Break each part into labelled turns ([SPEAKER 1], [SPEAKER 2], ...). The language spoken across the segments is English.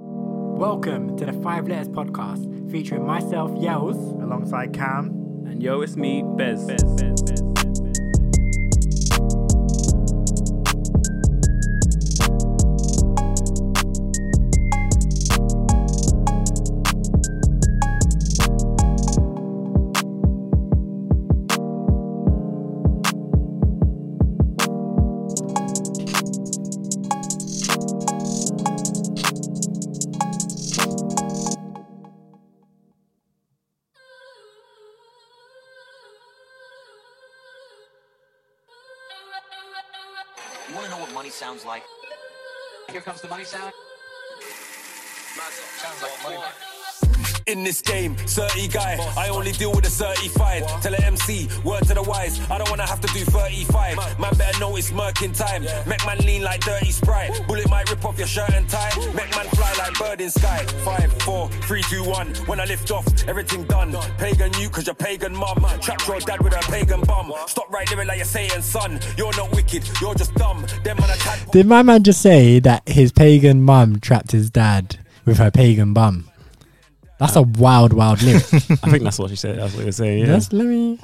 [SPEAKER 1] Welcome to the Five Letters Podcast, featuring myself, Yells.
[SPEAKER 2] alongside Cam.
[SPEAKER 3] And yo, it's me, Bez.
[SPEAKER 4] You want to know what money sounds like? Here comes the money sound. Sounds like money.
[SPEAKER 5] In this game, 30 guy. I only deal with a 35. Tell a MC, word to the wise. I don't wanna have to do 35. Man better know it's murking time. Make man lean like dirty sprite. Bullet might rip off your shirt and tie. Make man fly like bird in sky. Five, four, three, two, one. When I lift off, everything done. Pagan you, cause your pagan mum. Trapped your dad with a pagan bum. Stop right there like you're saying, son. You're not wicked, you're just dumb. Them man attack.
[SPEAKER 1] Did my man just say that his pagan mum trapped his dad with her pagan bum? That's a wild, wild lyric.
[SPEAKER 6] I think that's what she said. That's what you were saying. Yeah.
[SPEAKER 1] Just let me.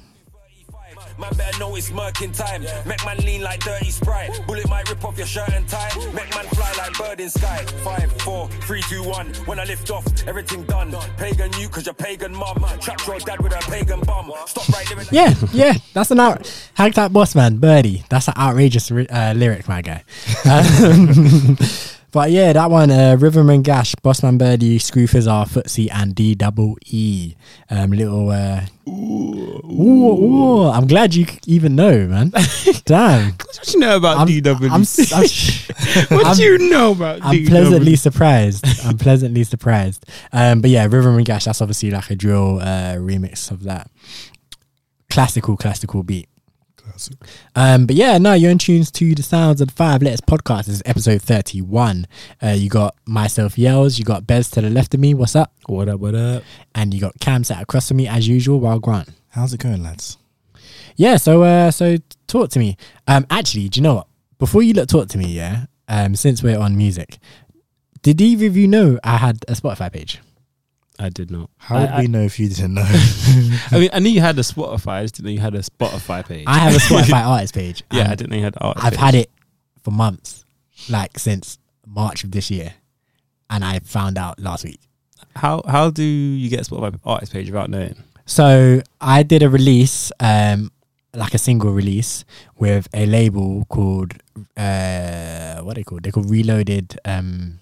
[SPEAKER 5] Man better know it's murking time. Make man lean like dirty sprite. Bullet might rip off your shirt and tie. Make man fly like bird in sky. Five, four, three, two, one. When I lift off, everything done. Pagan you, cause your pagan mum. Trapped your dad with a pagan bum. Stop right there. and-
[SPEAKER 1] Yeah, yeah, that's an out. Hang that boss man, Birdie. That's an outrageous ri- uh, lyric, my guy. Um, but yeah, that one, uh, Rhythm and Gash, Bossman Birdie, Screwfizzar, Footsie, and D Double E. Um, little. Uh, ooh, ooh, I'm glad you c- even know, man. Damn.
[SPEAKER 6] What do you know about
[SPEAKER 1] I'm,
[SPEAKER 6] DW?
[SPEAKER 1] I'm, s- I'm sh-
[SPEAKER 6] E. what
[SPEAKER 1] I'm-
[SPEAKER 6] do you know about
[SPEAKER 1] I'm
[SPEAKER 6] DW?
[SPEAKER 1] pleasantly surprised. I'm pleasantly surprised. Um, but yeah, Rhythm and Gash, that's obviously like a drill uh, remix of that classical, classical beat. Um, but yeah, no, you're in tunes to the sounds of the Five Letters podcast. This is episode 31. Uh, you got myself, Yells, you got Bez to the left of me, what's up?
[SPEAKER 6] What up? What up?
[SPEAKER 1] And you got Cam sat across from me as usual, while Grant.
[SPEAKER 2] How's it going, lads?
[SPEAKER 1] Yeah, so uh, so talk to me. Um, actually, do you know what? Before you look, talk to me, yeah? Um, since we're on music, did either of you know I had a Spotify page?
[SPEAKER 6] I did not.
[SPEAKER 2] How
[SPEAKER 6] I-
[SPEAKER 2] would
[SPEAKER 6] I-
[SPEAKER 2] we know if you didn't know?
[SPEAKER 6] I mean, I knew you had a Spotify. I just didn't know you had a Spotify page.
[SPEAKER 1] I have a Spotify artist page.
[SPEAKER 6] yeah, I
[SPEAKER 1] and
[SPEAKER 6] didn't know you had. Art
[SPEAKER 1] I've had it for months, like since March of this year, and I found out last week.
[SPEAKER 6] How how do you get a Spotify artist page without knowing?
[SPEAKER 1] So I did a release, um, like a single release with a label called uh, what are they called? They called Reloaded. Um,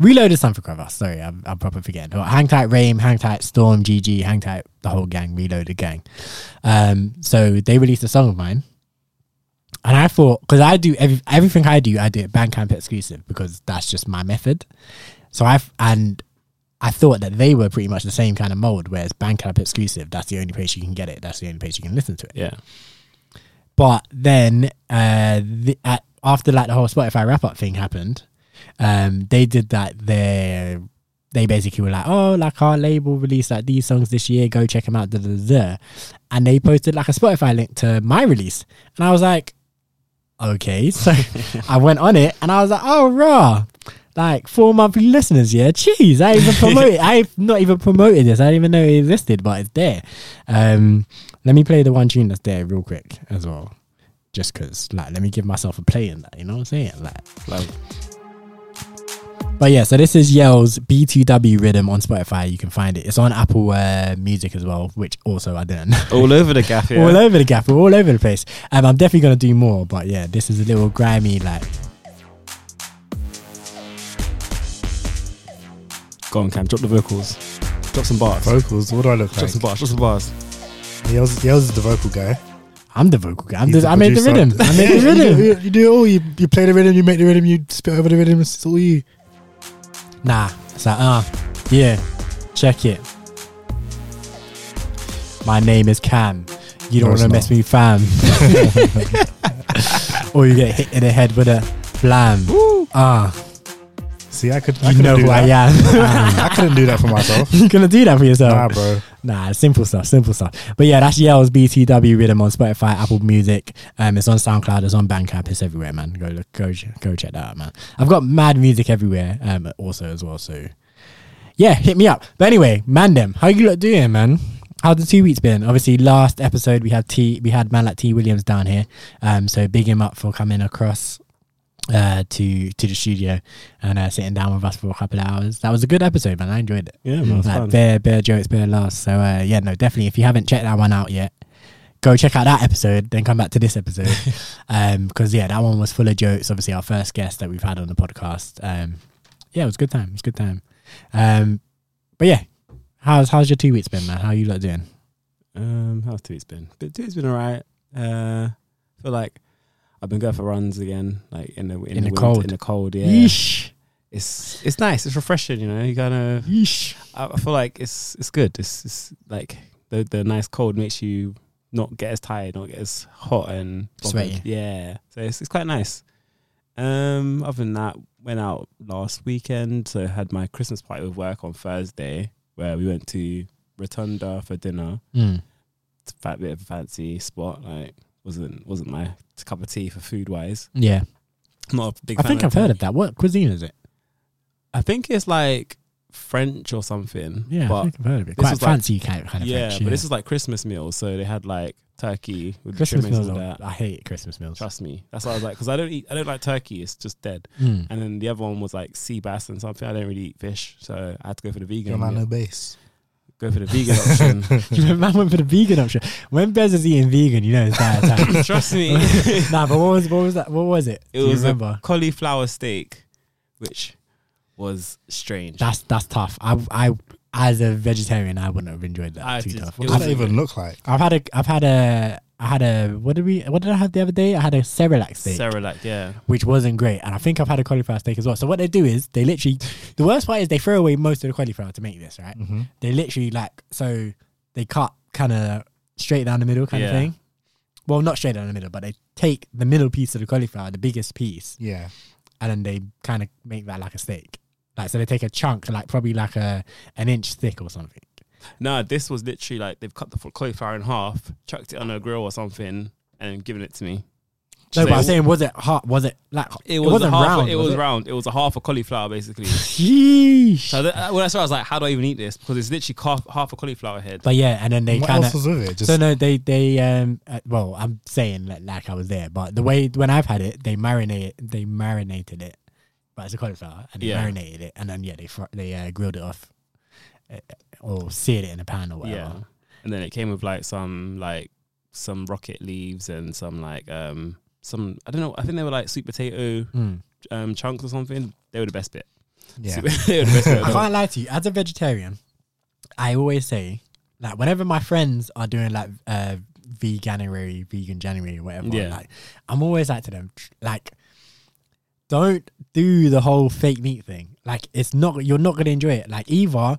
[SPEAKER 1] Reloaded something or other. Sorry, I'm, I'm proper forgetting. Oh, Hang tight, Rame, Hang tight, Storm, GG, Hang tight, the whole gang, Reloaded gang. Um, so they released a song of mine, and I thought because I do every, everything I do, I do it Bandcamp exclusive because that's just my method. So I and I thought that they were pretty much the same kind of mold, whereas Bandcamp exclusive, that's the only place you can get it, that's the only place you can listen to it.
[SPEAKER 6] Yeah,
[SPEAKER 1] But then, uh, the, at, after like the whole Spotify wrap up thing happened, um, they did that. Their they basically were like, oh, like our label released like these songs this year, go check them out, da da da. da." And they posted like a Spotify link to my release, and I was like, okay. So I went on it, and I was like, oh, raw. Like four monthly listeners, yeah. Jeez, I even promoted. I've not even promoted this. I didn't even know it existed, but it's there. Um, let me play the one tune that's there real quick as well, just cause. Like, let me give myself a play in that. You know what I'm saying? Like,
[SPEAKER 6] like
[SPEAKER 1] but yeah, so this is Yell's B2W rhythm on Spotify. You can find it. It's on Apple uh, Music as well, which also I didn't know.
[SPEAKER 6] all over the gaff. Yeah.
[SPEAKER 1] All over the gap, we're all over the place. Um, I'm definitely gonna do more, but yeah, this is a little grimy like
[SPEAKER 6] Go on, Cam. Drop the vocals. Drop some bars.
[SPEAKER 2] Vocals, what do I look
[SPEAKER 6] Drop
[SPEAKER 2] like?
[SPEAKER 6] some bars. Drop some bars.
[SPEAKER 2] Yells, Yells is the vocal guy.
[SPEAKER 1] I'm the vocal guy. I'm
[SPEAKER 2] He's
[SPEAKER 1] the, I made the
[SPEAKER 2] producer.
[SPEAKER 1] rhythm. I made the
[SPEAKER 2] Yeah, you
[SPEAKER 1] rhythm.
[SPEAKER 2] do- You do it all. You, you play the rhythm, you make the rhythm, you spit over the rhythm. It's all you.
[SPEAKER 1] Nah, it's like uh, yeah, check it. My name is Cam. You don't
[SPEAKER 2] No,
[SPEAKER 1] want
[SPEAKER 2] it's
[SPEAKER 1] to mess
[SPEAKER 2] not.
[SPEAKER 1] me, fam. or you get hit in the head with a blam. Ah,
[SPEAKER 2] See, I could. I
[SPEAKER 1] you
[SPEAKER 2] couldn't
[SPEAKER 1] know
[SPEAKER 2] do
[SPEAKER 1] who I
[SPEAKER 2] that.
[SPEAKER 1] am.
[SPEAKER 2] I couldn't do that for myself.
[SPEAKER 1] you gonna do that for yourself?
[SPEAKER 2] Nah, bro.
[SPEAKER 1] Nah, simple stuff, simple stuff. But yeah, that's Yale's BTW rhythm on Spotify, Apple Music. Um, it's on SoundCloud, it's on Bandcamp, it's everywhere, man. Go look, go, ch- go check that out, man. I've got mad music everywhere, um, also as well. So yeah, hit me up. But anyway, Mandem, how you lot doing, man? How the two weeks been? Obviously, last episode we had T, we had man like T Williams down here. Um, so big him up for coming across uh to to the studio and uh, sitting down with us for a couple of hours. That was a good episode, man. I enjoyed it.
[SPEAKER 6] Yeah, man, it was fun.
[SPEAKER 1] like bare bare jokes, bare laughs. So uh, yeah, no, definitely. If you haven't checked that one out yet, go check out that episode, then come back to this episode. um, because yeah, that one was full of jokes. Obviously, our first guest that we've had on the podcast. Um, yeah, it was a good time. It was a good time. Um, but yeah, how's how's your two weeks been, man? How you lot doing?
[SPEAKER 6] Um, how's two weeks been? But two weeks been alright. Uh, I feel like I've been going for runs again, like in the in,
[SPEAKER 1] In the
[SPEAKER 6] wind,
[SPEAKER 1] cold.
[SPEAKER 6] in the cold. Yeah,
[SPEAKER 1] Yeesh,
[SPEAKER 6] it's it's nice. It's refreshing. You know, you gotta.
[SPEAKER 1] yeesh.
[SPEAKER 6] I, I feel like it's it's good. It's, it's like the the nice cold makes you not get as tired, not get as hot and bothered.
[SPEAKER 1] Sweaty.
[SPEAKER 6] Yeah, so it's it's quite nice. Um, other than that, went out last weekend. So had my Christmas party with work on Thursday, where we went to Rotunda for dinner.
[SPEAKER 1] Mm.
[SPEAKER 6] It's a fa- bit of a fancy spot. Like wasn't wasn't my cup of tea for food wise.
[SPEAKER 1] Yeah,
[SPEAKER 6] Not a big.
[SPEAKER 1] I
[SPEAKER 6] fan
[SPEAKER 1] think
[SPEAKER 6] of
[SPEAKER 1] I've heard
[SPEAKER 6] turkey.
[SPEAKER 1] of that. What cuisine is it?
[SPEAKER 6] I think it's like French or something.
[SPEAKER 1] Yeah, I
[SPEAKER 6] but
[SPEAKER 1] think I've heard of it.
[SPEAKER 6] this
[SPEAKER 1] Quite
[SPEAKER 6] was like-
[SPEAKER 1] fancy kind of kind of
[SPEAKER 6] yeah,
[SPEAKER 1] French,
[SPEAKER 6] but this is like Christmas meals, so they had like turkey with
[SPEAKER 1] Christmas
[SPEAKER 6] trimmings
[SPEAKER 1] meals.
[SPEAKER 6] and all
[SPEAKER 1] are-
[SPEAKER 6] that.
[SPEAKER 1] I hate Christmas meals.
[SPEAKER 6] Trust me, that's what I was like because I don't eat, I don't like turkey. It's just dead.
[SPEAKER 1] Mm.
[SPEAKER 6] And then the other one was like sea bass and something. I don't really eat fish, so I had to go for the
[SPEAKER 2] You're
[SPEAKER 6] vegan.
[SPEAKER 2] not no base.
[SPEAKER 6] Go for the vegan option.
[SPEAKER 1] Do you remember man went for the vegan option? When Bez is eating vegan, you know it's bad time.
[SPEAKER 6] Trust me,
[SPEAKER 1] nah, but what was what was that? What was it?
[SPEAKER 6] it
[SPEAKER 1] Do you
[SPEAKER 6] was a
[SPEAKER 1] remember?
[SPEAKER 6] cauliflower steak, which was strange.
[SPEAKER 1] that's that's tough. I I as a vegetarian, I wouldn't have enjoyed that.
[SPEAKER 6] I
[SPEAKER 1] Too
[SPEAKER 6] just-
[SPEAKER 1] tough.
[SPEAKER 6] it
[SPEAKER 2] What does
[SPEAKER 1] I've,
[SPEAKER 2] that even look like?
[SPEAKER 1] I've had a I've had a I had a what did we what did I have the other day? I had a Cerelac steak.
[SPEAKER 6] Cerelac, yeah.
[SPEAKER 1] which wasn't great, and I think I've had a cauliflower steak as well. So what they do is they literally, the worst part is they throw away most of the cauliflower to make this right.
[SPEAKER 2] Mm-hmm.
[SPEAKER 1] They literally like so they cut kind of straight down the middle kind of
[SPEAKER 6] Yeah.
[SPEAKER 1] thing. Well, not straight down the middle, but they take the middle piece of the cauliflower, the biggest piece,
[SPEAKER 2] Yeah.
[SPEAKER 1] and then they kind of make that like a steak. Like so, they take a chunk, like probably like a an inch thick or something.
[SPEAKER 6] No, this was literally like they've cut the f- cauliflower in half, chucked it on a grill or something, and given it to me.
[SPEAKER 1] No,
[SPEAKER 6] So
[SPEAKER 1] but I'm
[SPEAKER 6] it-
[SPEAKER 1] saying, was it hot? Was it like
[SPEAKER 6] It
[SPEAKER 1] not
[SPEAKER 6] was a half,
[SPEAKER 1] round?
[SPEAKER 6] It was,
[SPEAKER 1] was
[SPEAKER 6] round. It was a half a cauliflower basically.
[SPEAKER 1] Sheesh.
[SPEAKER 6] so that, well, that's why I was like, how do I even eat this? Because it's literally half, half a cauliflower head.
[SPEAKER 1] But yeah, and then they
[SPEAKER 2] what
[SPEAKER 1] kind
[SPEAKER 2] else
[SPEAKER 1] of
[SPEAKER 2] was with it? Just
[SPEAKER 1] so no, they they um uh, well, I'm saying like, like I was there, but
[SPEAKER 6] Mm.
[SPEAKER 1] the way when I've had it, they marinate they marinated it, but it's a cauliflower, and they
[SPEAKER 6] Yeah.
[SPEAKER 1] marinated it, and then yeah, they fr- they uh, grilled it off, uh, or seared it in a pan or
[SPEAKER 6] yeah.
[SPEAKER 1] whatever.
[SPEAKER 6] And then it came with like some like some rocket leaves and some like um some I don't know. I think they were like sweet potato
[SPEAKER 1] Mm.
[SPEAKER 6] um chunks or something. They were the best bit.
[SPEAKER 2] yeah.
[SPEAKER 6] they were the best bit. of
[SPEAKER 1] I
[SPEAKER 6] the whole-
[SPEAKER 1] can't lie to you. As a vegetarian, I always say like whenever my friends are doing like uh veganuary, vegan January, or whatever,
[SPEAKER 6] Yeah.
[SPEAKER 1] like I'm always like to them tr- like don't do the whole fake meat thing. Like it's not you're not gonna enjoy it. Like either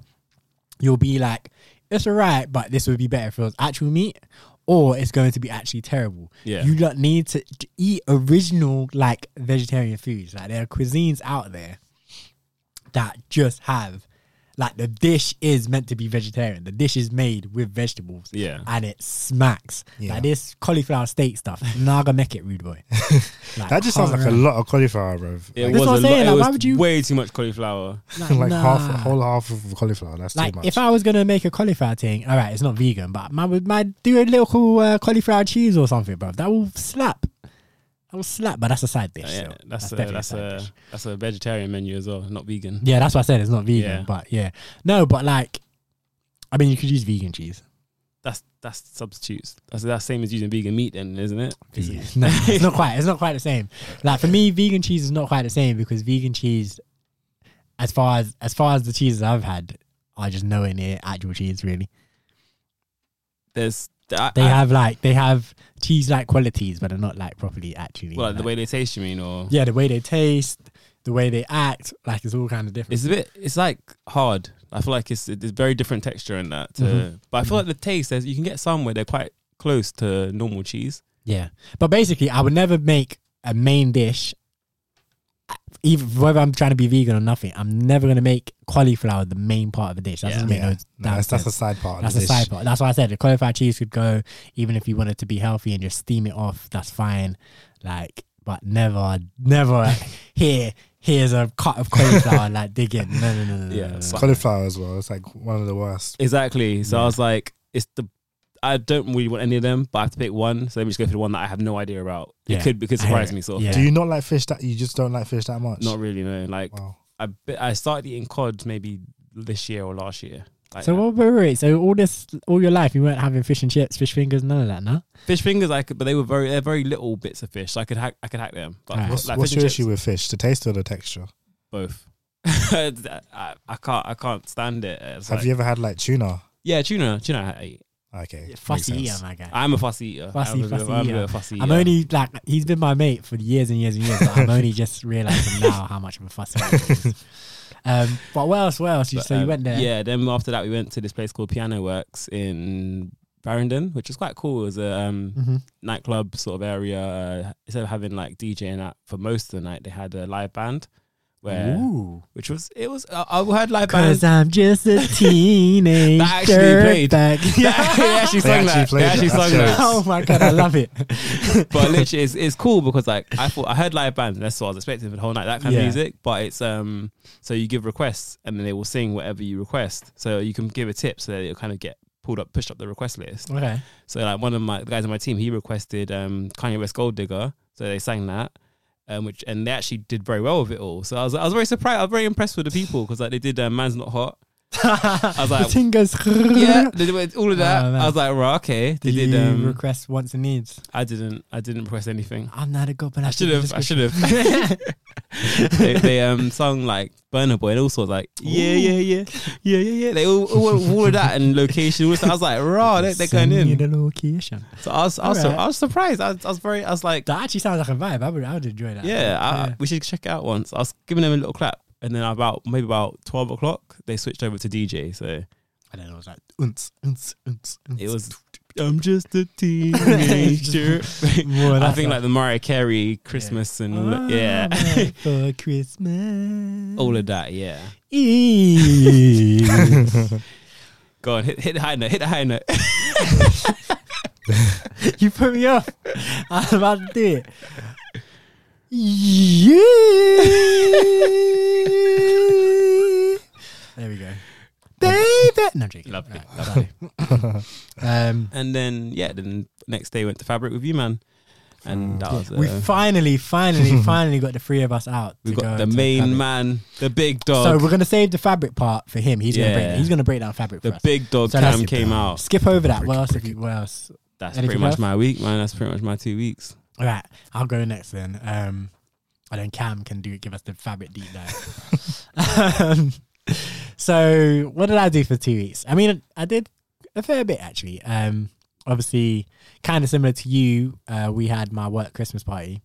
[SPEAKER 1] you'll be like it's alright, but this would be better if it was actual meat. Or it's going to be actually terrible.
[SPEAKER 6] Yeah.
[SPEAKER 1] You don't need to to eat original like vegetarian foods. Like there are cuisines out there that just have like the dish is meant to be vegetarian. The dish is made with vegetables.
[SPEAKER 6] Yeah.
[SPEAKER 1] And it smacks.
[SPEAKER 2] Yeah.
[SPEAKER 1] Like this cauliflower steak stuff. Nah gonna make it rude boy. Like,
[SPEAKER 2] That just sounds like a
[SPEAKER 1] horror.
[SPEAKER 2] lot of cauliflower, bro.
[SPEAKER 6] It
[SPEAKER 1] That's
[SPEAKER 6] was
[SPEAKER 1] what I'm
[SPEAKER 6] a
[SPEAKER 1] saying,
[SPEAKER 6] Lot,
[SPEAKER 1] like,
[SPEAKER 6] it
[SPEAKER 1] why
[SPEAKER 6] was
[SPEAKER 1] would you-
[SPEAKER 6] way too much cauliflower.
[SPEAKER 1] Like,
[SPEAKER 2] like half,
[SPEAKER 1] nah.
[SPEAKER 2] a whole half of cauliflower. That's
[SPEAKER 1] Like
[SPEAKER 2] too much.
[SPEAKER 1] if I was gonna make a cauliflower thing, all right, it's not vegan, but man would man do a little uh, cauliflower cheese or something, bro. That will slap. That will slap, but that's a side dish.
[SPEAKER 6] Uh, Yeah,
[SPEAKER 1] so
[SPEAKER 6] that's a,
[SPEAKER 1] definitely
[SPEAKER 6] that's
[SPEAKER 1] side
[SPEAKER 6] a
[SPEAKER 1] dish.
[SPEAKER 6] that's a vegetarian menu as well, not vegan.
[SPEAKER 1] Yeah, that's what I said. It's not vegan,
[SPEAKER 6] Yeah.
[SPEAKER 1] but yeah, no, but like, I mean, you could use vegan cheese.
[SPEAKER 6] That's that's substitutes. That's that's same as using vegan meat, then, isn't it?
[SPEAKER 1] no, it's not quite. It's not quite the same. Like for me, vegan cheese is not quite the same because vegan cheese, as far as as far as the cheeses I've had, are just nowhere near actual cheese. Really,
[SPEAKER 6] There's I,
[SPEAKER 1] they
[SPEAKER 6] I-
[SPEAKER 1] have like they have cheese like qualities, but they're not like properly actually.
[SPEAKER 6] well, like, the
[SPEAKER 1] like-
[SPEAKER 6] way they taste. You mean or
[SPEAKER 1] yeah, the way they taste, the way they act, like it's all kind of different.
[SPEAKER 6] It's a bit. It's like hard. I feel like it's it's very different texture in that. To, But I feel like the taste. There's, you can get some where they're quite close to normal cheese.
[SPEAKER 1] Yeah, but basically, I would never make a main dish. Even whether I'm trying to be vegan or nothing, I'm never gonna make cauliflower the main part of the dish. That
[SPEAKER 6] Yeah.
[SPEAKER 1] doesn't
[SPEAKER 2] yeah.
[SPEAKER 1] make no,
[SPEAKER 2] No, that's, that's a
[SPEAKER 1] sense.
[SPEAKER 2] side part.
[SPEAKER 1] That's
[SPEAKER 2] of
[SPEAKER 1] a
[SPEAKER 2] the
[SPEAKER 1] side
[SPEAKER 2] dish.
[SPEAKER 1] part. That's why I said the cauliflower cheese could go, even if you wanted to be healthy and just steam it off. That's fine. Like, but never, never here here's a cut of cauliflower and like dig in. No, no, no, no, no.
[SPEAKER 6] Yeah,
[SPEAKER 1] no, no.
[SPEAKER 6] so-
[SPEAKER 2] Cauliflower as well. It's like one of the worst.
[SPEAKER 6] Exactly. So I was like, it's the I don't really want any of them, but I have to pick one. So let me just go for the one that I have no idea about.
[SPEAKER 1] Yeah.
[SPEAKER 6] It could it could
[SPEAKER 1] I hear
[SPEAKER 6] surprise
[SPEAKER 1] it.
[SPEAKER 6] me sort of.
[SPEAKER 1] Yeah.
[SPEAKER 6] thing.
[SPEAKER 2] Do you not like fish that? You just don't like fish that much.
[SPEAKER 6] Not really, no. Like
[SPEAKER 2] Wow.
[SPEAKER 6] I bit- I started eating cod maybe this year or last year. Like,
[SPEAKER 1] So what, wait, wait, wait, so all this, all your life, you weren't having fish and chips, fish fingers, none of that, no?
[SPEAKER 6] fish fingers, I could, but they were very they're very little bits of fish. So I could hack I could hack them. But
[SPEAKER 1] Right.
[SPEAKER 6] like
[SPEAKER 2] What's,
[SPEAKER 6] fish
[SPEAKER 2] what's
[SPEAKER 6] and
[SPEAKER 2] your
[SPEAKER 6] chips,
[SPEAKER 2] issue with fish? The taste or the texture?
[SPEAKER 6] both? I, I can't I can't stand it. It's
[SPEAKER 2] Have
[SPEAKER 6] like-
[SPEAKER 2] you ever had like tuna?
[SPEAKER 6] Yeah, tuna, tuna. I eat.
[SPEAKER 2] Okay, makes
[SPEAKER 1] Fussy
[SPEAKER 2] sense.
[SPEAKER 1] eater, my guy.
[SPEAKER 6] I'm a fussy eater.
[SPEAKER 1] Fussy,
[SPEAKER 6] I'm a bit of-
[SPEAKER 1] fussy
[SPEAKER 6] I'm a bit
[SPEAKER 1] eater.
[SPEAKER 6] of a fussy
[SPEAKER 1] I'm
[SPEAKER 6] eater.
[SPEAKER 1] only like he's been my mate for years and years and years. But I'm only just realizing now how much of a fuss. he is. Um, but what else? What else? You,
[SPEAKER 6] But,
[SPEAKER 1] so you
[SPEAKER 6] um,
[SPEAKER 1] went there?
[SPEAKER 6] Yeah. Then after that, we went to this place called Piano Works in Barrington, which was quite cool. It was a um,
[SPEAKER 1] Mhm.
[SPEAKER 6] nightclub sort of area. Uh, instead of having like DJing that for most of the night, they had a live band, where
[SPEAKER 1] Ooh.
[SPEAKER 6] which was it was I I heard live
[SPEAKER 1] Cause
[SPEAKER 6] bands.
[SPEAKER 1] I'm just a teenage
[SPEAKER 6] That actually played.
[SPEAKER 1] dirtbag.
[SPEAKER 6] they actually
[SPEAKER 2] They
[SPEAKER 6] sang
[SPEAKER 2] actually
[SPEAKER 6] that.
[SPEAKER 2] played
[SPEAKER 6] They actually
[SPEAKER 2] that,
[SPEAKER 6] sung that.
[SPEAKER 2] that's jokes.
[SPEAKER 1] Oh my god, I love it.
[SPEAKER 6] but literally, it's, it's cool because like I thought I heard live bands, and that's what I was expecting for the whole night, that kind
[SPEAKER 1] Yeah.
[SPEAKER 6] of music. But it's um, so you give requests, and then they will sing whatever you request. So you can give a tip, so that you'll kind of get pulled up, pushed up the request list.
[SPEAKER 1] Okay.
[SPEAKER 6] So like one of my the guys on my team, he requested um Kanye West Gold Digger, so they sang that. Um, which and they actually did very well with it all. So I was I was very surprised. I was very impressed with the people because like they did um, "Man's Not Hot." I was
[SPEAKER 1] The
[SPEAKER 6] like,
[SPEAKER 1] thing goes.
[SPEAKER 6] yeah, they did all of that.
[SPEAKER 1] Oh, man.
[SPEAKER 6] I was like, right, okay. They
[SPEAKER 1] Did you
[SPEAKER 6] did. Um,
[SPEAKER 1] request wants and needs?
[SPEAKER 6] I didn't. I didn't request anything.
[SPEAKER 1] I'm not a good, but I,
[SPEAKER 6] I should have. I
[SPEAKER 1] just-
[SPEAKER 6] should have. they, they um sung like Burner Boy and all sorts like yeah yeah yeah yeah yeah yeah. They all all, all of that and location. All this, I was like raw. They, they're going
[SPEAKER 1] Send me
[SPEAKER 6] in.
[SPEAKER 1] the location.
[SPEAKER 6] So I was I was, sur-
[SPEAKER 1] Alright.
[SPEAKER 6] I was surprised. I was, I was very. I was like
[SPEAKER 1] That actually sounds like a vibe. I would, I would enjoy that.
[SPEAKER 6] yeah. I, we should check it out once. I was giving them a little clap and then about maybe about twelve o'clock they switched over to DJ. So
[SPEAKER 1] And then I was like,
[SPEAKER 2] Unts, unts, unts, unts.
[SPEAKER 6] it was. I'm just a teenager.
[SPEAKER 1] More of
[SPEAKER 6] I
[SPEAKER 1] that
[SPEAKER 6] think
[SPEAKER 1] stuff.
[SPEAKER 6] like the Mariah Carey Christmas and
[SPEAKER 1] Oh,
[SPEAKER 6] all that- yeah,
[SPEAKER 1] Alright For Christmas.
[SPEAKER 6] all of that. Yeah.
[SPEAKER 1] Eve.
[SPEAKER 6] Go on, hit, hit the high note, hit the high note.
[SPEAKER 1] you put me off. I'm about to do it. Yeah. there we go. Baby. No, I'm joking.
[SPEAKER 6] Lovely,
[SPEAKER 1] Right, sorry. um,
[SPEAKER 6] And then yeah, then next day went to Fabric with you, man. And that was uh,
[SPEAKER 1] Mm. we
[SPEAKER 6] we
[SPEAKER 1] finally, finally, finally got the three of us out. to
[SPEAKER 6] got
[SPEAKER 1] go
[SPEAKER 6] the
[SPEAKER 1] to
[SPEAKER 6] main
[SPEAKER 1] Fabric.
[SPEAKER 6] man, the big
[SPEAKER 1] So
[SPEAKER 6] dog,
[SPEAKER 1] we're gonna save the fabric part for him. He's gonna break.
[SPEAKER 6] Yeah.
[SPEAKER 1] He's gonna break down fabric.
[SPEAKER 6] the
[SPEAKER 1] for us.
[SPEAKER 6] big dog
[SPEAKER 1] So that's
[SPEAKER 6] cam
[SPEAKER 1] it,
[SPEAKER 6] came
[SPEAKER 1] bro.
[SPEAKER 6] out.
[SPEAKER 1] Skip over that.
[SPEAKER 2] Break
[SPEAKER 1] What
[SPEAKER 2] it,
[SPEAKER 1] else?
[SPEAKER 2] break
[SPEAKER 1] Have you, what else?
[SPEAKER 6] That's
[SPEAKER 1] Anything
[SPEAKER 6] pretty much
[SPEAKER 1] else?
[SPEAKER 6] my week, man. That's pretty much my two weeks.
[SPEAKER 1] All right, I'll go next then. Um, and then Cam can do give us the fabric deep dive. um, so what did I do for two weeks? I mean, I did a fair bit actually. Um, obviously, kind of similar to you. Uh, we had my work Christmas party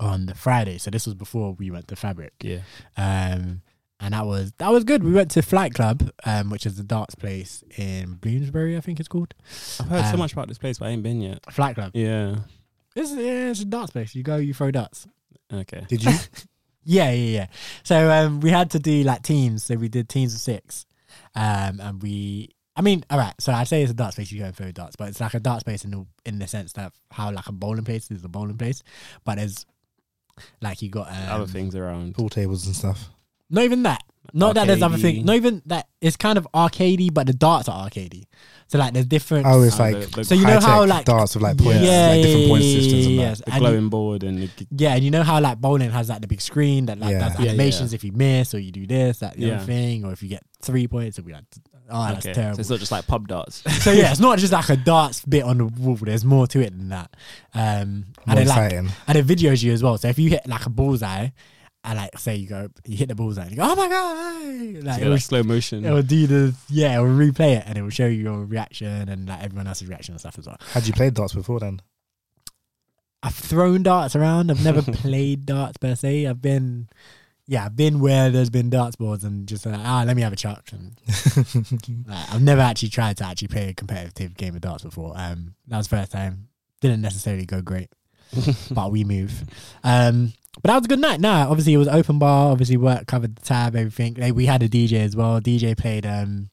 [SPEAKER 1] on the Friday, so this was before we went to fabric.
[SPEAKER 6] Yeah,
[SPEAKER 1] Um, and that was that was good. We went to Flight Club, um, which is the darts place in Bloomsbury, I think it's called.
[SPEAKER 6] I've heard so
[SPEAKER 1] Um,
[SPEAKER 6] much about this place, but I ain't been yet.
[SPEAKER 1] Flight Club.
[SPEAKER 6] Yeah.
[SPEAKER 1] It's, yeah, it's a darts place. You go, you throw darts.
[SPEAKER 6] Okay.
[SPEAKER 2] Did you?
[SPEAKER 1] Yeah, yeah, yeah. So um, we had to do like teams. So we did teams of six, um, and we. I mean, all right. So I say it's a dart space. You go through darts, but it's like a dart space in the in the sense that how like a bowling place is a bowling place, but there's like you got um,
[SPEAKER 6] Other things around.
[SPEAKER 2] Pool tables and stuff.
[SPEAKER 1] Not even that. Not that there's other things.
[SPEAKER 6] Arcadey.
[SPEAKER 1] Not even that. It's kind of arcadey, but the darts are arcadey. So like there's different.
[SPEAKER 2] Oh, it's
[SPEAKER 6] Uh,
[SPEAKER 2] like
[SPEAKER 6] the- the
[SPEAKER 1] So you know how,
[SPEAKER 2] high-tech
[SPEAKER 1] like-
[SPEAKER 2] darts with like points,
[SPEAKER 1] Yeah,
[SPEAKER 2] like different
[SPEAKER 1] yeah,
[SPEAKER 2] point
[SPEAKER 1] yeah,
[SPEAKER 2] systems and
[SPEAKER 1] yeah,
[SPEAKER 2] that.
[SPEAKER 1] yes.
[SPEAKER 6] the
[SPEAKER 1] And you-
[SPEAKER 6] glowing board and the, g-
[SPEAKER 1] Yeah, and you know how like bowling has like the big screen that like
[SPEAKER 2] Yeah.
[SPEAKER 1] does
[SPEAKER 2] Yeah,
[SPEAKER 6] yeah.
[SPEAKER 1] animations if you miss or you do this, that the
[SPEAKER 6] Yeah.
[SPEAKER 1] other thing, or if you get three points, it'll be like, oh, that's
[SPEAKER 6] okay.
[SPEAKER 1] terrible.
[SPEAKER 6] So it's
[SPEAKER 1] So,
[SPEAKER 6] not just like pub darts.
[SPEAKER 1] yeah, it's not just like a darts bit on the wall. There's more to it than that. Um,
[SPEAKER 2] More
[SPEAKER 1] and it like
[SPEAKER 2] exciting.
[SPEAKER 1] and it videos you as well. So if you hit like a bullseye, and like say you go, you hit the bullseye, and you go, oh my god, like
[SPEAKER 6] yeah,
[SPEAKER 1] it, will,
[SPEAKER 6] like slow motion.
[SPEAKER 1] it will do the yeah, it will replay it and it will show you your reaction and like everyone else's reaction and stuff as well.
[SPEAKER 2] Had you played darts before then?
[SPEAKER 1] I've thrown darts around. I've never played darts per se. I've been, yeah, I've been where there's been darts boards and just like, ah, let me have a chuck. And, like, I've never actually tried to actually play a competitive game of darts before. Um, that was the first time. Didn't necessarily go great, but we move. Um, but that was a good night. No, obviously it was open bar. Obviously work covered the tab, everything. Like, we had a DJ as well. DJ played. Um,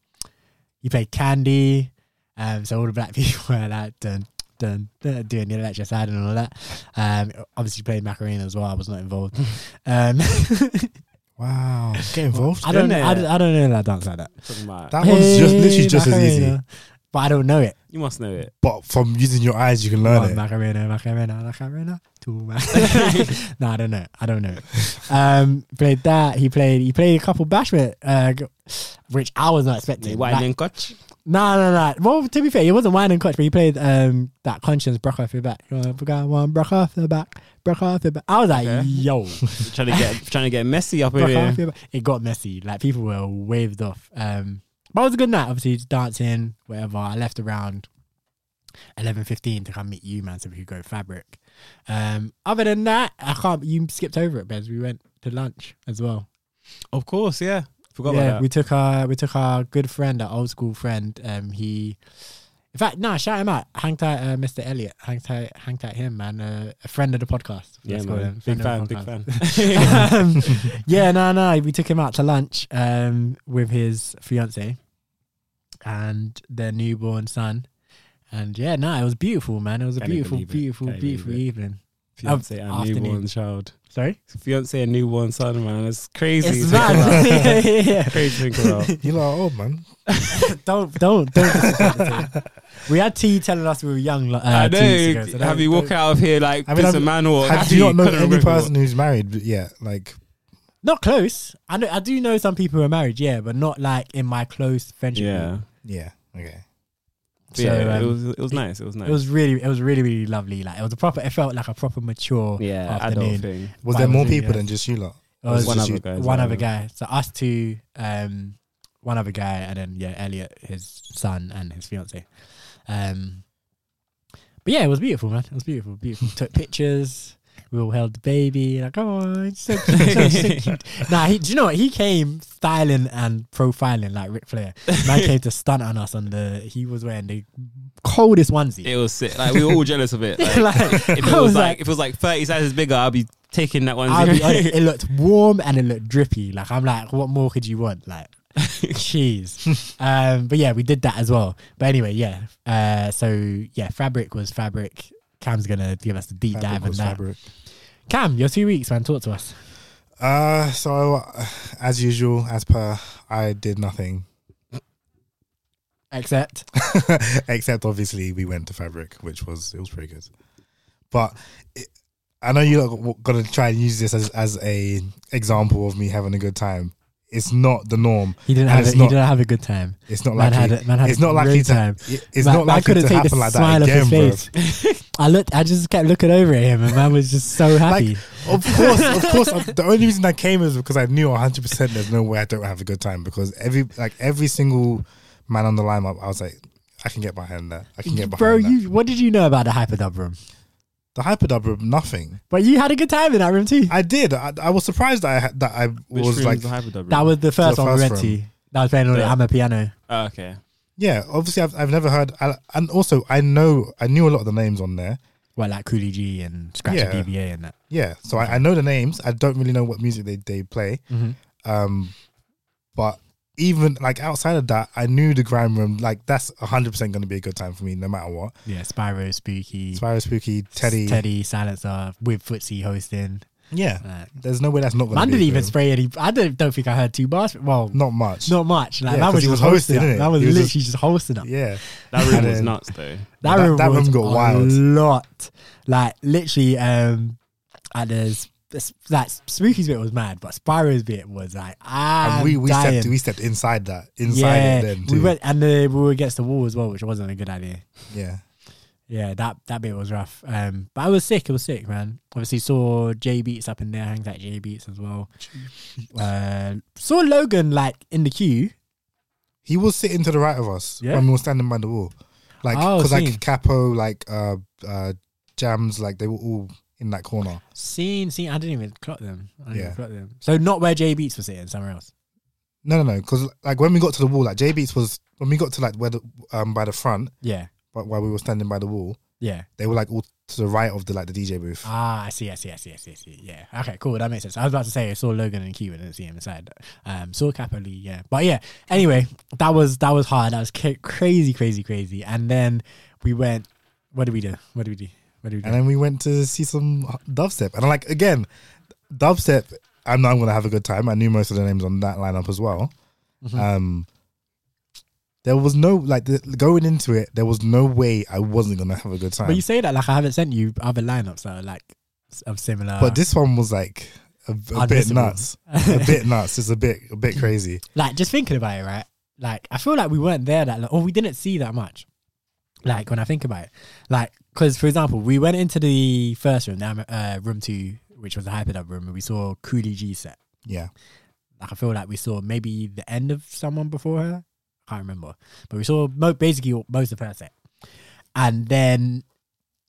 [SPEAKER 1] he played Candy. Um, so all the black people were like, dun, dun, dun, doing the electric side and all that. Um, obviously played Macarena as well. I was not involved. Um,
[SPEAKER 2] Wow. Get involved.
[SPEAKER 1] I don't
[SPEAKER 6] Didn't
[SPEAKER 1] know. I,
[SPEAKER 6] they?
[SPEAKER 1] don't- I don't know that dance like that.
[SPEAKER 6] Talking about-
[SPEAKER 2] That one's just
[SPEAKER 1] Hey,
[SPEAKER 2] literally just as easy.
[SPEAKER 1] Macarena. But I don't know it.
[SPEAKER 6] you must know it.
[SPEAKER 2] But from using your eyes, you can
[SPEAKER 1] One
[SPEAKER 2] learn it.
[SPEAKER 1] Macarena, Macarena, Macarena. Two Macarena. no, I don't know. I don't know. Um, played that. He played. He played a couple bashment, uh, g- which I was not expecting.
[SPEAKER 6] White
[SPEAKER 1] Like,
[SPEAKER 6] and Koch.
[SPEAKER 1] No, no, no. Well, to be fair, it wasn't wine and clutch, but he played um that conscience broke off your back. Uh, forgot one broke off the back, broke off the back. I was like,
[SPEAKER 6] Okay.
[SPEAKER 1] yo,
[SPEAKER 6] Trying to get trying to get messy up in
[SPEAKER 1] broke off
[SPEAKER 6] here.
[SPEAKER 1] your back. It got messy. Like people were waved off. Um, but it was a good night. Obviously, just dancing, whatever. I left around eleven fifteen to come meet you, man, so we could go fabric. Um, other than that, I can't. You skipped over it, Bez. We went to lunch as well
[SPEAKER 6] Of course, yeah. Forgot
[SPEAKER 1] yeah,
[SPEAKER 6] about
[SPEAKER 1] we
[SPEAKER 6] that.
[SPEAKER 1] took our we took our good friend, our old school friend. Um, he, in fact, nah, shout him out. Hang tight, uh, Mr. Elliot. Hang tight, hang tight, him man. Uh, a friend of the podcast.
[SPEAKER 6] Yeah,
[SPEAKER 1] Let's call him.
[SPEAKER 6] man.
[SPEAKER 1] Friend
[SPEAKER 6] Big
[SPEAKER 1] of
[SPEAKER 6] fan,
[SPEAKER 1] the
[SPEAKER 6] big
[SPEAKER 1] podcast.
[SPEAKER 6] fan.
[SPEAKER 1] Um, yeah, no, no. We took him out to lunch um, with his fiance and their newborn son. And yeah, no, it was beautiful, man. It was a
[SPEAKER 6] Can't even
[SPEAKER 1] beautiful,
[SPEAKER 6] believe it.
[SPEAKER 1] beautiful,
[SPEAKER 6] Can't even
[SPEAKER 1] beautiful
[SPEAKER 6] believe
[SPEAKER 1] evening.
[SPEAKER 6] Fiance and
[SPEAKER 1] afternoon.
[SPEAKER 6] newborn child.
[SPEAKER 1] Sorry,
[SPEAKER 6] Fiance and newborn son, man. It's crazy. to
[SPEAKER 1] it's
[SPEAKER 6] think
[SPEAKER 1] mad.
[SPEAKER 6] about.
[SPEAKER 1] yeah, yeah,
[SPEAKER 6] Crazy to think about.
[SPEAKER 2] You're like, oh, man.
[SPEAKER 1] yeah. Don't, don't, don't. disrespect the team. we had T telling us we were young. like, Uh,
[SPEAKER 6] I
[SPEAKER 1] two
[SPEAKER 6] know.
[SPEAKER 1] weeks ago, so
[SPEAKER 6] have
[SPEAKER 1] don't-
[SPEAKER 6] you walk out of here like
[SPEAKER 2] I mean,
[SPEAKER 6] piss a
[SPEAKER 2] I've-
[SPEAKER 6] man or
[SPEAKER 2] How do
[SPEAKER 6] happy,
[SPEAKER 2] you not know
[SPEAKER 6] couldn't
[SPEAKER 2] any
[SPEAKER 6] remember
[SPEAKER 2] person who's married but yeah, Like,
[SPEAKER 1] Not close. I know. I do know some people who are married, yeah, but not like in my close
[SPEAKER 6] what-
[SPEAKER 1] friendship.
[SPEAKER 6] Yeah.
[SPEAKER 1] group.
[SPEAKER 2] yeah, okay.
[SPEAKER 6] But yeah,
[SPEAKER 1] So,
[SPEAKER 6] it
[SPEAKER 1] um,
[SPEAKER 6] was it was nice. It was nice.
[SPEAKER 1] It was really, it was really, really lovely. Like it was a proper. It felt like a proper mature
[SPEAKER 6] yeah, adult
[SPEAKER 1] afternoon.
[SPEAKER 6] thing.
[SPEAKER 2] Was
[SPEAKER 1] Why
[SPEAKER 2] there
[SPEAKER 1] was
[SPEAKER 2] more
[SPEAKER 1] it,
[SPEAKER 2] people
[SPEAKER 1] yeah.
[SPEAKER 2] than just you lot?
[SPEAKER 1] It was
[SPEAKER 6] one
[SPEAKER 2] just
[SPEAKER 6] other
[SPEAKER 2] you-
[SPEAKER 6] guy. as
[SPEAKER 1] one
[SPEAKER 6] well,
[SPEAKER 1] other
[SPEAKER 6] yeah.
[SPEAKER 1] guy. So us two, um, one other guy, and then yeah, Elliot, his son, and his fiance. Um, but yeah, it was beautiful, man. It was beautiful, beautiful. Took pictures. We all held the baby. Like, oh, it's so cute, so, so cute. Nah, he, do you know what? He came styling and profiling like Ric Flair. Man came to stunt on us on the. He was wearing the coldest onesie.
[SPEAKER 6] It was sick. Like we were all jealous of it. Like,
[SPEAKER 1] Like,
[SPEAKER 6] if it
[SPEAKER 1] I
[SPEAKER 6] was
[SPEAKER 1] was
[SPEAKER 6] like
[SPEAKER 1] like-
[SPEAKER 6] if it was like thirty sizes bigger, I'd be taking that one.
[SPEAKER 1] I'll be honest, it looked warm and it looked drippy. Like I'm like, what more could you want? Like, jeez. Um, but yeah, we did that as well. But anyway, yeah. Uh, so yeah, fabric was fabric. Cam's gonna give us the deep
[SPEAKER 2] Fabric
[SPEAKER 1] dive on
[SPEAKER 2] was
[SPEAKER 1] that.
[SPEAKER 2] fabric.
[SPEAKER 1] Cam, your two weeks, man. Talk to us.
[SPEAKER 2] Uh, so, uh, as usual, as per, I did nothing.
[SPEAKER 1] Except
[SPEAKER 2] Except obviously we went to Fabric, which was it was pretty good. But it, I know you're gonna try and use this as as a example of me having a good time. It's not the norm.
[SPEAKER 1] he didn't
[SPEAKER 2] And
[SPEAKER 1] have a,
[SPEAKER 2] it's
[SPEAKER 1] he
[SPEAKER 2] not-
[SPEAKER 1] didn't have a good time.
[SPEAKER 2] It's not
[SPEAKER 1] Man
[SPEAKER 2] likely.
[SPEAKER 1] had a- man had
[SPEAKER 2] it's
[SPEAKER 1] a
[SPEAKER 2] not likely
[SPEAKER 1] great
[SPEAKER 2] to.
[SPEAKER 1] time.
[SPEAKER 2] it-
[SPEAKER 1] Man-
[SPEAKER 2] It's not
[SPEAKER 1] man
[SPEAKER 2] likely
[SPEAKER 1] couldn't take
[SPEAKER 2] to
[SPEAKER 1] the
[SPEAKER 2] happen like that
[SPEAKER 1] smile off
[SPEAKER 2] again,
[SPEAKER 1] his
[SPEAKER 2] bro.
[SPEAKER 1] face. I looked. I just kept looking over at him, and man was just so happy.
[SPEAKER 2] Of course, of course. I- The only reason I came is because I knew 100. percent There's no way I don't have a good time because every like every single man on the lineup, I was like, I can get behind that. I can get behind
[SPEAKER 1] bro,
[SPEAKER 2] that.
[SPEAKER 1] you what did you know about the hyperdub room?
[SPEAKER 2] the hyperdub room, nothing.
[SPEAKER 1] But you had a good time in that room too.
[SPEAKER 2] I did. I, I was surprised that I had, that I was like
[SPEAKER 1] that was the first
[SPEAKER 2] Mm. the
[SPEAKER 1] one we
[SPEAKER 2] first
[SPEAKER 1] went
[SPEAKER 2] room.
[SPEAKER 1] to. That was playing on the
[SPEAKER 6] Yeah.
[SPEAKER 1] hammer piano.
[SPEAKER 6] Oh, okay.
[SPEAKER 2] Yeah, obviously I've I've never heard, I, and also I know I knew a lot of the names on there.
[SPEAKER 1] Well, like Coolie G and Scratchy
[SPEAKER 2] Yeah.
[SPEAKER 1] DBA and that.
[SPEAKER 2] Yeah, so I, I know the names. I don't really know what music they they play.
[SPEAKER 1] Mm-hmm.
[SPEAKER 2] Um, but even like outside of that, I knew the grime room. Like that's hundred percent going to be a good time for me, no matter what.
[SPEAKER 1] Yeah, Spyro, Spooky,
[SPEAKER 2] Spyro Spooky, Teddy,
[SPEAKER 1] Mm. Teddy, Silencer with Footsie hosting.
[SPEAKER 2] Yeah,
[SPEAKER 1] Like,
[SPEAKER 2] there's no way that's not. Gonna
[SPEAKER 1] man
[SPEAKER 2] be a
[SPEAKER 1] didn't even
[SPEAKER 2] good-
[SPEAKER 1] spray any. I don't, don't think I heard two bars. Well,
[SPEAKER 2] Not much.
[SPEAKER 1] not much. Like
[SPEAKER 2] Yeah,
[SPEAKER 1] that
[SPEAKER 2] 'cause
[SPEAKER 1] was
[SPEAKER 2] he
[SPEAKER 1] just
[SPEAKER 2] was hosting,
[SPEAKER 1] hosting.
[SPEAKER 2] innit?
[SPEAKER 1] Up. That was
[SPEAKER 2] He was
[SPEAKER 1] literally
[SPEAKER 2] just-
[SPEAKER 1] just hosting up.
[SPEAKER 2] Yeah,
[SPEAKER 6] That room was
[SPEAKER 2] then-
[SPEAKER 6] nuts though.
[SPEAKER 1] That,
[SPEAKER 2] That-
[SPEAKER 1] room,
[SPEAKER 2] that
[SPEAKER 1] was
[SPEAKER 2] room got
[SPEAKER 1] a
[SPEAKER 2] wild.
[SPEAKER 1] lot. Like literally, um, and there's there's- like Spooky's bit was mad, but Spyro's bit was like ah.
[SPEAKER 2] and we we
[SPEAKER 1] dying.
[SPEAKER 2] stepped we stepped inside that inside it then
[SPEAKER 1] we
[SPEAKER 2] too.
[SPEAKER 1] went and uh, we were against the wall as well, which wasn't a good idea.
[SPEAKER 2] yeah.
[SPEAKER 1] Yeah, that that bit was rough. Um, but I was sick. It was sick, man. Obviously saw J Beats up in there, hangs out J Beats as well. Uh, saw Logan like in the queue.
[SPEAKER 2] He was sitting to the right of us
[SPEAKER 1] Yeah.
[SPEAKER 2] when we were standing by the wall, like
[SPEAKER 1] Oh,
[SPEAKER 2] because
[SPEAKER 1] seen.
[SPEAKER 2] like Capo, like uh, uh, Jams, like they were all in that corner.
[SPEAKER 1] Seen, seen. I didn't even clock them. I didn't
[SPEAKER 2] Yeah.
[SPEAKER 1] even clock them. So not where J Beats was sitting, somewhere else.
[SPEAKER 2] No, no, no, because like when we got to the wall, like J Beats was when we got to like where the um by the front,
[SPEAKER 1] Yeah,
[SPEAKER 2] but while we were standing by the wall,
[SPEAKER 1] yeah.
[SPEAKER 2] they were like all to the right of the like the DJ booth.
[SPEAKER 1] Ah, I see, I see, I see, I see, I see. Yeah. Okay, cool. That makes sense. I was about to say I saw Logan and Q and didn't see him inside. Um, saw Capo Lee, yeah. But yeah, anyway, that was that was hard. That was ca- crazy, crazy, crazy. And then we went What do we do? What do we do? What do we do?
[SPEAKER 2] and then we went to see some dubstep. And I'm like, again, dubstep. I know I'm gonna have a good time. I knew most of the names on that lineup as well.
[SPEAKER 1] Mm-hmm.
[SPEAKER 2] Um, there was no like the, going into it. There was no way I wasn't gonna have a good time.
[SPEAKER 1] but you say that like I haven't sent you other lineups that are like s- of similar.
[SPEAKER 2] But this one was like a, a bit
[SPEAKER 1] Unmissable.
[SPEAKER 2] nuts. a bit nuts. It's a bit a bit crazy.
[SPEAKER 1] like just thinking about it, right? Like I feel like we weren't there that, long, or we didn't see that much. Like when I think about it, like because for example, we went into the first room, now uh, room two, which was the hyperdub room, and we saw Coolie G set.
[SPEAKER 2] Yeah.
[SPEAKER 1] Like I feel like we saw maybe the end of someone before her. I can't remember, but we saw mo- basically all- most of her set, and then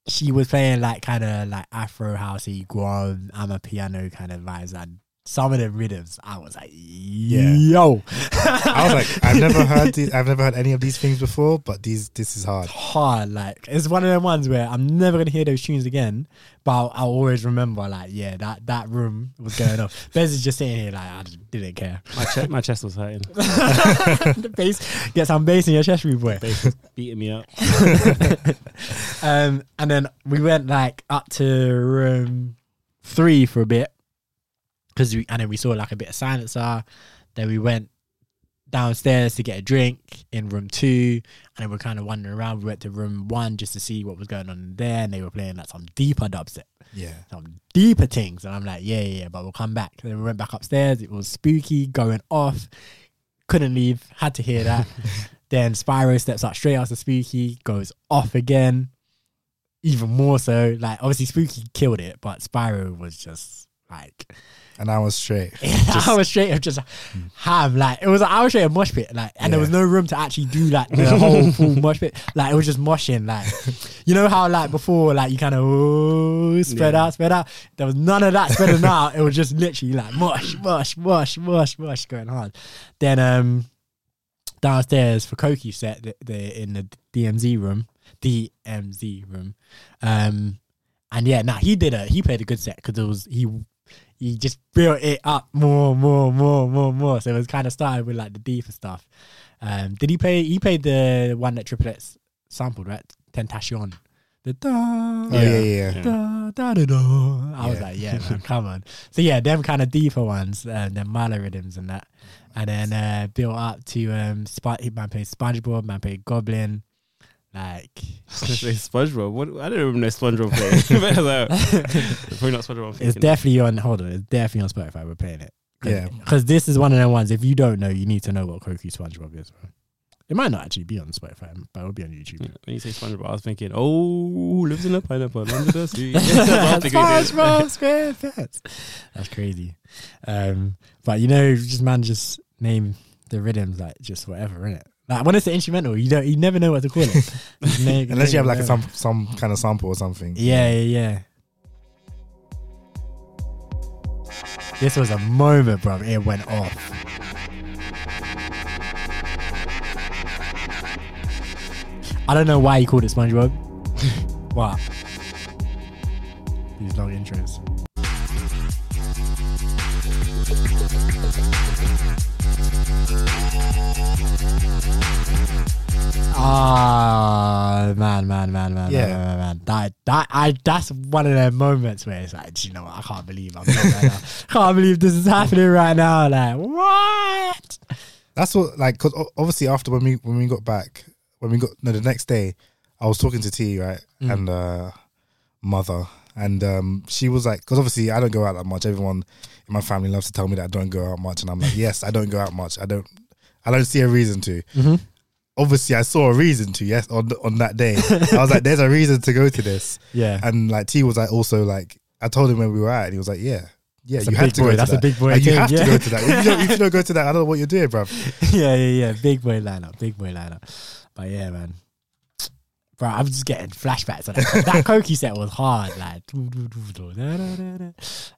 [SPEAKER 1] she was playing like kind of like Afro housey, Guam, I'm a piano kind of vibes, and some of the rhythms I was like, yo,
[SPEAKER 2] I was like, I've never heard these, I've never heard any of these things before, but these this is hard.
[SPEAKER 1] hard. Like it's one of them ones where I'm never gonna hear those tunes again, but I'll, I'll always remember. Like yeah, that that room was going off. Bez is just sitting here like I just didn't care.
[SPEAKER 6] My, che- my chest was hurting.
[SPEAKER 1] the bass get some bass in your chest, rude boy.
[SPEAKER 6] Bass was beating me up.
[SPEAKER 1] Um, and then we went like up to room three for a bit because we and then we saw like a bit of silencer. Then we went downstairs to get a drink in room two, and then we're kind of wandering around. We went to room one just to see what was going on there, and they were playing like some deeper dubstep
[SPEAKER 2] Yeah.
[SPEAKER 1] some deeper things. And I'm like, yeah, yeah, yeah, but we'll come back. And then we went back upstairs. It was spooky, going off. Couldn't leave. Had to hear that. then Spyro steps up straight after Spooky, goes off again. Even more so, like obviously Spooky killed it, but Spyro was just like
[SPEAKER 2] And I was straight.
[SPEAKER 1] I was straight of just ham. Like it was an hour straight of mosh pit. Like and there was no room to actually do like the whole full mosh pit. Like it was just moshing. Like you know how like before like you kind of oh, spread out, spread out. There was none of that spreading out. It was just literally like mosh, mosh, mosh, mosh, mosh going hard. Then um downstairs for Koki set the, the in the DMZ room, DMZ room, um, and yeah, now nah, he did a he played a good set because it was he he just built it up more, more, more, more, more. So it was kind of started with like the deeper stuff. Um, did he play? He played the one that Triplets sampled, right? Tentacion. The da,
[SPEAKER 2] Oh, yeah, yeah, yeah.
[SPEAKER 1] Da, da, da, da. I was
[SPEAKER 2] Yeah.
[SPEAKER 1] like, yeah, man, come on. So yeah, them kind of deeper ones, um, them Marla rhythms and that, and then uh, built up to um, Sp- man played SpongeBob, man played Goblin, like
[SPEAKER 6] I was gonna say SpongeBob. What? I don't even know SpongeBob played. But, uh, Probably not SpongeBob. I'm
[SPEAKER 1] it's
[SPEAKER 6] thinking.
[SPEAKER 1] definitely on. Hold on, it's definitely on Spotify. We're playing it.
[SPEAKER 2] Yeah.
[SPEAKER 1] because this is one of the ones. If you don't know, you need to know what Koki SpongeBob is. Bro. It might not actually be on Spotify, but it'll be on YouTube.
[SPEAKER 6] Yeah, When you say SpongeBob, I was thinking, oh, lives in a pineapple under the sea. That's what I was thinking it is.
[SPEAKER 1] SpongeBob SquarePants. That's crazy. Um, but you know, just man, just name the rhythms like just whatever, innit? Like when it's an instrumental, you don't, you never know what to call it.
[SPEAKER 2] Unless you have like
[SPEAKER 1] a
[SPEAKER 2] some some kind of sample or something.
[SPEAKER 1] Yeah, yeah, yeah. This was a moment, bro. It went off. I don't know why he called it SpongeBob. what? These long intros. Ah, man, man, man, man,
[SPEAKER 2] Yeah.
[SPEAKER 1] man, man, man, man. That, that, I, that's one of their moments where it's like, do you know what? I can't believe I'm here right now. Can't believe this is happening right now. Like, what?
[SPEAKER 2] That's what like because obviously after when we when we got back when we got no the next day I was talking to T right
[SPEAKER 1] Mm.
[SPEAKER 2] and uh mother and um she was like because obviously I don't go out that much everyone in my family loves to tell me that I don't go out much and I'm like yes I don't go out much I don't I don't see a reason to
[SPEAKER 1] Mm-hmm.
[SPEAKER 2] obviously I saw a reason to yes on on that day I was like there's a reason to go to this
[SPEAKER 1] Yeah.
[SPEAKER 2] and like T was like also like I told him where we were at and he was like yeah. Yeah,
[SPEAKER 1] That's a
[SPEAKER 2] you have
[SPEAKER 1] big
[SPEAKER 2] to go
[SPEAKER 1] boy,
[SPEAKER 2] to
[SPEAKER 1] that's a
[SPEAKER 2] that.
[SPEAKER 1] big boy
[SPEAKER 2] Like, you
[SPEAKER 1] thing,
[SPEAKER 2] have
[SPEAKER 1] yeah.
[SPEAKER 2] to go to that. If you, don't, if you don't go to that, I don't know what you're doing, bruv.
[SPEAKER 1] yeah, yeah, yeah. Big boy lineup, big boy lineup. But yeah, man. Bro, I'm just getting flashbacks. On that. that Koki set was hard. Like, doo, doo, doo, doo, da, da, da, da.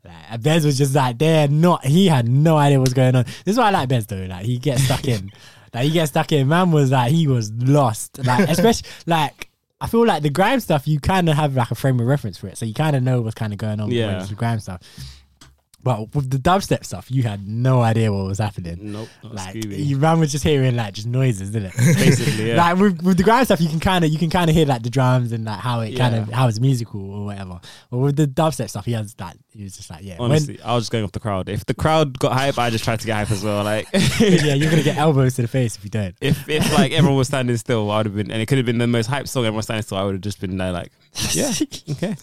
[SPEAKER 1] like and Bez was just like there, not he had no idea what's going on. This is why I like Bez though. Like he gets stuck in. like he gets stuck in. Man was like he was lost. Like especially like I feel like the grime stuff you kind of have like a frame of reference for it, so you kind of know what's kind of going on
[SPEAKER 6] Yeah.
[SPEAKER 1] with the grime stuff. Well, with the dubstep stuff, you had no idea what was happening.
[SPEAKER 6] Nope, not
[SPEAKER 1] Like
[SPEAKER 6] Scooby.
[SPEAKER 1] you ran with just hearing like just noises, didn't it?
[SPEAKER 6] Basically, yeah.
[SPEAKER 1] Like with, with the grime stuff, you can kind of you can kind of hear like the drums and like how it kind of
[SPEAKER 6] Yeah.
[SPEAKER 1] how it's musical or whatever. But with the dubstep stuff, he has that. He was just like, yeah, when-
[SPEAKER 6] Honestly, I was just going off the crowd. If the crowd got hype, I just tried to get hype as well. Like,
[SPEAKER 1] yeah, you're gonna get elbows to the face if you don't.
[SPEAKER 6] if if like everyone was standing still, I would have been, and it could have been the most hype song. Everyone standing still, I would have just been there, like, yeah, okay.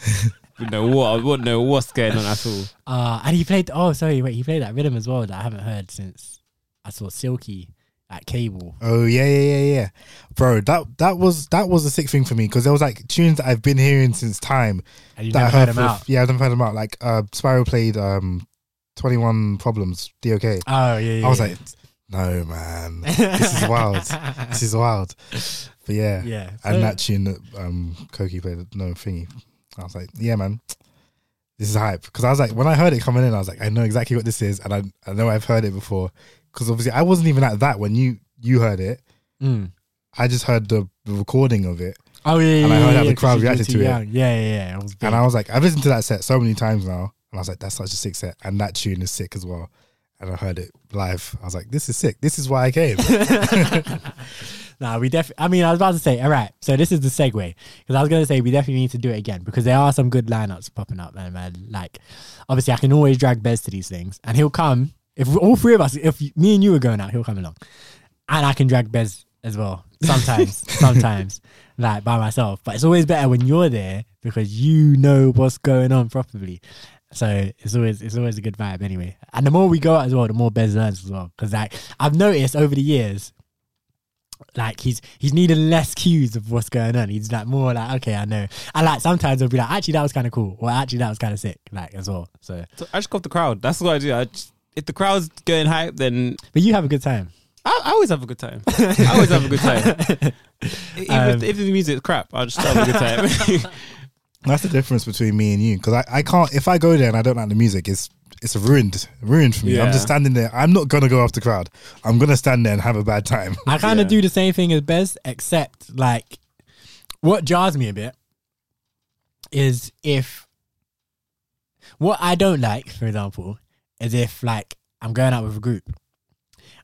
[SPEAKER 6] Wouldn't know what? I wouldn't know what's going on at all.
[SPEAKER 1] Uh, and he played. Oh, sorry, wait, he played that rhythm as well that I haven't heard since I saw Silky at Cable.
[SPEAKER 2] Oh yeah, yeah, yeah, yeah, bro. That that was that was the sick thing for me because there was like tunes that I've been hearing since time.
[SPEAKER 1] And you
[SPEAKER 2] that I
[SPEAKER 1] never heard him
[SPEAKER 2] for-
[SPEAKER 1] out.
[SPEAKER 2] Yeah, I've never heard them out. Like uh, Spyro played um, Twenty One Problems. DOK.
[SPEAKER 1] Oh yeah, yeah
[SPEAKER 2] I was
[SPEAKER 1] yeah.
[SPEAKER 2] like, no man, this is wild. this is wild. But yeah,
[SPEAKER 1] Yeah, so-
[SPEAKER 2] And that tune that um, Koki played, no thingy. I was like, yeah, man, this is hype. Because I was like, when I heard it coming in, I was like, I know exactly what this is, and I, I know I've heard it before. Because obviously, I wasn't even at that when you you heard it.
[SPEAKER 1] Mm.
[SPEAKER 2] I just heard the, the recording of it,
[SPEAKER 1] oh yeah, yeah,
[SPEAKER 2] And I
[SPEAKER 1] yeah,
[SPEAKER 2] heard how
[SPEAKER 1] yeah,
[SPEAKER 2] the
[SPEAKER 1] 'cause
[SPEAKER 2] crowd
[SPEAKER 1] you were
[SPEAKER 2] reacted
[SPEAKER 1] too
[SPEAKER 2] to it.
[SPEAKER 1] young. Yeah, yeah, yeah. It was big.
[SPEAKER 2] and I was like, I've listened to that set so many times now, and I was like, that's such a sick set, and that tune is sick as well. And I heard it live. I was like, this is sick. This is why I came.
[SPEAKER 1] Nah, we definitely. I mean, I was about to say, all right. So this is the segue because I was gonna say we definitely need to do it again because there are some good lineups popping up, man. Man, like obviously I can always drag Bez to these things, and he'll come if we- all three of us, if me and you are going out, he'll come along, and I can drag Bez as well sometimes, sometimes like by myself. But it's always better when you're there because you know what's going on properly. So it's always it's always a good vibe anyway. And the more we go out as well, the more Bez learns as well. Because like I've noticed over the years, like he's he's needing less cues of what's going on. He's like more like, okay, I know. And like sometimes I'll be like, actually that was kinda cool. Or actually that was kinda sick, like as well. So
[SPEAKER 6] So I just go off the crowd. That's what I do. I just, if the crowd's going hype, then
[SPEAKER 1] but you have a good time.
[SPEAKER 6] I, I always have a good time. I always have a good time. E, Even if,
[SPEAKER 1] Um,
[SPEAKER 6] if the music's crap, I just have a good time.
[SPEAKER 2] That's the difference between me and you because I, I can't if I go there and I don't like the music it's it's ruined ruined for me. I'm
[SPEAKER 6] Yeah.
[SPEAKER 2] just standing there. I'm not gonna go after crowd. I'm gonna stand there and have a bad time.
[SPEAKER 1] I kinda
[SPEAKER 6] Yeah.
[SPEAKER 1] do the same thing as Bez, except like what jars me a bit is if what I don't like, for example, is if like I'm going out with a group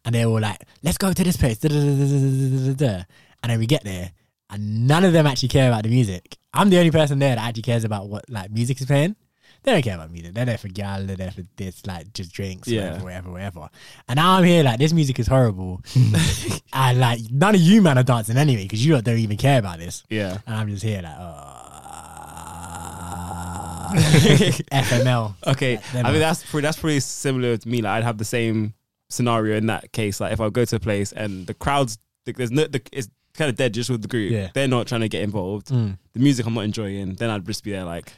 [SPEAKER 1] and they were like, let's go to this place. da, da, da, da, da, da, da, da, da." And then we get there and none of them actually care about the music. I'm the only person there that actually cares about what like music is playing. They don't care about music. They're there for gal, they're there for this, like just drinks,
[SPEAKER 6] Yeah.
[SPEAKER 1] whatever, whatever, whatever. And now I'm here like this music is horrible. and like none of you man are dancing anyway, because you lot don't even care about this.
[SPEAKER 6] yeah.
[SPEAKER 1] And I'm just here like, uh, oh. FML.
[SPEAKER 6] Okay,
[SPEAKER 1] Them
[SPEAKER 6] I
[SPEAKER 1] are-
[SPEAKER 6] mean that's pretty, that's pretty similar to me. Like I'd have the same scenario in that case. Like if I go to a place and the crowds, the, there's no, the, it's kind of dead just with the group.
[SPEAKER 1] Yeah.
[SPEAKER 6] They're not trying to get involved. The music I'm not enjoying. Then I'd just be there like,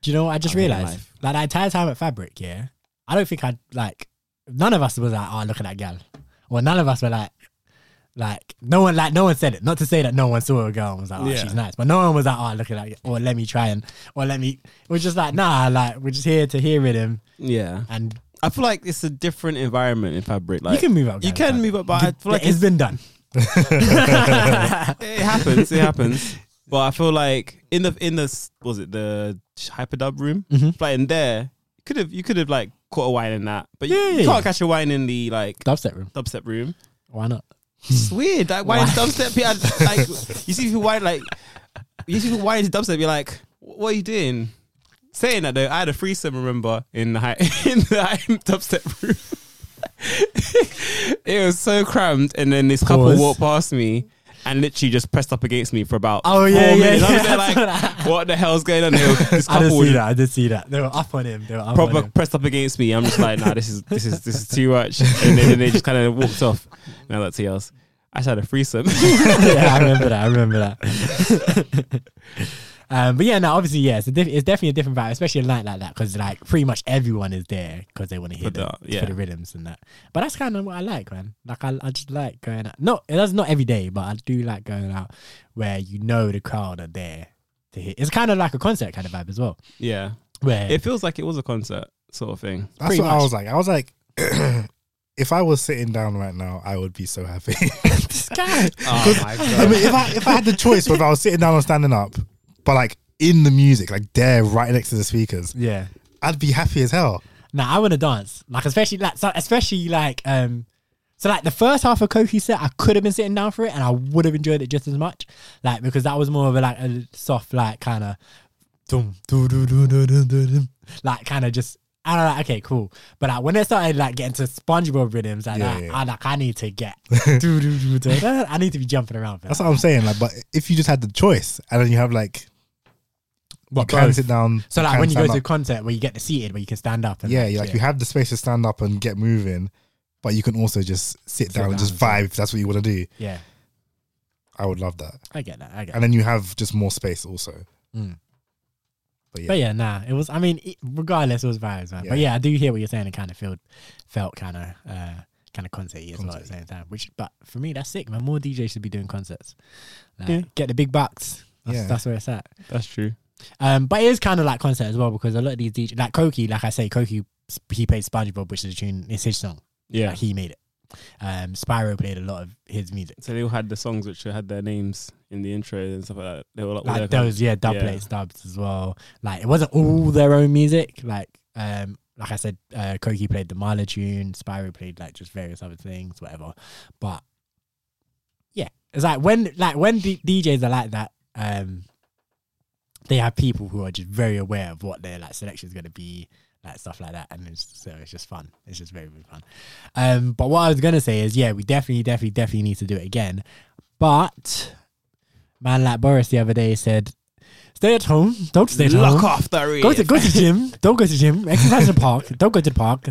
[SPEAKER 1] Do you know what I just
[SPEAKER 6] I hate
[SPEAKER 1] realized?
[SPEAKER 6] life.
[SPEAKER 1] Like the entire time at Fabric, yeah, I don't think I'd like. None of us was like, "Oh, look at that gal," or none of us were like, like no one like no one said it. Not to say that no one saw a girl and was like, "Oh,
[SPEAKER 6] Yeah.
[SPEAKER 1] she's nice," but no one was like, "Oh, look at that," gal," or "Let me try and," or "Let me." We're just like, nah, like we're just here to hear rhythm,
[SPEAKER 6] yeah.
[SPEAKER 1] and
[SPEAKER 6] I feel like it's a different environment in fabric. Like
[SPEAKER 1] can move up,
[SPEAKER 6] You
[SPEAKER 1] guys,
[SPEAKER 6] can
[SPEAKER 1] fabric.
[SPEAKER 6] move up, but I feel like
[SPEAKER 1] it's
[SPEAKER 6] it's,
[SPEAKER 1] been done.
[SPEAKER 6] it happens. It happens. But I feel like in the in the s- what was it the hyperdub room,
[SPEAKER 1] Mm-hmm.
[SPEAKER 6] like in there, you could have you could have like caught a wine in that, but you,
[SPEAKER 1] Yeah,
[SPEAKER 6] you
[SPEAKER 1] yeah, yeah.
[SPEAKER 6] can't catch a wine in the like
[SPEAKER 1] Dubstep room,
[SPEAKER 6] dubstep room.
[SPEAKER 1] why not?
[SPEAKER 6] It's weird. Like why
[SPEAKER 1] Why?
[SPEAKER 6] is dubstep? be- Like you see people why like you see people why into dubstep. You're like, what are you doing? Saying that though, I had a threesome. Remember in the high, in the high dubstep room. it was so cramped, and then this couple
[SPEAKER 1] Pause.
[SPEAKER 6] walked past me. And literally just pressed up against me for about
[SPEAKER 1] Oh,
[SPEAKER 6] four
[SPEAKER 1] yeah, yeah,
[SPEAKER 6] minutes.
[SPEAKER 1] yeah.
[SPEAKER 6] I was there like, what the hell's going on? here? This
[SPEAKER 1] I did
[SPEAKER 6] couple
[SPEAKER 1] see
[SPEAKER 6] was
[SPEAKER 1] that. I did see that. They were up on him. They were up on
[SPEAKER 6] proper
[SPEAKER 1] him.
[SPEAKER 6] pressed up against me. I'm just like, nah, this is this is this is too much. And then, then they just kind of walked off. Now that's yours. I just had a threesome.
[SPEAKER 1] yeah, I remember that. I remember that. um, but yeah, no, obviously, yeah, it's, a diff- it's definitely a different vibe, especially a night like that, because like pretty much everyone is there because they want to hear
[SPEAKER 6] For
[SPEAKER 1] the,
[SPEAKER 6] the- yeah.
[SPEAKER 1] for the rhythms and that. But that's kind of what I like, man. Like I, I just like going out. No, that's not every day, but I do like going out where you know the crowd are there to hear. It's kind of like a concert kind of vibe as well.
[SPEAKER 6] yeah,
[SPEAKER 1] Where
[SPEAKER 6] it feels like it was a concert sort of thing.
[SPEAKER 2] That's
[SPEAKER 1] Pretty
[SPEAKER 2] what
[SPEAKER 1] much.
[SPEAKER 2] I was like. I was like, if I was sitting down right now, I would be so happy.
[SPEAKER 1] this guy,
[SPEAKER 6] Oh my
[SPEAKER 2] I mean, if I if I had the choice whether I was sitting down or standing up, but like in the music, like there, right next to the speakers,
[SPEAKER 1] yeah.
[SPEAKER 2] I'd be happy as hell.
[SPEAKER 1] Nah, I want to dance. Like especially like so especially like um so like the first half of Koki set, I could have been sitting down for it and I would have enjoyed it just as much. Like because that was more of a like a soft like kind of like kind of just I don't know, okay, cool. But like, when they started like getting to SpongeBob rhythms, like,
[SPEAKER 2] Yeah,
[SPEAKER 1] that,
[SPEAKER 2] yeah.
[SPEAKER 1] I like I need to get, I need to be jumping around. For
[SPEAKER 2] That's what I'm saying. Like, but if you just had the choice, and then you have like, you can sit down.
[SPEAKER 1] So like
[SPEAKER 2] can
[SPEAKER 1] when you go
[SPEAKER 2] stand
[SPEAKER 1] to a
[SPEAKER 2] up.
[SPEAKER 1] concert where you get the seated where you can stand up and
[SPEAKER 2] yeah, you like
[SPEAKER 1] shit.
[SPEAKER 2] you have the space to stand up and get moving, but you can also just sit, down, and
[SPEAKER 1] down
[SPEAKER 2] just
[SPEAKER 1] and
[SPEAKER 2] vibe. If that's what you want to do.
[SPEAKER 1] yeah,
[SPEAKER 2] I would love that.
[SPEAKER 1] I get that. I get.
[SPEAKER 2] And then you have just more space also.
[SPEAKER 1] Mm.
[SPEAKER 2] But yeah,
[SPEAKER 1] But yeah, nah, it was. I mean, it, regardless, it was vibes, man. But
[SPEAKER 2] Yeah.
[SPEAKER 1] yeah, I do hear what you're saying. It kind of felt, felt kind of, uh, kind of concert as well at the same time. Which, but for me, that's sick, man. More DJs should be doing concerts. Like,
[SPEAKER 6] Yeah.
[SPEAKER 1] Get the big bucks. That's,
[SPEAKER 2] Yeah.
[SPEAKER 1] that's where it's at.
[SPEAKER 6] That's true.
[SPEAKER 1] Um, but it is kind of like concert as well because a lot of these DJs, like Koki, like I say, Koki, he played SpongeBob, which is a tune. It's his song.
[SPEAKER 6] Yeah.
[SPEAKER 1] Like, he made it. Um, Spyro played a lot of his music.
[SPEAKER 6] So they all had the songs which had their names in the intro and stuff like that. They were like, all
[SPEAKER 1] like
[SPEAKER 6] their
[SPEAKER 1] those yeah dub
[SPEAKER 6] yeah.
[SPEAKER 1] plates dubs as well like it wasn't all their own music like um like i said uh koki played the marla tune spyro played like just various other things whatever but yeah it's like when like when D- djs are like that um they have people who are just very aware of what their like selection is going to be like stuff like that and it's, so it's just fun it's just very very fun um but what i was going to say is yeah we definitely definitely definitely need to do it again but man like boris the other day said stay at home don't stay at
[SPEAKER 6] Lock
[SPEAKER 1] home
[SPEAKER 6] off the reef.
[SPEAKER 1] go to go to gym don't go to gym exercise in the park don't go to the park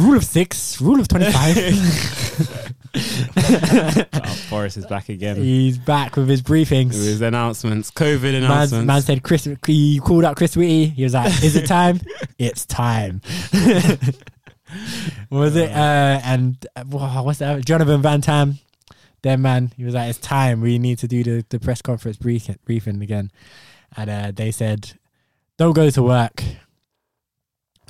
[SPEAKER 1] rule of six rule of 25
[SPEAKER 6] Oh, Boris is back again.
[SPEAKER 1] he's back with his
[SPEAKER 6] With
[SPEAKER 1] briefings
[SPEAKER 6] his announcements, COVID announcements.
[SPEAKER 1] Man, man said Chris. He called out Chris Whitty. He was like, "Is it time? it's time." What was it? Uh, and uh, wha- what's that? Jonathan Van Tam. Then man, he was like, "It's time. We need to do the, the press conference brief, briefing again." And uh, they said, "Don't go to work.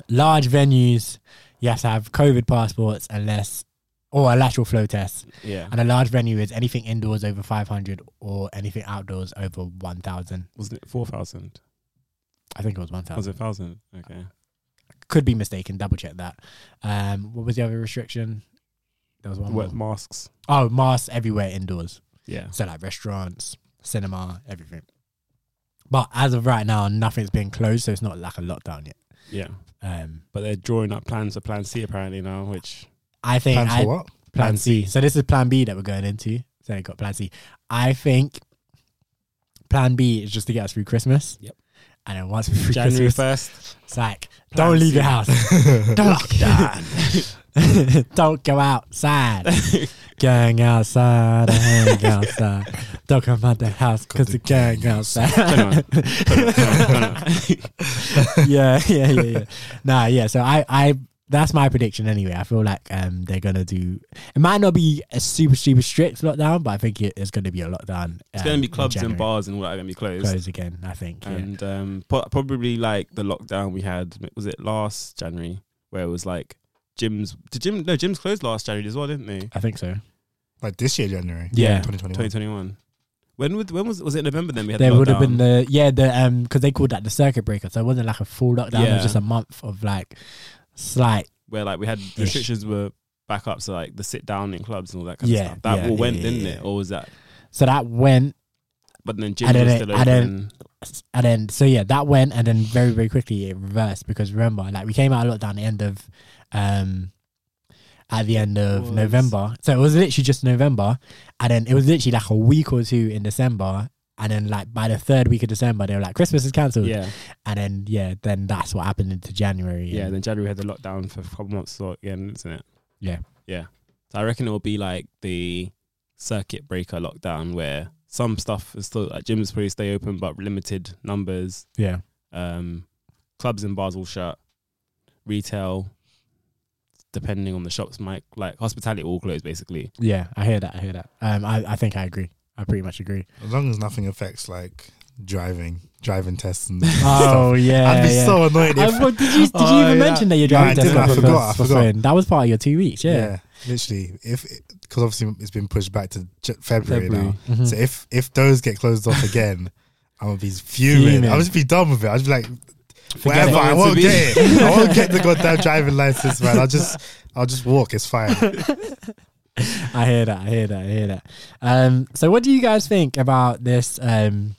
[SPEAKER 1] Large venues, you have to have COVID passports unless or a lateral flow test."
[SPEAKER 6] yeah.
[SPEAKER 1] And a large venue is anything indoors over 500 or anything outdoors over 1,000.
[SPEAKER 6] Wasn't it 4,000?
[SPEAKER 1] I think it was
[SPEAKER 6] Was
[SPEAKER 1] 1,000.
[SPEAKER 6] it 1,000? Okay.
[SPEAKER 1] Could be mistaken. Double check that. Um, what was the other restriction? There was one.
[SPEAKER 6] Wet
[SPEAKER 1] more.
[SPEAKER 6] masks.
[SPEAKER 1] Oh, masks everywhere indoors.
[SPEAKER 6] Yeah.
[SPEAKER 1] So like restaurants, cinema, everything. But as of right now, nothing's been closed, so it's not like a lockdown yet.
[SPEAKER 6] Yeah.
[SPEAKER 1] Um,
[SPEAKER 6] But they're drawing up plans for Plan C apparently now, which
[SPEAKER 1] I think
[SPEAKER 2] plans
[SPEAKER 1] I,
[SPEAKER 2] for what?
[SPEAKER 1] Plan
[SPEAKER 6] Plan
[SPEAKER 1] C.
[SPEAKER 6] C.
[SPEAKER 1] So this is Plan B that we're going into. So I got Plan C. I think Plan B is just to get us through Christmas.
[SPEAKER 6] Yep.
[SPEAKER 1] And then once we're through
[SPEAKER 6] January
[SPEAKER 1] Christmas,
[SPEAKER 6] 1st.
[SPEAKER 1] it's like
[SPEAKER 6] Plan
[SPEAKER 1] don't leave
[SPEAKER 6] C.
[SPEAKER 1] your house. don't don't go outside. gang outside, I hang outside. Don't come out the house because the gang outside.
[SPEAKER 6] Turn around. Turn around, turn around.
[SPEAKER 1] yeah, yeah, yeah, yeah. Nah, yeah. So I, I, that's my prediction anyway. I feel like um they're gonna do. It might not be a super, super strict lockdown, but I think it is gonna be a lockdown. um,
[SPEAKER 6] It's going to be clubs and bars and all that are going to be closed.
[SPEAKER 1] closed again. I think. Yeah.
[SPEAKER 6] And um, po- probably like the lockdown we had, was it last January, where it was like gyms, did gym, no, gyms closed last January as well, didn't they?
[SPEAKER 1] I think so.
[SPEAKER 2] Like this year, January.
[SPEAKER 1] Yeah.
[SPEAKER 2] 2021.
[SPEAKER 6] 2021. When would, when was, was it November then we had
[SPEAKER 1] There
[SPEAKER 6] the
[SPEAKER 1] would have been
[SPEAKER 6] lockdown?
[SPEAKER 1] the yeah the um because they called that the circuit breaker, so it wasn't like a full lockdown. It
[SPEAKER 6] Yeah.
[SPEAKER 1] was just a month of like slight.
[SPEAKER 6] where like we had restrictions were back up, so like the sit down in clubs and all that kind
[SPEAKER 1] Yeah,
[SPEAKER 6] of stuff. That
[SPEAKER 1] yeah,
[SPEAKER 6] all
[SPEAKER 1] yeah,
[SPEAKER 6] went,
[SPEAKER 1] yeah,
[SPEAKER 6] didn't
[SPEAKER 1] yeah.
[SPEAKER 6] it? Or was that?
[SPEAKER 1] So that went
[SPEAKER 6] But then
[SPEAKER 1] I
[SPEAKER 6] gyms
[SPEAKER 1] don't
[SPEAKER 6] were
[SPEAKER 1] know,
[SPEAKER 6] still
[SPEAKER 1] I
[SPEAKER 6] open.
[SPEAKER 1] don't- and then so yeah that went and then very very quickly it reversed because remember like we came out of lockdown at the end of um at the end of
[SPEAKER 6] was-
[SPEAKER 1] november so it was literally just november and then it was literally like a week or two in december and then like by the third week of december they were like christmas is cancelled
[SPEAKER 6] yeah,
[SPEAKER 1] and then yeah then that's what happened into january
[SPEAKER 6] yeah.
[SPEAKER 1] and-
[SPEAKER 6] Then January we had the lockdown for a couple months or- again, isn't it?
[SPEAKER 1] Yeah.
[SPEAKER 6] yeah. So I reckon it will be like the circuit breaker lockdown where some stuff is still like gyms probably stay open but limited numbers.
[SPEAKER 1] yeah
[SPEAKER 6] Um, clubs and bars will shut. Retail, depending on the shops, might like hospitality all closed basically.
[SPEAKER 1] yeah i hear that i hear that um i, I think i agree i pretty much agree
[SPEAKER 2] As long as nothing affects like driving, driving tests and stuff.
[SPEAKER 1] oh yeah
[SPEAKER 2] I'd be
[SPEAKER 1] yeah.
[SPEAKER 2] so annoyed
[SPEAKER 1] I-
[SPEAKER 2] if.
[SPEAKER 1] well, did you, did you
[SPEAKER 2] Oh,
[SPEAKER 1] even
[SPEAKER 2] yeah.
[SPEAKER 1] mention that you're
[SPEAKER 2] No, I
[SPEAKER 1] driving test
[SPEAKER 2] didn't. I
[SPEAKER 1] for- for-
[SPEAKER 2] forgot, I
[SPEAKER 1] for
[SPEAKER 2] forgot.
[SPEAKER 1] phone? That was part of your two weeks, yeah.
[SPEAKER 2] literally. If because obviously it's been pushed back to J- February,
[SPEAKER 6] February.
[SPEAKER 2] now,
[SPEAKER 1] Mm-hmm.
[SPEAKER 2] so if if those get closed off again, I'm gonna be fuming.
[SPEAKER 1] Fuming.
[SPEAKER 2] I'll just be done with it. I'll just be like,
[SPEAKER 1] Forget
[SPEAKER 2] Whatever,
[SPEAKER 1] it.
[SPEAKER 2] I
[SPEAKER 6] Whatever
[SPEAKER 2] won't
[SPEAKER 6] it
[SPEAKER 2] get it. I won't get the goddamn driving license, man. I'll just, I'll just walk. It's fine.
[SPEAKER 1] I hear that. I hear that. I hear that. Um, so, what do you guys think about this? Um,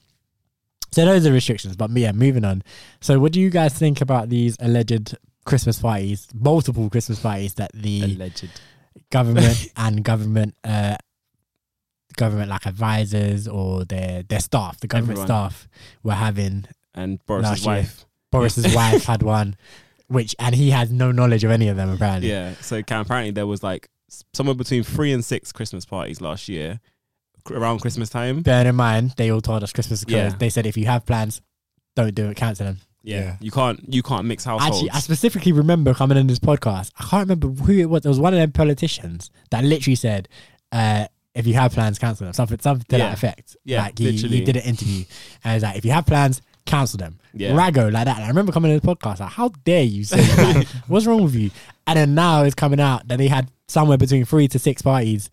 [SPEAKER 1] so, those are restrictions, but yeah, moving on. So, what do you guys think about these alleged Christmas parties, multiple Christmas parties that the
[SPEAKER 6] Alleged.
[SPEAKER 1] government and government uh, government like advisors or their their staff, the government
[SPEAKER 6] Everyone.
[SPEAKER 1] staff, were having?
[SPEAKER 6] And Boris's
[SPEAKER 1] Last year.
[SPEAKER 6] wife.
[SPEAKER 1] Boris's wife had one, which and he has no knowledge of any of them apparently.
[SPEAKER 6] Yeah. So Cam, apparently there was like s- somewhere between three and six Christmas parties last year cr- around Christmas time.
[SPEAKER 1] Bear in mind, they all told us Christmas is
[SPEAKER 6] Yeah.
[SPEAKER 1] closed. They said if you have plans, don't do it, cancel them.
[SPEAKER 6] Yeah.
[SPEAKER 2] Yeah.
[SPEAKER 6] You can't you can't mix households.
[SPEAKER 1] Actually, I specifically remember coming in this podcast. I can't remember who it was. There was one of them politicians that literally said, uh, "If you have plans, cancel them." Something, something to
[SPEAKER 6] Yeah.
[SPEAKER 1] that effect.
[SPEAKER 6] Yeah,
[SPEAKER 1] like he, he
[SPEAKER 6] literally.
[SPEAKER 1] did an interview and he's like, "If you have plans, cancel them."
[SPEAKER 6] Yeah.
[SPEAKER 1] Rago like that. And I remember coming in this podcast like, "How dare you say that? What's wrong with you?" And then now it's coming out that they had somewhere between three to six parties.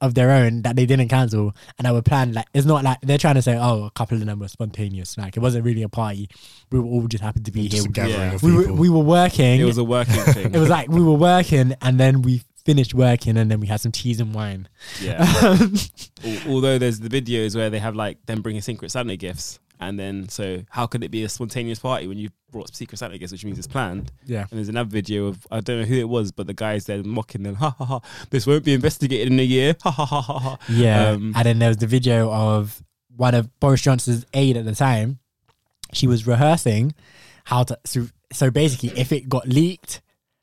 [SPEAKER 1] Of their own that they didn't cancel and that were planned. Like it's not like they're trying to say, oh, a couple of them were spontaneous. Like it wasn't really a party. We were all just happened to be
[SPEAKER 2] Just a
[SPEAKER 1] here
[SPEAKER 2] gathering
[SPEAKER 6] Yeah.
[SPEAKER 2] of
[SPEAKER 1] we
[SPEAKER 2] people.
[SPEAKER 1] were, we were working.
[SPEAKER 6] it was a working thing.
[SPEAKER 1] like we were working, and then we finished working, and then we had some cheese and wine.
[SPEAKER 6] yeah. Al- Although there's the videos where they have like them bringing secret Santa gifts, and then so how could it be a spontaneous party when you brought secret Santa gifts, which means it's planned?
[SPEAKER 1] Yeah.
[SPEAKER 6] And there's another video of I don't know who it was, but the guys there mocking them, ha ha ha. This won't be investigated in a year, ha ha ha ha. ha.
[SPEAKER 1] Yeah,
[SPEAKER 6] Um,
[SPEAKER 1] and then there was the video of one of Boris Johnson's aide at the time. She was rehearsing how to. So, so basically, if it got leaked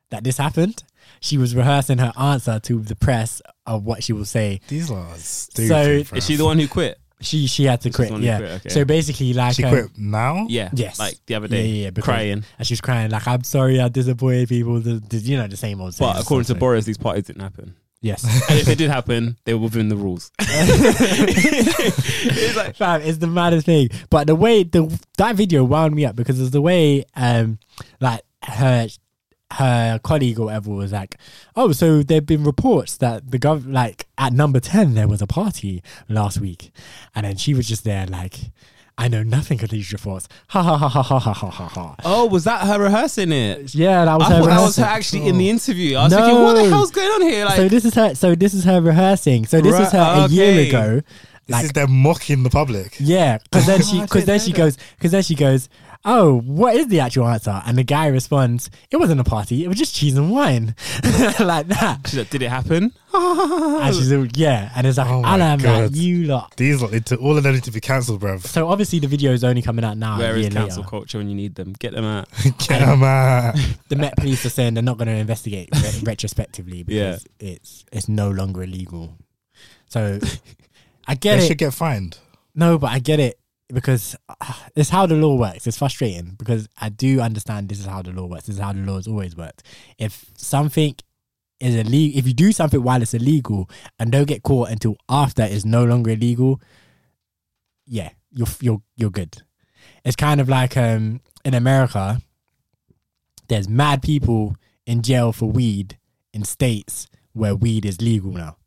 [SPEAKER 1] that this happened, she was rehearsing her answer to the press of what she will say.
[SPEAKER 2] These laws.
[SPEAKER 1] So-
[SPEAKER 2] Stupid, so
[SPEAKER 6] Is she the one who quit?
[SPEAKER 1] She she had to
[SPEAKER 6] This is
[SPEAKER 1] quit.
[SPEAKER 6] when you
[SPEAKER 1] Yeah.
[SPEAKER 6] quit, okay.
[SPEAKER 1] So basically, like
[SPEAKER 2] She
[SPEAKER 1] um,
[SPEAKER 2] quit now.
[SPEAKER 6] Yeah.
[SPEAKER 1] Yes.
[SPEAKER 6] Like the other
[SPEAKER 1] Yeah,
[SPEAKER 6] day,
[SPEAKER 1] yeah, yeah, because-
[SPEAKER 6] crying.
[SPEAKER 1] And she was crying like, "I'm sorry, I disappointed people." The, the- you know, the same old.
[SPEAKER 6] But
[SPEAKER 1] same
[SPEAKER 6] according to
[SPEAKER 1] old-
[SPEAKER 6] Boris, these parties didn't happen.
[SPEAKER 1] yes,
[SPEAKER 6] And if they did happen, they were within the rules. it's like,
[SPEAKER 1] Fam, it's the maddest thing. But the way the that video wound me up because it's the way um like her her colleague or whatever was like, Oh, so there've been reports that the gov like at number ten there was a party last week and then she was just there like I know nothing of these reports. Ha ha ha ha ha ha ha ha ha.
[SPEAKER 6] oh, was that her rehearsing it?
[SPEAKER 1] Yeah, that was her
[SPEAKER 6] I thought that was
[SPEAKER 1] rehearsal.
[SPEAKER 6] her actually in the interview. I was
[SPEAKER 1] No.
[SPEAKER 6] thinking, what the hell's going on here? Like,
[SPEAKER 1] so this is her so this is her rehearsing. So this
[SPEAKER 6] Right,
[SPEAKER 1] is her a year
[SPEAKER 6] okay.
[SPEAKER 1] ago.
[SPEAKER 2] This is them mocking the public.
[SPEAKER 1] Yeah, because then she
[SPEAKER 6] I
[SPEAKER 1] because
[SPEAKER 6] didn't
[SPEAKER 1] then
[SPEAKER 6] know
[SPEAKER 1] she
[SPEAKER 6] that.
[SPEAKER 1] goes because then she goes, oh, what is the actual answer? And the guy responds, it wasn't a party, it was just cheese and wine, like that.
[SPEAKER 6] she's like, did it happen?
[SPEAKER 1] Ah, And she's all, yeah, and it's like,
[SPEAKER 2] Oh my
[SPEAKER 1] and I'm like,
[SPEAKER 2] God.
[SPEAKER 1] you lot.
[SPEAKER 2] These lot, need to- all of them need to be cancelled, bruv.
[SPEAKER 1] So obviously the video is only coming out now.
[SPEAKER 6] Where
[SPEAKER 1] a
[SPEAKER 6] is
[SPEAKER 1] year
[SPEAKER 6] cancel
[SPEAKER 1] later.
[SPEAKER 6] culture when you need them? Get them out.
[SPEAKER 2] Get 'em out.
[SPEAKER 1] The Met Police are saying they're not going to investigate re- retrospectively because it's it's no longer illegal. So I get
[SPEAKER 2] They
[SPEAKER 1] it.
[SPEAKER 2] should get fined.
[SPEAKER 1] No, but I get it because uh, it's how the law works. It's frustrating because I do understand this is how the law works. This is how the law has always worked. If something is illegal, if you do something while it's illegal and don't get caught until after it's no longer illegal, yeah, you're you're you're good. It's kind of like um in America, there's mad people in jail for weed in states where weed is legal now.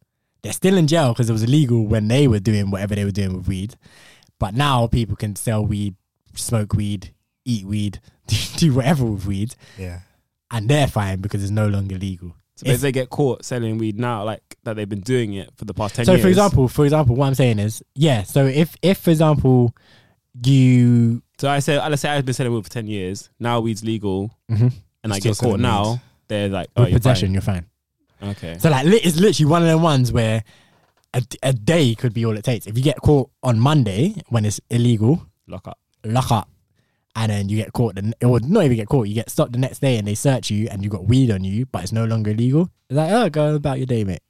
[SPEAKER 1] They're still in jail because it was illegal when they were doing whatever they were doing with weed, but now people can sell weed, smoke weed, eat weed, do whatever with weed,
[SPEAKER 2] Yeah.
[SPEAKER 1] and they're fine because it's no longer legal.
[SPEAKER 6] So if they get caught selling weed now, like that they've been doing it for the past ten
[SPEAKER 1] so
[SPEAKER 6] years.
[SPEAKER 1] for example for example what i'm saying is yeah so if if for example you
[SPEAKER 6] so I say, let's say I've been selling weed for ten years. Now weed's legal,
[SPEAKER 1] Mhm.
[SPEAKER 6] and I
[SPEAKER 2] Still
[SPEAKER 6] get caught
[SPEAKER 2] selling
[SPEAKER 6] now.
[SPEAKER 2] weed.
[SPEAKER 6] They're like, oh,
[SPEAKER 1] with
[SPEAKER 6] you're
[SPEAKER 1] possession you're fine
[SPEAKER 6] fine. Okay.
[SPEAKER 1] so like li- it's literally one of them ones where a, d- a day could be all it takes if you get caught on monday when it's illegal
[SPEAKER 6] Lock up.
[SPEAKER 1] lock up and then you get caught the n- or not even get caught you get stopped the next day and they search you and you got weed on you but it's no longer illegal it's like oh go about your day mate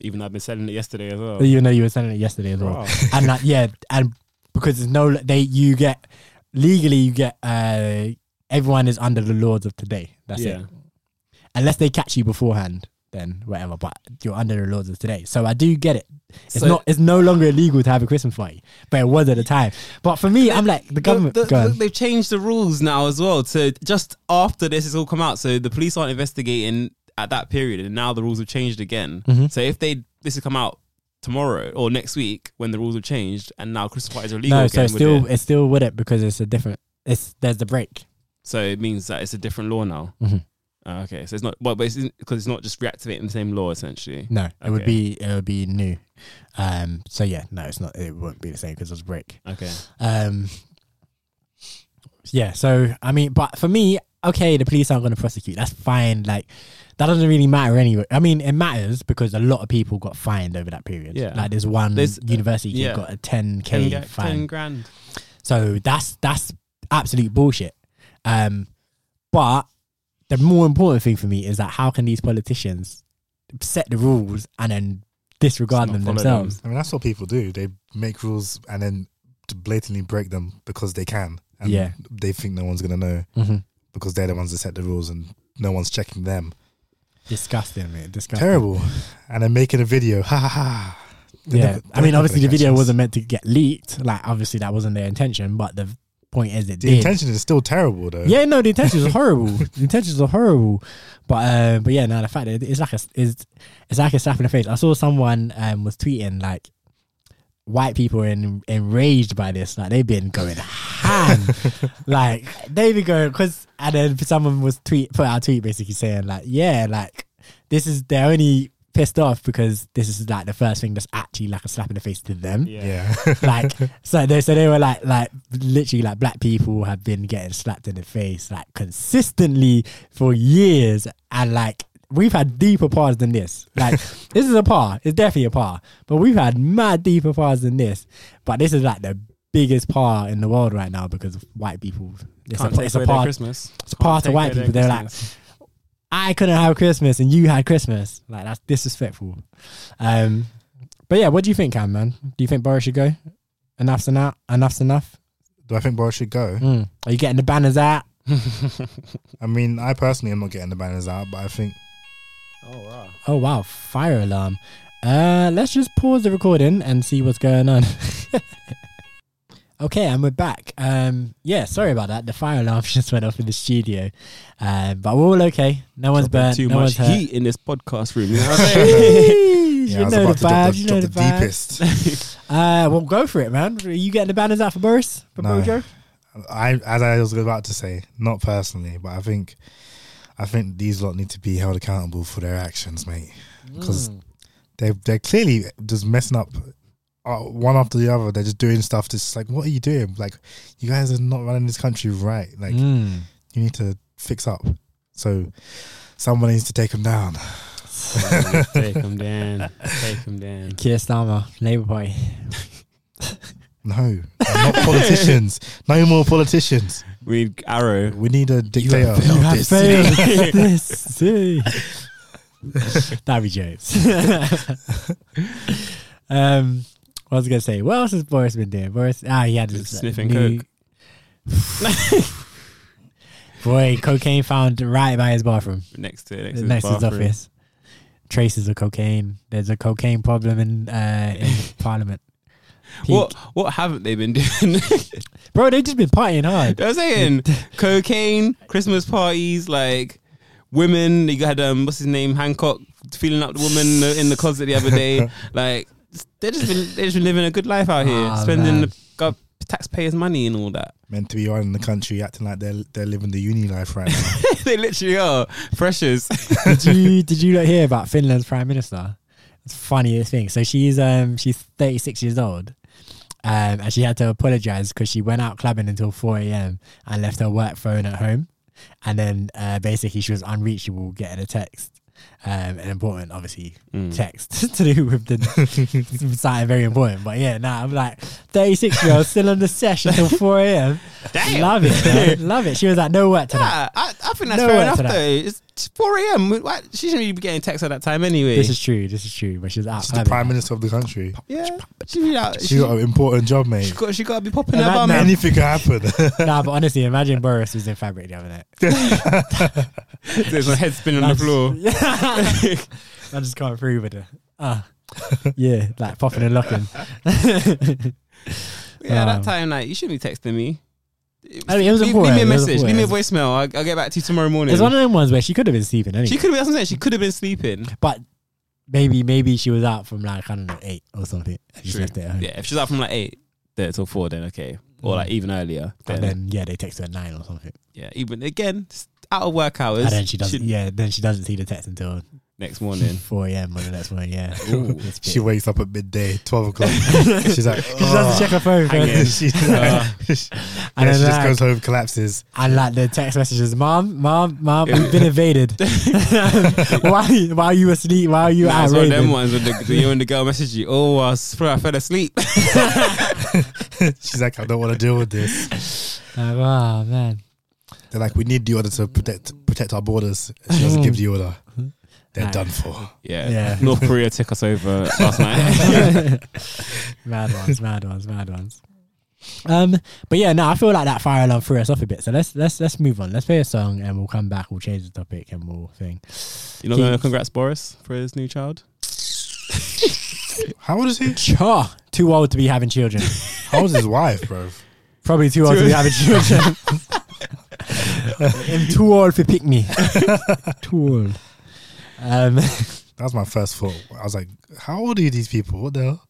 [SPEAKER 6] Even though I've been selling it yesterday as well.
[SPEAKER 1] You know, you were selling it yesterday as well.
[SPEAKER 6] Oh. Wow.
[SPEAKER 1] and like, yeah, and because there's no, they you get legally, you get uh, everyone is under the laws of today. That's
[SPEAKER 6] yeah.
[SPEAKER 1] it. Unless they catch you beforehand, then whatever. But you're under the laws of today, so I do get it. It's
[SPEAKER 6] So-
[SPEAKER 1] not. It's no longer illegal to have a Christmas party, but it was at the time. But for me, I'm like the government.
[SPEAKER 6] The- the-
[SPEAKER 1] go on.
[SPEAKER 6] they've changed the rules now as well. So just after this has all come out, so the police aren't investigating at that period, and now the rules have changed again.
[SPEAKER 1] Mm-hmm.
[SPEAKER 6] So if they this has come out tomorrow or next week when the rules have changed, and now Christmas parties are illegal
[SPEAKER 1] no, so
[SPEAKER 6] again,
[SPEAKER 1] it's still
[SPEAKER 6] would it?
[SPEAKER 1] it's still with it because it's a different. It's there's the break.
[SPEAKER 6] So it means that it's a different law now.
[SPEAKER 1] Mhm.
[SPEAKER 6] Ah, okay, so it's not well, but it's because it's not just reactivating the same law essentially.
[SPEAKER 1] No, it would
[SPEAKER 6] Okay.
[SPEAKER 1] be it would be new. Um, so yeah, no, it's not. It won't be the same because it's brick.
[SPEAKER 6] Okay,
[SPEAKER 1] Um, yeah, so I mean, but for me, okay, the police aren't going to prosecute. That's fine. Like that doesn't really matter anyway. I mean, it matters because a lot of people got fined over that period.
[SPEAKER 6] Yeah.
[SPEAKER 1] like there's one
[SPEAKER 6] There's- uh,
[SPEAKER 1] university kid
[SPEAKER 6] yeah.
[SPEAKER 1] got a 10k
[SPEAKER 6] ten, ga-
[SPEAKER 1] fine.
[SPEAKER 6] ten grand.
[SPEAKER 1] So that's that's absolute bullshit. Um, but the more important thing for me is that how can these politicians set the rules and then disregard
[SPEAKER 6] Not
[SPEAKER 1] them
[SPEAKER 6] follow them.
[SPEAKER 1] themselves?
[SPEAKER 2] I mean, that's what people do. They make rules and then to blatantly break them because they can. And
[SPEAKER 1] Yeah.
[SPEAKER 2] They think no one's going to know
[SPEAKER 1] Mhm.
[SPEAKER 2] because they're the ones that set the rules and no one's checking them.
[SPEAKER 1] Disgusting, man. Disgusting.
[SPEAKER 2] Terrible. And then making a video. Ha ha ha. They're
[SPEAKER 1] Yeah.
[SPEAKER 2] never-
[SPEAKER 1] I
[SPEAKER 2] they're
[SPEAKER 1] mean,
[SPEAKER 2] never
[SPEAKER 1] obviously the
[SPEAKER 2] gonna catch
[SPEAKER 1] video
[SPEAKER 2] us.
[SPEAKER 1] wasn't meant to get leaked. Like, obviously that wasn't their intention. But the point is, it
[SPEAKER 2] The
[SPEAKER 1] did.
[SPEAKER 2] intention is still terrible, though.
[SPEAKER 1] yeah, no, the intentions are horrible. the intentions are horrible, but uh, but yeah, no, the fact that it's like a it's, it's like a slap in the face. I saw someone um was tweeting like white people are en- enraged by this, like they've been going ham, like they've been going because and then someone was tweet put out a tweet basically saying like yeah like this is they're only pissed off because this is like the first thing that's actually like a slap in the face to them
[SPEAKER 2] Yeah.
[SPEAKER 1] like so they so they were like like literally like black people have been getting slapped in the face like consistently for years and like we've had deeper pars than this like this is a par it's definitely a par but we've had mad deeper pars than this but this is like the biggest par in the world right now because of white people it's
[SPEAKER 6] Can't
[SPEAKER 1] a,
[SPEAKER 6] take
[SPEAKER 1] it's a
[SPEAKER 6] away their
[SPEAKER 1] par
[SPEAKER 6] Christmas.
[SPEAKER 1] it's a par to white people they're like I couldn't have Christmas and you had Christmas like that's disrespectful um but yeah what do you think Cam man do you think Boris should go enough's enough enough's enough
[SPEAKER 2] Do I think Boris should go?
[SPEAKER 1] Mm. Are you getting the banners out?
[SPEAKER 2] I mean, I personally am not getting the banners out, but I think
[SPEAKER 6] oh wow.
[SPEAKER 1] Oh wow, fire alarm. Uh, let's just pause the recording and see what's going on. okay, and we're back. Um, yeah, sorry about that. The fire alarm just went off in the studio, uh, but we're all okay. No one's burnt.
[SPEAKER 6] Too
[SPEAKER 1] no
[SPEAKER 6] much
[SPEAKER 1] one's hurt.
[SPEAKER 6] heat in this podcast room. You know what I'm saying?
[SPEAKER 1] you
[SPEAKER 2] yeah, I was
[SPEAKER 1] know
[SPEAKER 2] about
[SPEAKER 1] the vibes.
[SPEAKER 2] to drop
[SPEAKER 1] You know
[SPEAKER 2] the, drop
[SPEAKER 1] the
[SPEAKER 2] the
[SPEAKER 1] vibes.
[SPEAKER 2] deepest.
[SPEAKER 1] Uh, well, go for it, man. Are you getting the banners out for Boris for
[SPEAKER 2] No.
[SPEAKER 1] Bojo?
[SPEAKER 2] I as I was about to say, not personally, but I think I think these lot need to be held accountable for their actions, mate, because
[SPEAKER 1] Hmm.
[SPEAKER 2] they they're clearly just messing up. Uh, one after the other, they're just doing stuff. That's just like, what are you doing? Like, you guys are not running this country right. Like,
[SPEAKER 1] Mm.
[SPEAKER 2] you need to fix up. So, someone needs to take them down.
[SPEAKER 6] Take him down. Take him down.
[SPEAKER 1] Keir Starmer, Labour Party.
[SPEAKER 2] No, not politicians. No more politicians.
[SPEAKER 6] We need Arrow.
[SPEAKER 2] We need a dictator.
[SPEAKER 1] You have failed this city. That'd be jokes. um, what was I gonna say? What else has Boris been doing? Boris, ah, he had his
[SPEAKER 6] Sniffing coke.
[SPEAKER 1] Boy, cocaine found right by his bathroom,
[SPEAKER 6] Next to
[SPEAKER 1] next,
[SPEAKER 6] next, to
[SPEAKER 1] next
[SPEAKER 6] his
[SPEAKER 1] to his
[SPEAKER 6] bathroom.
[SPEAKER 1] office. Traces of cocaine. There's a cocaine problem in uh, in Parliament. Peak.
[SPEAKER 6] What what haven't they been doing?
[SPEAKER 1] Bro, they've just been partying hard.
[SPEAKER 6] I was saying cocaine, Christmas parties, like women. You had um, what's his name, Hancock, feeling up the woman in the- in the closet the other day. Like they just been they just been living a good life out here,
[SPEAKER 1] Ah, man.
[SPEAKER 6] spending the gov- taxpayers' money and all that.
[SPEAKER 2] Meant to be running the country, acting like they're they're living the uni life right now.
[SPEAKER 6] they literally are freshers.
[SPEAKER 1] did you did you not hear about Finland's prime minister? It's the funniest thing. So she's um she's 36 years old. Um, and she had to apologize because she went out clubbing until 4 a.m. and left her work phone at home. And then uh, basically she was unreachable getting a text. Um, an important, obviously, text to do with the something very important. But yeah, now nah, I'm like 36 year old still on the session until 4 a.m.
[SPEAKER 6] Damn.
[SPEAKER 1] Love it, man. love it. She was like, no work tonight.
[SPEAKER 6] Yeah, I, I think that's
[SPEAKER 1] No
[SPEAKER 6] fair
[SPEAKER 1] way
[SPEAKER 6] enough
[SPEAKER 1] to
[SPEAKER 6] though.
[SPEAKER 1] that.
[SPEAKER 6] It's 4 a.m. Why- She shouldn't really be getting texts at that time anyway.
[SPEAKER 1] This is true. This is true. But she was out.
[SPEAKER 2] She's the
[SPEAKER 1] clubbing.
[SPEAKER 2] prime minister of the country.
[SPEAKER 6] yeah, she, be out- she,
[SPEAKER 2] She got an important job, mate.
[SPEAKER 6] she got she got to be popping her
[SPEAKER 1] Imagine
[SPEAKER 6] bum.
[SPEAKER 1] that.
[SPEAKER 2] Anything could happen.
[SPEAKER 1] nah, but honestly, imagine Boris was in fabric the other night.
[SPEAKER 6] There's my head spinning on the
[SPEAKER 1] That's-
[SPEAKER 6] floor.
[SPEAKER 1] I just can't through with it. Ah, yeah, like popping and locking.
[SPEAKER 6] Yeah,
[SPEAKER 1] Um,
[SPEAKER 6] that time, like, you shouldn't be texting me.
[SPEAKER 1] I mean, it was
[SPEAKER 6] leave, leave
[SPEAKER 1] important,
[SPEAKER 6] me a
[SPEAKER 1] it was
[SPEAKER 6] message. Leave me a
[SPEAKER 1] important.
[SPEAKER 6] voicemail. I'll, I'll get back to you tomorrow morning.
[SPEAKER 1] It's one of them ones where she could have been sleeping
[SPEAKER 6] she
[SPEAKER 1] anyway,
[SPEAKER 6] could have. That's what I'm saying. She could have been sleeping.
[SPEAKER 1] but maybe maybe she was out from like I don't know eight or something. and She just
[SPEAKER 6] True.
[SPEAKER 1] left it at home.
[SPEAKER 6] Yeah, if she's out from like eight, there till four, then okay, or like even earlier. Then,
[SPEAKER 1] And then yeah, they text her at nine or something.
[SPEAKER 6] yeah, even again just out of work hours.
[SPEAKER 1] And then she doesn't.
[SPEAKER 6] should-
[SPEAKER 1] yeah, then she doesn't see the text until
[SPEAKER 6] next morning.
[SPEAKER 1] four a.m. on the next morning. Yeah,
[SPEAKER 6] Ooh.
[SPEAKER 1] It's
[SPEAKER 2] She
[SPEAKER 1] bit-
[SPEAKER 2] wakes up at midday, twelve o'clock. She's like, "Oh."
[SPEAKER 1] she doesn't check her phone.
[SPEAKER 6] hang
[SPEAKER 1] first.
[SPEAKER 6] it.
[SPEAKER 2] she,
[SPEAKER 6] Uh,
[SPEAKER 1] And
[SPEAKER 2] and
[SPEAKER 1] then
[SPEAKER 2] she just
[SPEAKER 1] like-
[SPEAKER 2] goes home, collapses.
[SPEAKER 1] And like the text messages, mom, mom, mom, we've been evaded. why? While you asleep? While you
[SPEAKER 6] Nah,
[SPEAKER 1] out
[SPEAKER 6] it's one of them
[SPEAKER 1] raving?
[SPEAKER 6] ones when the, the, when the girl messaged you, oh, I was- I fell asleep.
[SPEAKER 2] She's like, I don't want to deal with this.
[SPEAKER 1] Like, oh man,
[SPEAKER 2] They're like, we need the order to protect protect our borders. She doesn't give the order. They're
[SPEAKER 1] Nah.
[SPEAKER 2] done for.
[SPEAKER 6] Yeah.
[SPEAKER 1] Yeah.
[SPEAKER 6] North Korea took us over last night.
[SPEAKER 1] mad ones, mad ones, mad ones. Um, but yeah, no, I feel like that fire alarm threw us off a bit. So let's let's let's move on. Let's play a song and we'll come back. We'll change the topic and we'll thing.
[SPEAKER 6] You know, uh, congrats Boris for his new child.
[SPEAKER 2] How old is he?
[SPEAKER 1] Cha, too old to be having children.
[SPEAKER 2] How old is his wife, bro?
[SPEAKER 1] Probably too old to be having children. I'm too old for pick me. too old. Um,
[SPEAKER 2] That was my first thought. I was like, how old are these people? What the hell?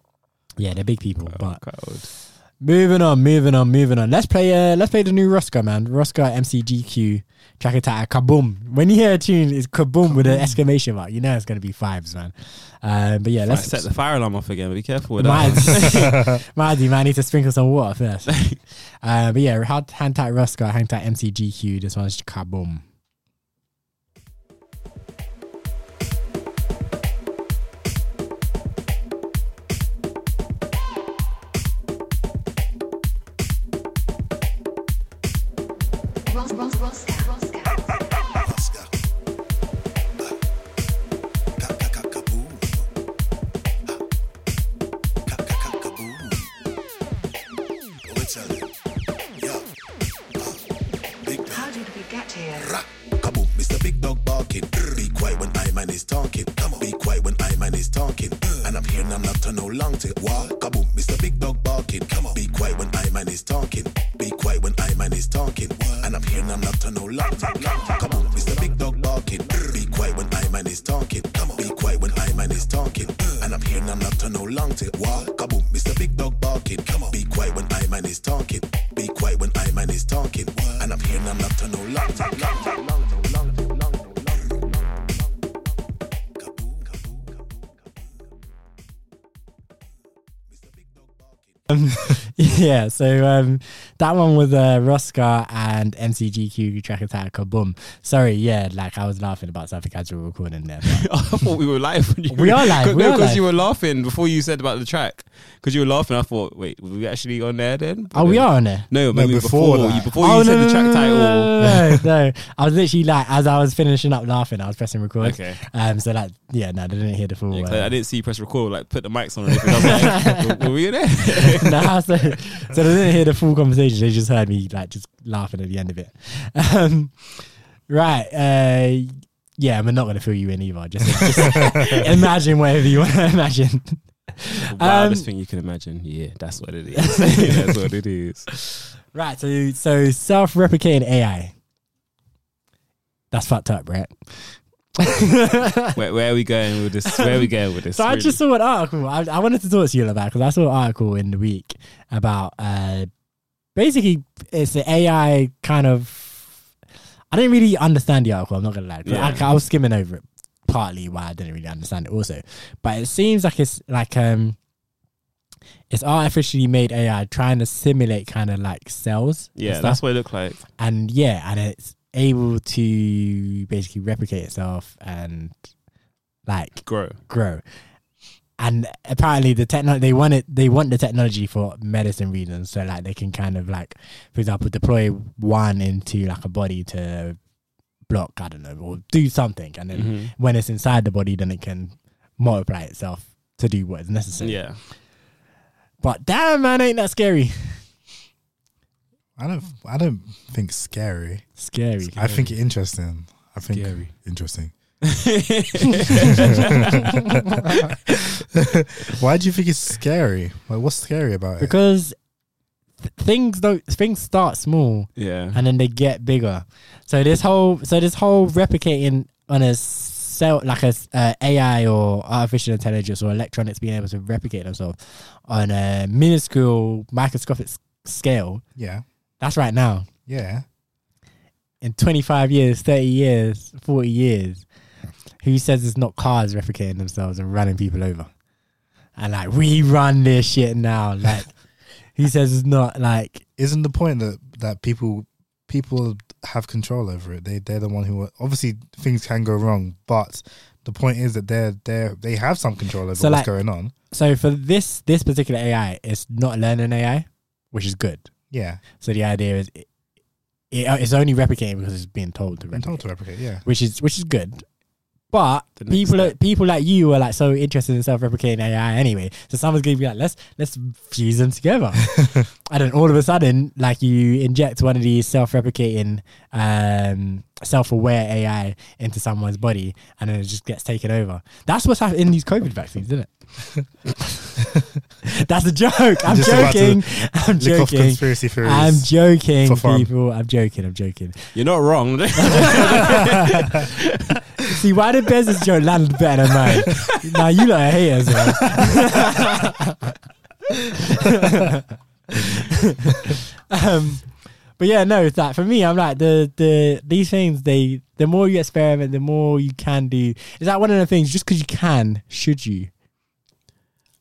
[SPEAKER 1] yeah, they're big people, but
[SPEAKER 6] Quite old.
[SPEAKER 1] Moving on, moving on, moving on. Let's play. Uh, let's play the new Roscoe man. Roscoe MCGQ track attack kaboom. When you hear a tune, it's kaboom, with an exclamation mark. You know it's gonna be fives, man. Um, but yeah,
[SPEAKER 6] Might
[SPEAKER 1] let's
[SPEAKER 6] set the fire alarm off again. Be careful with that.
[SPEAKER 1] Mad, mad, you might need to sprinkle some water first. uh, but yeah, hand, hand tight Roscoe, hand tight MCGQ. This one's kaboom.
[SPEAKER 3] Ros- Ros- Roscoe. Roscoe. How did we get here?
[SPEAKER 7] Kaboom, Mr. Big Dog barking. Be quiet when I man is talking. Come on, be quiet when I man is talking. And I'm here and I'm not to no long to walk. Kaboom, Mr. Big Dog barking. Come on, be quiet when I man is talking. Be quiet when I man is talking. And I'm here and I'm not to no long to Come on, Mr. Big Dog barking. Be quiet when I man is talking. Come on, be quiet when I man is talking. And I'm here and I'm not to no long to walk. Kaboom, Mr. Big Dog barking. Come on, be quiet when I man is talking. Be quiet when I man is talking. And I'm here and I'm not to no long to
[SPEAKER 1] yeah, so um, that one with uh, Roscar and MCGQ track attack kaboom. Sorry, yeah, like I was laughing about something as we were recording there. but-
[SPEAKER 6] I thought we were live. When you,
[SPEAKER 1] We are live, we are
[SPEAKER 6] because
[SPEAKER 1] live.
[SPEAKER 6] you were laughing before you said about the track. Because you were laughing, I thought, wait, were we actually on there then?
[SPEAKER 1] oh, we are on there.
[SPEAKER 6] No, maybe
[SPEAKER 2] before
[SPEAKER 6] before
[SPEAKER 2] that.
[SPEAKER 6] you, before
[SPEAKER 1] Oh,
[SPEAKER 6] you said the track title.
[SPEAKER 1] No, no, no, no. I was literally like, as I was finishing up laughing, I was pressing record.
[SPEAKER 6] Okay.
[SPEAKER 1] Um. So like, yeah, no, they didn't hear the full.
[SPEAKER 6] Yeah, 'cause I
[SPEAKER 1] uh,
[SPEAKER 6] didn't see you press record, like put the mics on. Or anything. I was like, were we in there?
[SPEAKER 1] nah, so, so they didn't hear the full conversation. They just heard me like just laughing at the end of it. Um, right. Uh, yeah, I'm not going to fill you in either. Just, just imagine whatever you want to imagine. Um,
[SPEAKER 6] Wildest thing you can imagine. Yeah, that's what it is. that's what it is.
[SPEAKER 1] Right. So so self-replicating AI. That's fucked up, right?
[SPEAKER 6] Where, where are we going with this? Where are we going with this?
[SPEAKER 1] So I
[SPEAKER 6] really?
[SPEAKER 1] just saw an article. I, I wanted to talk to you about because I saw an article in the week about uh, basically it's the AI kind of. I didn't really understand the article. I'm not gonna lie. 'cause I-
[SPEAKER 6] Yeah.
[SPEAKER 1] I, was skimming over it, partly why I didn't really understand it. Also, but it seems like it's like um, it's artificially made AI trying to simulate kind of like cells. and
[SPEAKER 6] yeah,
[SPEAKER 1] stuff
[SPEAKER 6] that's what it looked like.
[SPEAKER 1] and yeah, and it's able to basically replicate itself and like
[SPEAKER 6] Grow.
[SPEAKER 1] grow. And apparently, the techno they want it. They want the technology for medicine reasons. So like they can kind of like, for example, deploy one into like a body to block I don't know or do something, and then
[SPEAKER 6] Mhm.
[SPEAKER 1] when it's inside the body, then it can multiply itself to do what is necessary.
[SPEAKER 6] Yeah.
[SPEAKER 1] But damn, man, ain't that scary?
[SPEAKER 2] I don't. I don't think scary.
[SPEAKER 1] Scary.
[SPEAKER 2] I think interesting. I think
[SPEAKER 6] Scary.
[SPEAKER 2] interesting. Why do you think it's scary? Like, what's scary about it?
[SPEAKER 1] because th- things don't things start small
[SPEAKER 6] Yeah.
[SPEAKER 1] and then they get bigger. So this whole so this whole replicating on a s- cell, like a s- uh, AI or artificial intelligence or electronics being able to replicate themselves on a minuscule microscopic s- scale,
[SPEAKER 2] Yeah.
[SPEAKER 1] that's right now.
[SPEAKER 2] Yeah.
[SPEAKER 1] In 25 years, 30 years, 40 years, who says it's not cars replicating themselves and running people over? And like, we run this shit now. Like, who says it's not like
[SPEAKER 2] Isn't the point that that people people have control over it? They they're the one who are, obviously things can go wrong, but the point is that they're they are they have some control over
[SPEAKER 1] So,
[SPEAKER 2] what's
[SPEAKER 1] like-
[SPEAKER 2] going on.
[SPEAKER 1] so for this this particular AI, it's not learning AI, which is good.
[SPEAKER 2] Yeah.
[SPEAKER 1] So the idea is it, it, it's only replicating because it's being told to
[SPEAKER 2] Been told
[SPEAKER 1] replicate,
[SPEAKER 2] to replicate. Yeah.
[SPEAKER 1] which is which is good. But
[SPEAKER 6] The next
[SPEAKER 1] people
[SPEAKER 6] step.
[SPEAKER 1] people like you are like so interested in self-replicating AI anyway. So someone's gonna be like, let's let's fuse them together, and then all of a sudden, like you inject one of these self-replicating, um, self-aware AI into someone's body, and then it just gets taken over. That's what's happening in these COVID vaccines, isn't it? That's a joke. I'm
[SPEAKER 2] Just about to
[SPEAKER 1] joking. I'm
[SPEAKER 2] Lick off
[SPEAKER 1] joking.
[SPEAKER 2] conspiracy theories.
[SPEAKER 1] I'm joking,
[SPEAKER 2] for fun.
[SPEAKER 1] people. I'm joking. I'm joking.
[SPEAKER 6] You're not wrong.
[SPEAKER 1] See, why did Bez's joke land better than mine? now you lot are haters, man. um, but yeah, no, it's like for me, I'm like the the these things. They the more you experiment, the more you can do. Is that one of the things? Just because you can, should you?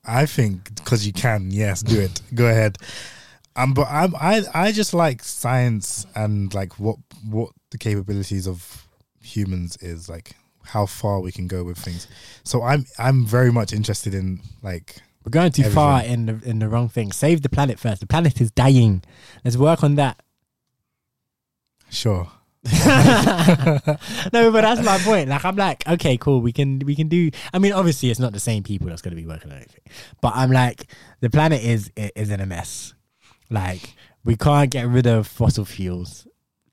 [SPEAKER 2] I think because you can, yes, do it. Go ahead. Um, but I'm, I I just like science and like what what the capabilities of humans is like how far we can go with things. So I'm I'm very much interested in like
[SPEAKER 1] We're going too far in the in the wrong thing. Save the planet first. The planet is dying. Let's work on that.
[SPEAKER 2] sure
[SPEAKER 1] no, but that's my point. Like, I'm like, okay, cool. We can we can do. I mean, obviously, it's not the same people that's going to be working on anything. But I'm like, the planet is i- is in a mess. Like, we can't get rid of fossil fuels.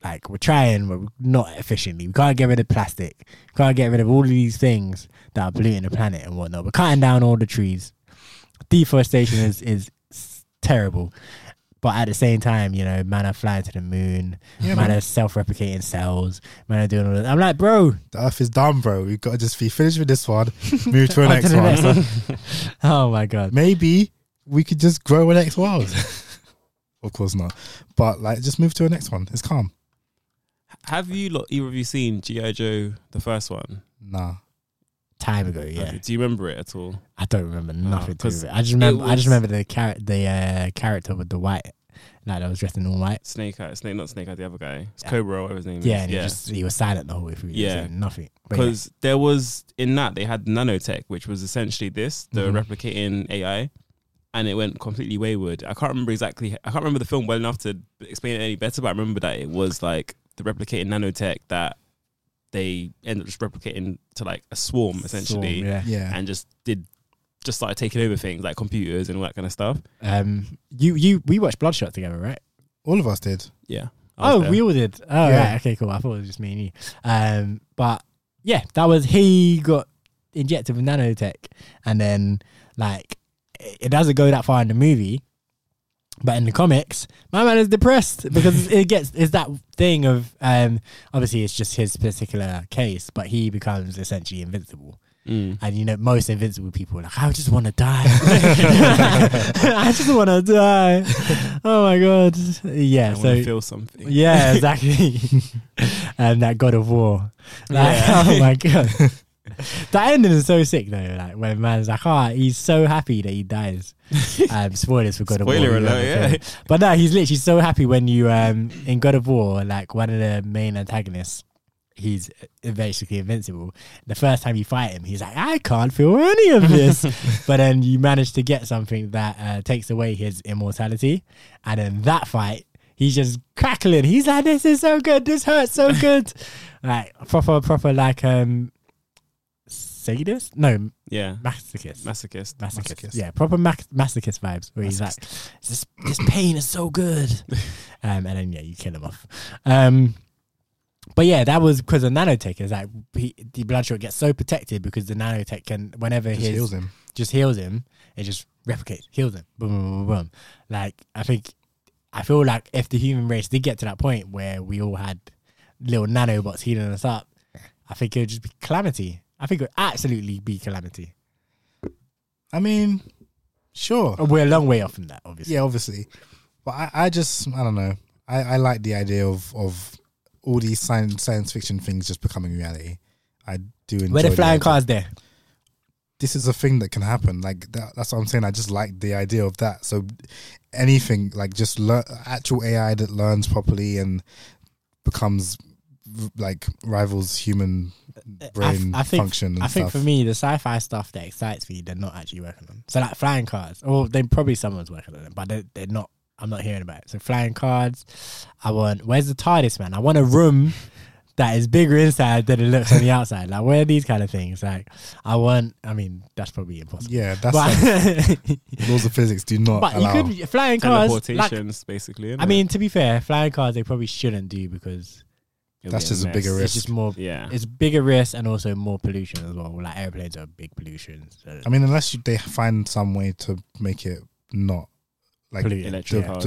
[SPEAKER 1] Like, we're trying, but not efficiently. We can't get rid of plastic. We can't get rid of all of these things that are polluting the planet and whatnot. We're cutting down all the trees. Deforestation is is s- terrible. But at the same time, you know, man are flying to the moon, man, are self-replicating cells, man are doing all that. I'm like, bro,
[SPEAKER 2] the Earth is dumb, bro. We've got to just be finished with this one, move to the
[SPEAKER 1] on
[SPEAKER 2] next
[SPEAKER 1] to the
[SPEAKER 2] one.
[SPEAKER 1] next one. oh my god,
[SPEAKER 2] Maybe we could just grow an next world. of course not, but like just move to the next one. It's calm.
[SPEAKER 6] Have you lot, either of you seen G.I. Joe, the first one?
[SPEAKER 2] Nah,
[SPEAKER 1] time ago, yeah.
[SPEAKER 6] Okay, Do you remember it at all?
[SPEAKER 1] I don't remember nothing to do
[SPEAKER 6] 'cause
[SPEAKER 1] with Oh, it. I just remember, I just
[SPEAKER 6] was-
[SPEAKER 1] remember the character, the uh, character with the white, like that was dressed in all white.
[SPEAKER 6] Snake Eye, Snake, not Snake Eye, the other guy. It's Cobra, or whatever his name is.
[SPEAKER 1] Yeah, and he just he was silent the whole way through.
[SPEAKER 6] Yeah.
[SPEAKER 1] Yeah, nothing. But yeah.
[SPEAKER 6] because there was in that they had nanotech, which was essentially this the
[SPEAKER 1] Mm-hmm.
[SPEAKER 6] replicating AI, and it went completely wayward. I can't remember exactly. I can't remember the film well enough to explain it any better, but I remember that it was like the replicating nanotech that they ended up just replicating to like a swarm essentially,
[SPEAKER 1] Swarm, yeah.
[SPEAKER 2] yeah.
[SPEAKER 6] and just did just started taking over things like computers and all that kind of stuff.
[SPEAKER 1] Um, you you we watched Bloodshot together, right?
[SPEAKER 2] All of us did.
[SPEAKER 6] Yeah. I was
[SPEAKER 1] Oh,
[SPEAKER 6] there.
[SPEAKER 1] we all did. Oh,
[SPEAKER 2] Yeah.
[SPEAKER 1] right. Okay, cool. I thought it was just me and you. Um, but yeah, that was he got injected with nanotech, and then like it it doesn't go that far in the movie, but in the comics, my man is depressed because it gets is that thing of um obviously it's just his particular case, but he becomes essentially invincible.
[SPEAKER 6] Mm.
[SPEAKER 1] And you know, most invincible people are like, I just want to die. I just want to die. Oh my god! Yeah.
[SPEAKER 6] I want
[SPEAKER 1] so
[SPEAKER 6] to feel something.
[SPEAKER 1] yeah, exactly. and that God of War. Like, Oh my god. that ending is so sick though. Like when man's like, ah, he's so happy that he dies. Um, spoilers for God
[SPEAKER 6] Spoiler
[SPEAKER 1] of War.
[SPEAKER 6] alert, yeah.
[SPEAKER 1] But no, he's literally so happy when you um in God of War, like one of the main antagonists. He's basically invincible. The first time you fight him, he's like, "I can't feel any of this," but then you manage to get something that uh, takes away his immortality, and in that fight, he's just crackling. He's like, "This is so good. This hurts so good." like proper, proper, like um, sadist? No,
[SPEAKER 6] yeah.
[SPEAKER 1] masochist.
[SPEAKER 6] Masochist.
[SPEAKER 1] masochist.
[SPEAKER 2] masochist.
[SPEAKER 1] Yeah, proper mac- masochist vibes. Where he's like, "This this pain is so good," um, and then yeah, you kill him off. Um, but yeah, that was because of nanotech. Is like he, the bloodshot gets so protected because the nanotech can whenever
[SPEAKER 2] Just
[SPEAKER 1] his
[SPEAKER 2] heals him.
[SPEAKER 1] just heals him. It just replicates, heals him. Boom, boom, boom, boom. Like I think, I feel like if the human race did get to that point where we all had little nanobots healing us up, I think it would just be calamity. I think it would absolutely be Calamity.
[SPEAKER 2] I mean, sure.
[SPEAKER 1] We're a long way off from that, obviously.
[SPEAKER 2] Yeah, obviously. But I, I just, I don't know. I, I like the idea of, of all these science, science fiction things just becoming reality. I do enjoy
[SPEAKER 1] Where the flying
[SPEAKER 2] idea.
[SPEAKER 1] cars there?
[SPEAKER 2] This is a thing that can happen. Like, that, that's what I'm saying. I just like the idea of that. So anything, like just lear- actual AI that learns properly and becomes v- like rivals human brain
[SPEAKER 1] I, I think,
[SPEAKER 2] function and
[SPEAKER 1] I think
[SPEAKER 2] stuff.
[SPEAKER 1] for me, the sci-fi stuff that excites me, they're not actually working on. So like flying cars, or they probably someone's working on it, but they're, they're not. I'm not hearing about it. So flying cards, I want. Where's the TARDIS, man? I want a room that is bigger inside than it looks on the outside. Like where are these kind of things? Like I want. I mean, that's probably impossible.
[SPEAKER 2] yeah, that's like,
[SPEAKER 1] but
[SPEAKER 2] laws of physics do not
[SPEAKER 1] but
[SPEAKER 2] allow.
[SPEAKER 1] you could flying cars. Like,
[SPEAKER 6] Teleportations, basically.
[SPEAKER 1] I mean, to be fair, flying cars they probably shouldn't do because
[SPEAKER 2] that's just a bigger
[SPEAKER 1] it's
[SPEAKER 2] risk.
[SPEAKER 1] just more.
[SPEAKER 6] Yeah.
[SPEAKER 1] It's bigger risk and also more pollution as well. Like airplanes are big pollution. So.
[SPEAKER 2] I mean, unless you, they find some way to make it not like
[SPEAKER 1] Polluted.
[SPEAKER 6] Electric
[SPEAKER 2] the,
[SPEAKER 6] cars.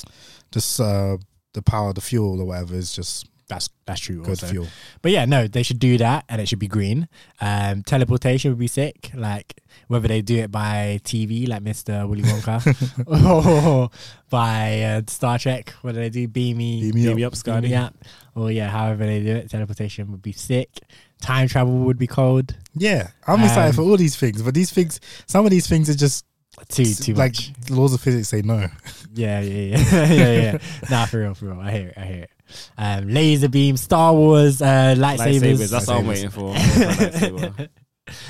[SPEAKER 2] the just uh, the power, the fuel or whatever is just
[SPEAKER 1] That's that's true.
[SPEAKER 2] good
[SPEAKER 1] also.
[SPEAKER 2] fuel.
[SPEAKER 1] But yeah, no, they should do that, and it should be green. Um, teleportation would be sick. Like whether they do it by TV, like Mister Willy Wonka, or by uh, Star Trek, whether they do beamy,
[SPEAKER 2] Beam me
[SPEAKER 6] Beam me up, Scotty.
[SPEAKER 1] up, or yeah, however they do it, teleportation would be sick. Time travel would be cold.
[SPEAKER 2] Yeah, I'm excited
[SPEAKER 1] Um,
[SPEAKER 2] for all these things, but these things, some of these things are just
[SPEAKER 1] Too too
[SPEAKER 2] like
[SPEAKER 1] much.
[SPEAKER 2] laws of physics say no.
[SPEAKER 1] Yeah, yeah, yeah, yeah, yeah. Nah, for real, for real. I hear it. I hear it. Um, laser beam, Star Wars, uh, lightsabers.
[SPEAKER 6] lightsabers. That's what I'm waiting for. Lightsaber.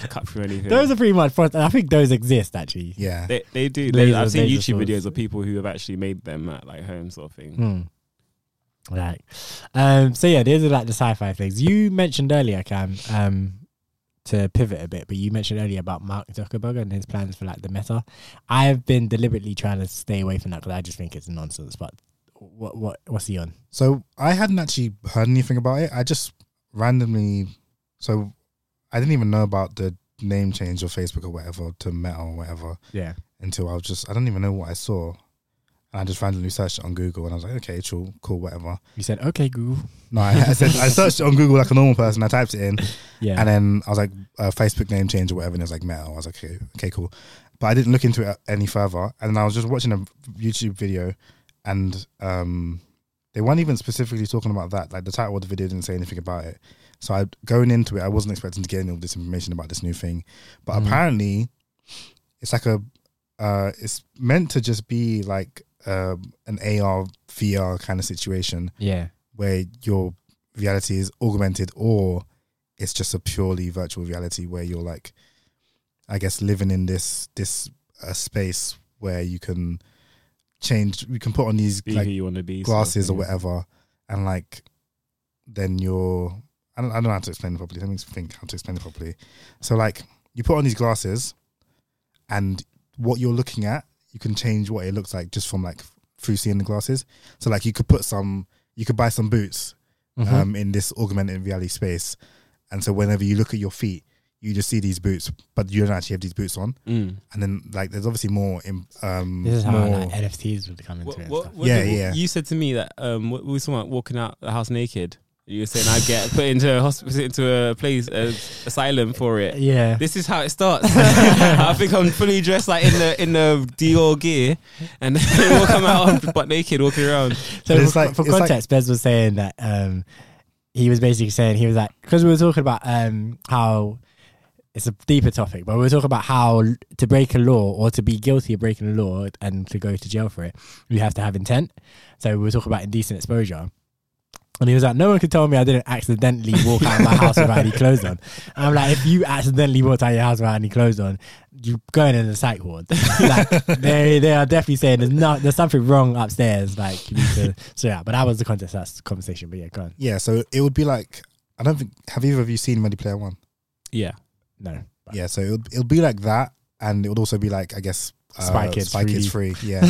[SPEAKER 6] Cut through anything.
[SPEAKER 1] Those are pretty much. front- I think those exist actually.
[SPEAKER 2] Yeah,
[SPEAKER 6] They, they do.
[SPEAKER 1] Laser-
[SPEAKER 6] They, I've seen
[SPEAKER 1] laser
[SPEAKER 6] YouTube
[SPEAKER 1] swords.
[SPEAKER 6] videos of people who have actually made them at like home sort of thing.
[SPEAKER 1] Hmm. Right. Hmm. Um, so yeah, these are like the sci-fi things you mentioned earlier, Cam. Um, to pivot a bit, but you mentioned earlier about Mark Zuckerberg and his plans for like the Meta. I have been deliberately trying to stay away from that because I just think it's nonsense. But what what what's he on?
[SPEAKER 2] So I hadn't actually heard anything about it. I just randomly, so I didn't even know about the name change of Facebook or whatever to Meta or whatever.
[SPEAKER 1] Yeah.
[SPEAKER 2] until I was just I don't even know what I saw. And I just randomly searched it on Google and I was like, okay, cool, cool, whatever.
[SPEAKER 1] You said okay, Google.
[SPEAKER 2] No, I, I said I searched it on Google like a normal person. I typed it in,
[SPEAKER 1] Yeah.
[SPEAKER 2] and then I was like, uh, Facebook name change or whatever, and it was like metal. I was like, okay, okay, cool. But I didn't look into it any further. And then I was just watching a YouTube video, and um, they weren't even specifically talking about that. Like the title of the video didn't say anything about it. So I going into it, I wasn't expecting to get any of this information about this new thing. But
[SPEAKER 1] Mm.
[SPEAKER 2] apparently, it's like a, uh, it's meant to just be like um an AR VR kind of situation
[SPEAKER 1] yeah.
[SPEAKER 2] where your reality is augmented or it's just a purely virtual reality where you're like i guess living in this this uh, space where you can change you can put on these
[SPEAKER 6] Be
[SPEAKER 2] like
[SPEAKER 6] who you want to be. sort of
[SPEAKER 2] glasses or
[SPEAKER 6] thing.
[SPEAKER 2] whatever and like then you're I don't, I don't know how to explain it properly let me think how to explain it properly so like you put on these glasses and what you're looking at you can change what it looks like just from like through seeing the glasses so like you could put some you could buy some boots
[SPEAKER 1] Mhm.
[SPEAKER 2] um, in this augmented reality space and so whenever you look at your feet you just see these boots but you don't actually have these boots on
[SPEAKER 6] Mm.
[SPEAKER 2] and then like there's obviously more in, um
[SPEAKER 1] this is how
[SPEAKER 2] more,
[SPEAKER 1] like, NFTs would come into
[SPEAKER 6] What,
[SPEAKER 1] it. and
[SPEAKER 6] what,
[SPEAKER 1] stuff.
[SPEAKER 6] what
[SPEAKER 2] Yeah,
[SPEAKER 6] did-
[SPEAKER 2] yeah.
[SPEAKER 6] You said to me that um, what, we were talking about walking out the house naked. You were saying I get put into a hospital, into a place, a, asylum for it.
[SPEAKER 1] Yeah.
[SPEAKER 6] This is how it starts. I think I'm fully dressed like in the in the Dior gear, and then we'll come out butt naked walking around.
[SPEAKER 1] So
[SPEAKER 2] But it's
[SPEAKER 1] for,
[SPEAKER 2] like-
[SPEAKER 1] for
[SPEAKER 2] it's like-
[SPEAKER 1] context, Bez was saying that um, he was basically saying he was like because we were talking about um, how it's a deeper topic, but we were talking about how l- to break a law or to be guilty of breaking a law and to go to jail for it, you have to have intent. So we were talking about indecent exposure. And he was like, "No one could tell me I didn't accidentally walk out of my house without any clothes on." And I'm like, "If you accidentally walked out of your house without any clothes on, you're going in the psych ward." like, they they are definitely saying there's not there's something wrong upstairs. Like, you need to, so yeah. But that was the context, that's the conversation. But yeah, go on.
[SPEAKER 2] Yeah, so it would be like I don't think have either of you seen Ready Player One?
[SPEAKER 6] Yeah,
[SPEAKER 1] No, but-
[SPEAKER 2] Yeah, so it'll it'll be like that, and it would also be like I guess uh,
[SPEAKER 1] Spy Kids
[SPEAKER 2] Spy Kids free, yeah,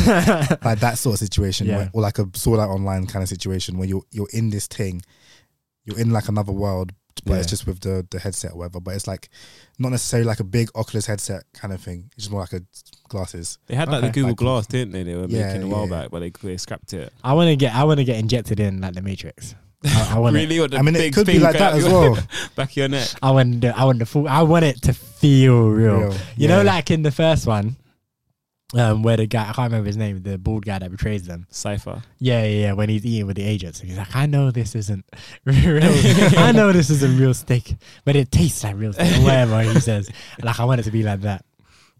[SPEAKER 2] like that sort of situation,
[SPEAKER 1] Yeah.
[SPEAKER 2] where, or like a sort out online kind of situation where you're you're in this thing, you're in like another world, but
[SPEAKER 1] Yeah.
[SPEAKER 2] it's just with the the headset or whatever. But it's like not necessarily like a big Oculus headset kind of thing. It's just more like a glasses.
[SPEAKER 6] they had like
[SPEAKER 1] Okay.
[SPEAKER 6] the Google
[SPEAKER 2] Like-
[SPEAKER 6] Glass, didn't they? They were
[SPEAKER 2] Yeah,
[SPEAKER 6] making a while
[SPEAKER 2] yeah.
[SPEAKER 6] back, but they, they scrapped it.
[SPEAKER 1] I want to get I want to get injected in like the uh, Matrix. I, I want it.
[SPEAKER 6] Really? Or the
[SPEAKER 2] I mean, it
[SPEAKER 6] big
[SPEAKER 2] could be
[SPEAKER 6] thing
[SPEAKER 2] like
[SPEAKER 6] going
[SPEAKER 2] that as
[SPEAKER 6] up your-
[SPEAKER 2] well.
[SPEAKER 6] back of your neck.
[SPEAKER 1] I want the, I want the full. I want it to feel real.
[SPEAKER 2] Real,
[SPEAKER 1] You
[SPEAKER 2] yeah.
[SPEAKER 1] know, like in the first one, um, where the guy I can't remember his name, the bald guy that betrays them.
[SPEAKER 6] Cipher.
[SPEAKER 1] Yeah, yeah, yeah. When he's eating with the agents, and he's like, "I know this isn't real. I know this isn't real steak, but it tastes like real steak." or Whatever he says, like I want it to be like that.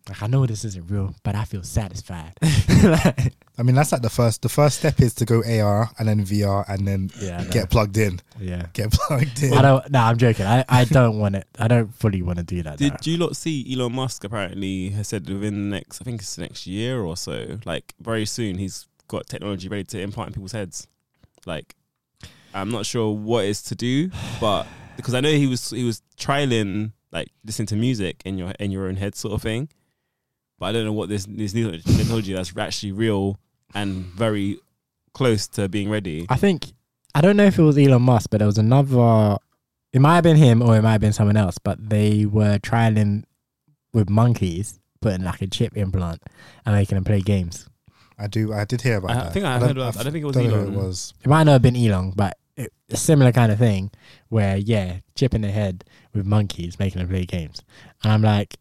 [SPEAKER 1] Like I know this isn't real, but I feel satisfied. Like,
[SPEAKER 2] I mean, that's like the first. The first step is to go AR and then VR and then
[SPEAKER 1] Yeah, I know.
[SPEAKER 2] get plugged in.
[SPEAKER 1] yeah.
[SPEAKER 2] Get plugged in.
[SPEAKER 1] I don't. No, I'm joking. I, I don't want it. I don't fully want to do that.
[SPEAKER 6] Did
[SPEAKER 1] though.
[SPEAKER 6] you lot see Elon Musk apparently has said within the next, I think it's the next year or so, like very soon he's got technology ready to implant in people's heads. Like, I'm not sure what it's to do, but because I know he was he was trialing like listening to music in your in your own head sort of thing, but I don't know what this this new technology that's actually real and very close to being ready.
[SPEAKER 1] I think I don't know if it was Elon Musk, but there was another. It might have been him, or it might have been someone else. But they were trialing with monkeys, putting like a chip implant and making them play games.
[SPEAKER 2] I do. I did hear about
[SPEAKER 6] I
[SPEAKER 2] that.
[SPEAKER 6] think I
[SPEAKER 2] don't-
[SPEAKER 6] heard about- I don't think it was
[SPEAKER 2] know
[SPEAKER 6] Elon.
[SPEAKER 2] who it was.
[SPEAKER 1] It might not have been Elon, but it, a similar kind of thing where yeah, chip in the head with monkeys, making them play games. And I'm like,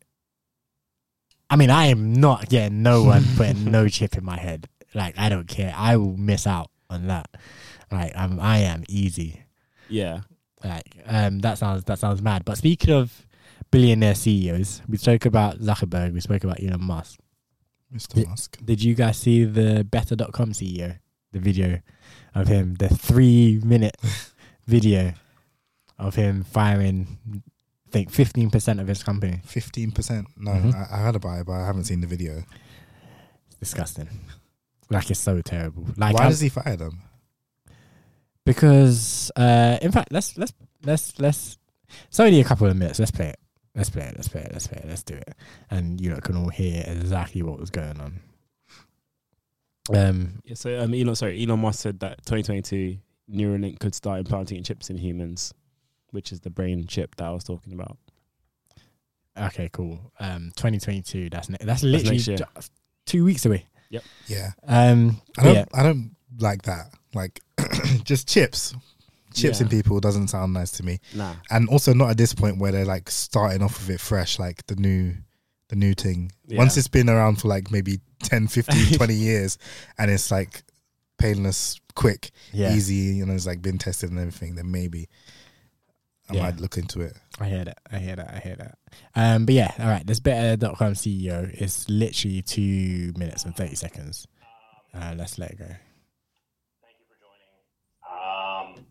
[SPEAKER 1] I mean, I am not getting no one putting no chip in my head. Like I don't care. I will miss out on that. Like I'm, I am easy.
[SPEAKER 6] Yeah,
[SPEAKER 1] Like, um, that sounds that sounds mad. But speaking of billionaire CEOs, we spoke about Zuckerberg, we spoke about Elon Musk.
[SPEAKER 2] Mr. Musk.
[SPEAKER 1] Did you guys see the Better.com CEO, E the video of him, the three minute video of him firing, I think fifteen percent of his company.
[SPEAKER 2] Fifteen percent. No,
[SPEAKER 1] Mhm.
[SPEAKER 2] I, I heard about it, but I haven't seen the video.
[SPEAKER 1] It's disgusting. Like it's so terrible. Like
[SPEAKER 2] Why
[SPEAKER 1] I'm-
[SPEAKER 2] does he fire them?
[SPEAKER 1] because uh, in fact, let's let's let's let's. It's only a couple of minutes. Let's play it. Let's play it. Let's play it. Let's play it. Let's do it. And you lot can all hear exactly what was going on. Um,
[SPEAKER 6] Yeah, so um, Elon, sorry, Elon Musk said that 2022 Neuralink could start implanting chips in humans, which is the brain chip that I was talking about.
[SPEAKER 1] okay, cool. Um, 2022. That's ne- that's literally
[SPEAKER 6] next year.
[SPEAKER 1] just two weeks away.
[SPEAKER 2] Yeah,
[SPEAKER 1] Um,
[SPEAKER 2] I don't.
[SPEAKER 1] yeah,
[SPEAKER 2] I don't like that. Like, just chips. Chips
[SPEAKER 6] Yeah.
[SPEAKER 2] in people doesn't sound nice to me.
[SPEAKER 6] Nah,
[SPEAKER 2] and also not at this point where they're like starting off with it fresh like the new the new thing
[SPEAKER 6] Yeah.
[SPEAKER 2] once it's been around for like maybe 10 15 20 years and it's like painless quick
[SPEAKER 1] yeah.
[SPEAKER 2] easy and it's like been tested and everything then maybe i
[SPEAKER 1] Yeah.
[SPEAKER 2] might look into it
[SPEAKER 1] I hear that. I hear that. I hear that. Um, but yeah, all right. This better.com CEO is E literally two minutes and 30 seconds. Uh, let's let it go.
[SPEAKER 8] Thank you for joining. Um,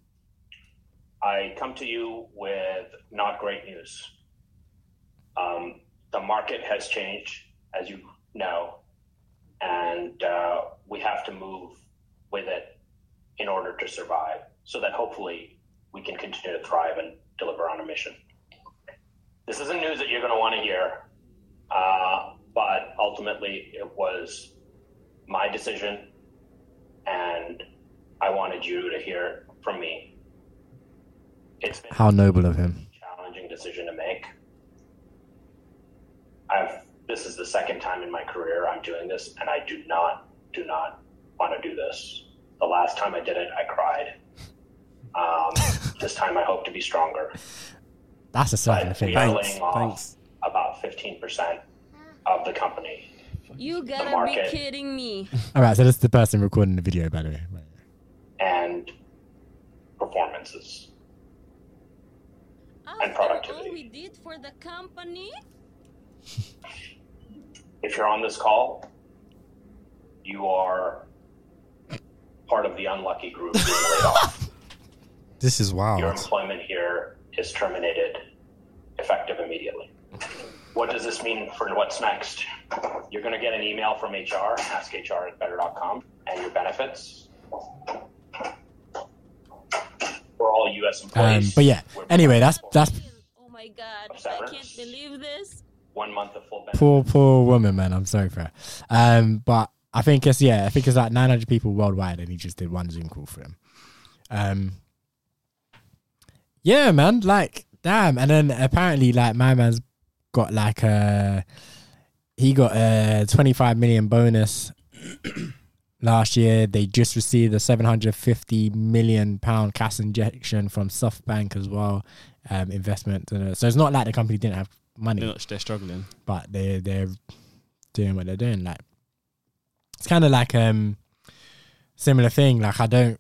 [SPEAKER 8] I come to you with not great news. Um, the market has changed, as you know, and uh, we have to move with it in order to survive so that hopefully we can continue to thrive and deliver on a mission. This isn't news that you're going to want to hear, uh, but ultimately it was my decision and I wanted you to hear it from me. It's been
[SPEAKER 1] How noble of him.
[SPEAKER 8] challenging decision to make. I've this is the second time in my career I'm doing this, and I do not, do not want to do this. The last time I did it, I cried. Um, this time, I hope to be stronger.
[SPEAKER 1] That's a slap in the
[SPEAKER 8] But we
[SPEAKER 1] face.
[SPEAKER 8] are
[SPEAKER 6] Thanks,
[SPEAKER 8] laying off
[SPEAKER 6] thanks.
[SPEAKER 8] about 15% of the company.
[SPEAKER 9] You
[SPEAKER 8] The
[SPEAKER 9] gotta be
[SPEAKER 8] market.
[SPEAKER 9] kidding me.
[SPEAKER 1] All right, so this is the person recording the video, by the way.
[SPEAKER 8] and performances.
[SPEAKER 9] After all
[SPEAKER 8] productivity.
[SPEAKER 9] we did for the company,
[SPEAKER 8] If you're on this call, you are part of the unlucky group being laid off.
[SPEAKER 2] this is
[SPEAKER 8] Your
[SPEAKER 2] wild
[SPEAKER 8] employment here is terminated, effective immediately. What does this mean for what's next? You're going to get an email from HR, askhr at better.com, and your benefits. We're all U.S.
[SPEAKER 1] Um,
[SPEAKER 8] employees.
[SPEAKER 1] but yeah,
[SPEAKER 8] We're-
[SPEAKER 1] anyway, that's that's
[SPEAKER 9] oh my god, I
[SPEAKER 8] Severance.
[SPEAKER 9] can't believe this.
[SPEAKER 8] one month of full benefits.
[SPEAKER 1] poor, poor woman, man. I'm sorry for her. Um, but I think it's yeah, I think it's like 900 people worldwide, and he just did one Zoom call for him. Um, yeah, man, like damn. And then apparently, like my man's got like a he got a 25 million bonus last year. They just received a 750 million pound cash injection from SoftBank as well, um, investment. uh, So it's not like the company didn't have money,
[SPEAKER 6] They're, not, they're struggling.
[SPEAKER 1] but they they're doing what they're doing. Like it's kind of like um similar thing. Like I don't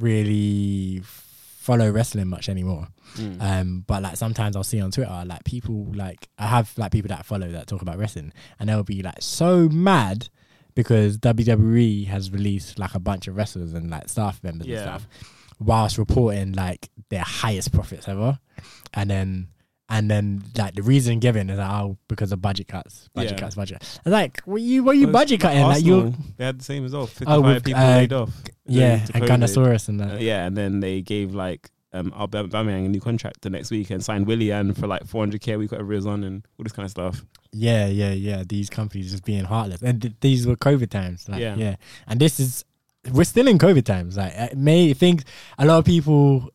[SPEAKER 1] really follow wrestling much anymore.
[SPEAKER 6] Mm.
[SPEAKER 1] Um, but like sometimes I'll see on Twitter like people like I have like people that I follow that talk about wrestling, and they'll be like so mad because WWE has released like a bunch of wrestlers and like staff members
[SPEAKER 6] Yeah.
[SPEAKER 1] and stuff, whilst reporting like their highest profits ever, and then and then like the reason given is like, oh because of budget cuts, budget
[SPEAKER 6] Yeah.
[SPEAKER 1] cuts, budget. cuts. And, like what you what you
[SPEAKER 6] Well,
[SPEAKER 1] budget cutting? Like uh, you
[SPEAKER 6] Arsenal, they had the same as well.
[SPEAKER 1] Oh,
[SPEAKER 6] Fifty-five
[SPEAKER 1] with,
[SPEAKER 6] people
[SPEAKER 1] uh,
[SPEAKER 6] laid off.
[SPEAKER 1] yeah,
[SPEAKER 6] due to
[SPEAKER 1] and
[SPEAKER 6] COVID.
[SPEAKER 1] Ganosaurus and that.
[SPEAKER 6] Uh, yeah, and then they gave like um Aubame- Aubameyang a new contract the next week and signed Willian for like 400k a week, whatever it was on, and all this kind of stuff.
[SPEAKER 1] Yeah, yeah, yeah. These companies just being heartless, and th- these were COVID times. Like, yeah.
[SPEAKER 6] Yeah.
[SPEAKER 1] and this is we're still in COVID times. Like, it may think a lot of people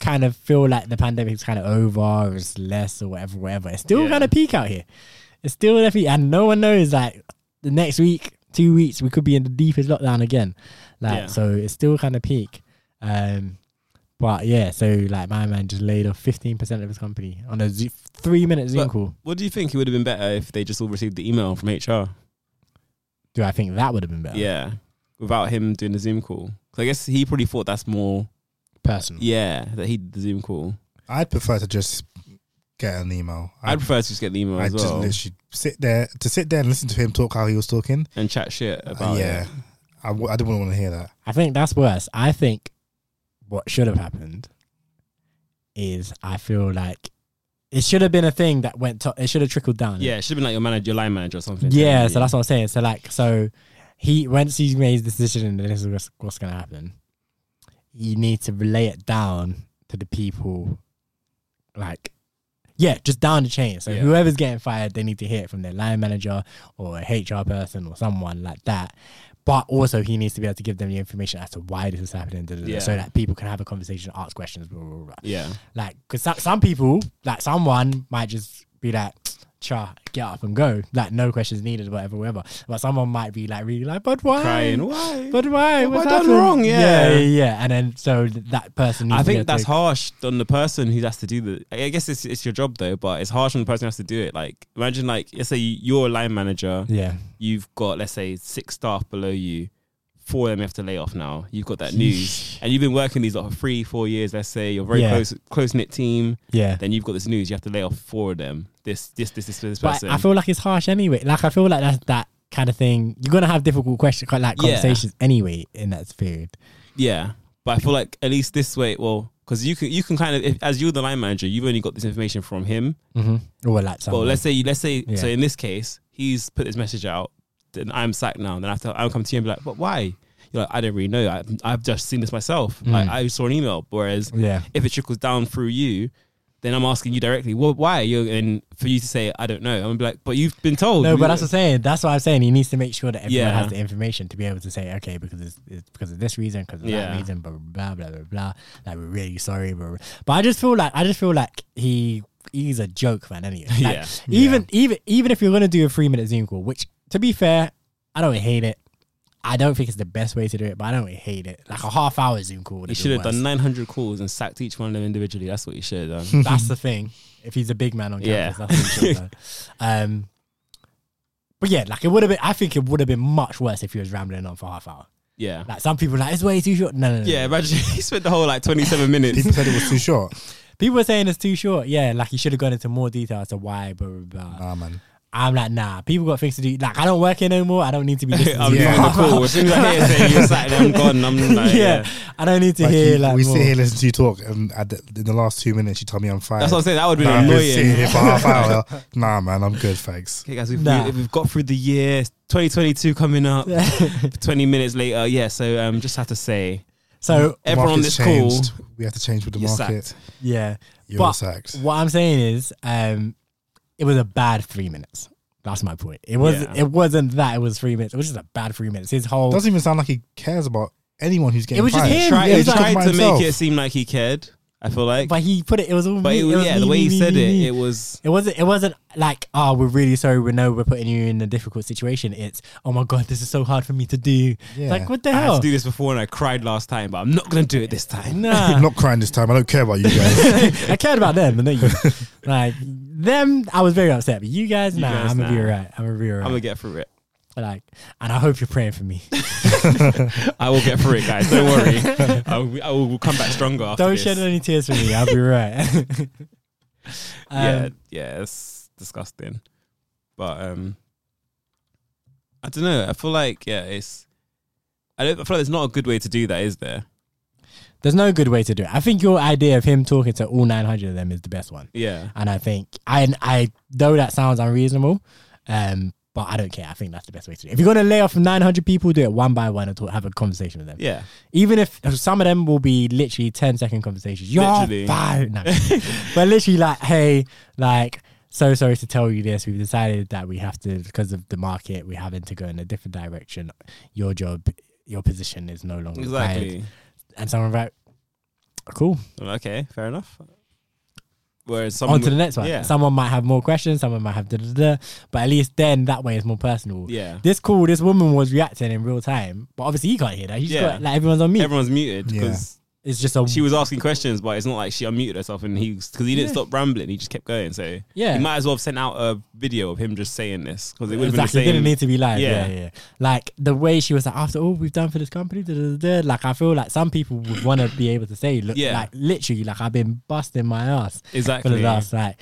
[SPEAKER 1] kind of feel like the pandemic's kind of over, or it's less, or whatever, whatever. It's still
[SPEAKER 6] Yeah.
[SPEAKER 1] kind of peak out here. It's still at peak, and no one knows. Like, the next week, two weeks, we could be in the deepest lockdown again. Like,
[SPEAKER 6] Yeah.
[SPEAKER 1] so it's still kind of peak. Um, but yeah, so like my man just laid off fifteen percent of his company on a Zo- three-minute Zoom
[SPEAKER 6] But-
[SPEAKER 1] call.
[SPEAKER 6] What do you think it would have been better if they just all received the email from HR?
[SPEAKER 1] Do I think that would have been better?
[SPEAKER 6] Yeah, without him doing the Zoom call. 'Cause I guess he probably thought that's more.
[SPEAKER 1] personal.
[SPEAKER 6] Yeah, that he did the Zoom call.
[SPEAKER 2] I'd prefer to just get an email.
[SPEAKER 6] I'd prefer to just get the email
[SPEAKER 2] I
[SPEAKER 6] as
[SPEAKER 2] just
[SPEAKER 6] well
[SPEAKER 2] literally sit there to sit there and listen to him talk how he was talking.
[SPEAKER 6] and chat shit
[SPEAKER 2] Uh,
[SPEAKER 6] about
[SPEAKER 2] yeah,
[SPEAKER 6] it.
[SPEAKER 2] I w- I didn't want to hear that.
[SPEAKER 1] I think that's worse. I think what should have happened is I feel like it should have been a thing that went to, it should have trickled down.
[SPEAKER 6] Yeah, it should have been like your manager, your line manager, or something.
[SPEAKER 1] Yeah,
[SPEAKER 6] Definitely.
[SPEAKER 1] so that's what I'm saying. So like so he once he made his decision and this is what's, what's gonna happen, you need to relay it down to the people like yeah, just down the chain. So
[SPEAKER 6] Yeah.
[SPEAKER 1] whoever's getting fired, they need to hear it from their line manager or a HR person or someone like that. But also, he needs to be able to give them the information as to why this is happening, da, da, da,
[SPEAKER 6] Yeah.
[SPEAKER 1] so that people can have a conversation, ask questions, blah, blah, blah.
[SPEAKER 6] yeah.
[SPEAKER 1] Like, because some, some people, like someone might just be like, cha, get up and go. Like, no questions needed, whatever, whatever. But someone might be like, really like, but why?
[SPEAKER 6] Crying, why?
[SPEAKER 1] But why?
[SPEAKER 6] What
[SPEAKER 1] What's
[SPEAKER 6] have I done
[SPEAKER 1] happened?"
[SPEAKER 6] wrong?
[SPEAKER 1] yeah,
[SPEAKER 6] Yeah.
[SPEAKER 1] yeah. yeah. And then, so th- that person needs
[SPEAKER 6] I
[SPEAKER 1] to be able
[SPEAKER 6] think
[SPEAKER 1] to-
[SPEAKER 6] that's harsh on the person who has to do the. I guess it's it's your job though, but it's harsh on the person who has to do it. Like imagine like let's say you're a line manager,
[SPEAKER 1] Yeah.
[SPEAKER 6] you've got let's say six staff below you, four of them you have to lay off now. You've got that news, and you've been working these like for three four years. Let's say you're a very
[SPEAKER 1] Yeah.
[SPEAKER 6] close close knit team.
[SPEAKER 1] Yeah.
[SPEAKER 6] Then you've got this news. You have to lay off four of them. This this this this, this
[SPEAKER 1] But
[SPEAKER 6] person.
[SPEAKER 1] I feel like it's harsh anyway. Like I feel like that's that kind of thing. You're gonna have difficult question like
[SPEAKER 6] Yeah.
[SPEAKER 1] conversations anyway in that field.
[SPEAKER 6] Yeah, but I feel like at least this way, well, because you can you can kind of if, as you're the line manager, you've only got this information from him.
[SPEAKER 1] Mm-hmm. Or like someone.
[SPEAKER 6] Well, let's say you- let's say so
[SPEAKER 1] Yeah.
[SPEAKER 6] in this case, he's put this message out. Then I'm sacked now. Then I have to I'll come to you and be like, but why? You're like, I don't really know. I, I've just seen this myself. Like I saw an email. Whereas
[SPEAKER 1] Mm. Yeah.
[SPEAKER 6] if it trickles down through you. Then I'm asking you directly, well, why? You're, and for you to say, I don't know. I'm gonna be like, but you've been told.
[SPEAKER 1] No, but that's what I'm saying. That's what I'm saying. He needs to make sure that everyone
[SPEAKER 6] Yeah.
[SPEAKER 1] has the information to be able to say, okay, because it's, it's because of this reason, because of that
[SPEAKER 6] Yeah.
[SPEAKER 1] reason, blah blah blah blah blah. blah. Like we're really sorry, blah, blah. but I just feel like I just feel like he he's a joke man. Anyway, Like,
[SPEAKER 6] Yeah.
[SPEAKER 1] Even even even if you're gonna do a three minute Zoom call, which to be fair, I don't hate it. I don't think it's the best way to do it, but I don't hate it. Like a half hour Zoom call. would
[SPEAKER 6] He
[SPEAKER 1] been
[SPEAKER 6] should have
[SPEAKER 1] worse.
[SPEAKER 6] done 900 calls and sacked each one of them individually. That's what he should have done.
[SPEAKER 1] That's the thing. If he's a big man on
[SPEAKER 6] Yeah.
[SPEAKER 1] campus, that's what he should have done. Um, but yeah, like it would have been. I think it would have been much worse if he was rambling on for half hour.
[SPEAKER 6] Yeah.
[SPEAKER 1] Like some people, are like it's way too short. No, no, no.
[SPEAKER 6] Yeah, imagine he spent the whole like 27 minutes.
[SPEAKER 2] People said it was too short.
[SPEAKER 1] People were saying it's too short. Yeah, like he should have gone into more detail as to why. Blah blah blah.
[SPEAKER 2] Nah, man.
[SPEAKER 1] I'm like, nah. People got things to do. Like I don't work here no more. I don't need to be. listening
[SPEAKER 6] I'm
[SPEAKER 1] to
[SPEAKER 2] Yeah.
[SPEAKER 1] you.
[SPEAKER 6] doing the call. As soon as I hear saying you're sat there, I'm gone. I'm
[SPEAKER 1] yeah.
[SPEAKER 6] like, yeah.
[SPEAKER 1] I don't need to
[SPEAKER 2] Like,
[SPEAKER 1] hear
[SPEAKER 2] you-
[SPEAKER 1] like.
[SPEAKER 2] we
[SPEAKER 1] more.
[SPEAKER 2] sit here listening to you talk, and at the, in the last two minutes, you told me I'm fired.
[SPEAKER 6] That's what I'm saying. That would
[SPEAKER 2] Nah,
[SPEAKER 6] have
[SPEAKER 2] I've
[SPEAKER 6] been
[SPEAKER 2] been sitting
[SPEAKER 6] annoying.
[SPEAKER 2] here for half hour. Nah, man, I'm good, thanks.
[SPEAKER 6] Okay, guys, we've,
[SPEAKER 1] Nah.
[SPEAKER 6] we, we've got through the year 2022 coming up. 20 minutes later, yeah. So um, just have to say,
[SPEAKER 1] so
[SPEAKER 6] everyone on
[SPEAKER 2] Market's
[SPEAKER 6] this
[SPEAKER 2] changed.
[SPEAKER 6] call,
[SPEAKER 2] we have to change with the
[SPEAKER 6] you're
[SPEAKER 2] market.
[SPEAKER 6] sacked.
[SPEAKER 1] yeah.
[SPEAKER 2] You're
[SPEAKER 1] But
[SPEAKER 2] sacked.
[SPEAKER 1] What I'm saying is, um, it was a bad three minutes. That's my point. It was.
[SPEAKER 6] Yeah.
[SPEAKER 1] It wasn't that. It was three minutes. It was just a bad three minutes. His whole.
[SPEAKER 2] Doesn't even sound like he cares about anyone who's getting
[SPEAKER 1] was just
[SPEAKER 2] fired.
[SPEAKER 1] him.
[SPEAKER 6] Try,
[SPEAKER 1] Yeah,
[SPEAKER 6] he
[SPEAKER 1] he's
[SPEAKER 6] tried
[SPEAKER 2] like-
[SPEAKER 6] to make
[SPEAKER 2] himself.
[SPEAKER 6] it seem like he cared. I feel like, but,
[SPEAKER 1] But he put it. It was all. me,
[SPEAKER 6] it was,
[SPEAKER 1] was
[SPEAKER 6] yeah,
[SPEAKER 1] me,
[SPEAKER 6] the way
[SPEAKER 1] me,
[SPEAKER 6] he
[SPEAKER 1] me,
[SPEAKER 6] said
[SPEAKER 1] me,
[SPEAKER 6] it,
[SPEAKER 1] me.
[SPEAKER 6] it was
[SPEAKER 1] It wasn't. It wasn't like, oh, we're really sorry. We know we're putting you in a difficult situation. It's, oh my god, this is so hard for me to do.
[SPEAKER 2] Yeah.
[SPEAKER 1] Like, what the
[SPEAKER 6] I had
[SPEAKER 1] hell?
[SPEAKER 6] to do this before and I cried last time, but I'm not gonna do it this time.
[SPEAKER 1] Nah,
[SPEAKER 2] I'm not crying this time. I don't care about you guys.
[SPEAKER 1] I cared about them, and then you, like them, I was very upset. But you guys,
[SPEAKER 6] You
[SPEAKER 1] nah,
[SPEAKER 6] guys,
[SPEAKER 1] I'm gonna be
[SPEAKER 6] nah.
[SPEAKER 1] alright. I'm gonna be alright.
[SPEAKER 6] I'm gonna get through it.
[SPEAKER 1] like, and I hope you're praying for me.
[SPEAKER 6] I will get through it, guys. Don't worry. I will, I will come back stronger. After
[SPEAKER 1] Don't
[SPEAKER 6] this.
[SPEAKER 1] shed any tears for me. I'll be alright. um,
[SPEAKER 6] yeah, yeah, it's disgusting. But um, I don't know. I feel like yeah, it's. I don't. I feel like there's not a good way to do that, is there?
[SPEAKER 1] There's no good way to do it. I think your idea of him talking to all 900 of them is the best one.
[SPEAKER 6] Yeah,
[SPEAKER 1] And I think I I know that sounds unreasonable, um, but I don't care. I think that's the best way to do it. If you're gonna lay off 900 people, do it one by one and talk, have a conversation with them.
[SPEAKER 6] yeah.
[SPEAKER 1] Even if some of them will be literally 10 second conversations. You're
[SPEAKER 6] Literally.
[SPEAKER 1] fine. No. but literally like, hey, like, so sorry to tell you this. We've decided that we have to, because of the market, we're having to go in a different direction. Your job, your position is no longer required."
[SPEAKER 6] Exactly.
[SPEAKER 1] And someone like, cool.
[SPEAKER 6] Okay, fair enough. Whereas
[SPEAKER 1] on
[SPEAKER 6] someone
[SPEAKER 1] to the
[SPEAKER 6] would-
[SPEAKER 1] next one.
[SPEAKER 6] Yeah,
[SPEAKER 1] Someone might have more questions, someone might have da da da, but at least then that way it's more personal.
[SPEAKER 6] yeah.
[SPEAKER 1] This call, this woman was reacting in real time, but obviously he can't hear that. He's
[SPEAKER 6] Yeah.
[SPEAKER 1] got like everyone's on mute.
[SPEAKER 6] Everyone's muted because
[SPEAKER 1] it's just a
[SPEAKER 6] she was asking questions, but it's not like she unmuted herself and he because he didn't
[SPEAKER 1] Yeah.
[SPEAKER 6] stop rambling. He just kept going. So
[SPEAKER 1] Yeah.
[SPEAKER 6] he might as well have sent out a video of him just saying this because it would have
[SPEAKER 1] exactly. It
[SPEAKER 6] been
[SPEAKER 1] didn't
[SPEAKER 6] the
[SPEAKER 1] need
[SPEAKER 6] same.
[SPEAKER 1] to be live. Yeah.
[SPEAKER 6] Yeah.
[SPEAKER 1] yeah, yeah. Like the way she was like, after all we've done for this company, da, da, da, da," like I feel like some people would want to be able to say, look,
[SPEAKER 6] Yeah.
[SPEAKER 1] like literally, like I've been busting my ass for
[SPEAKER 6] Exactly.
[SPEAKER 1] the last like,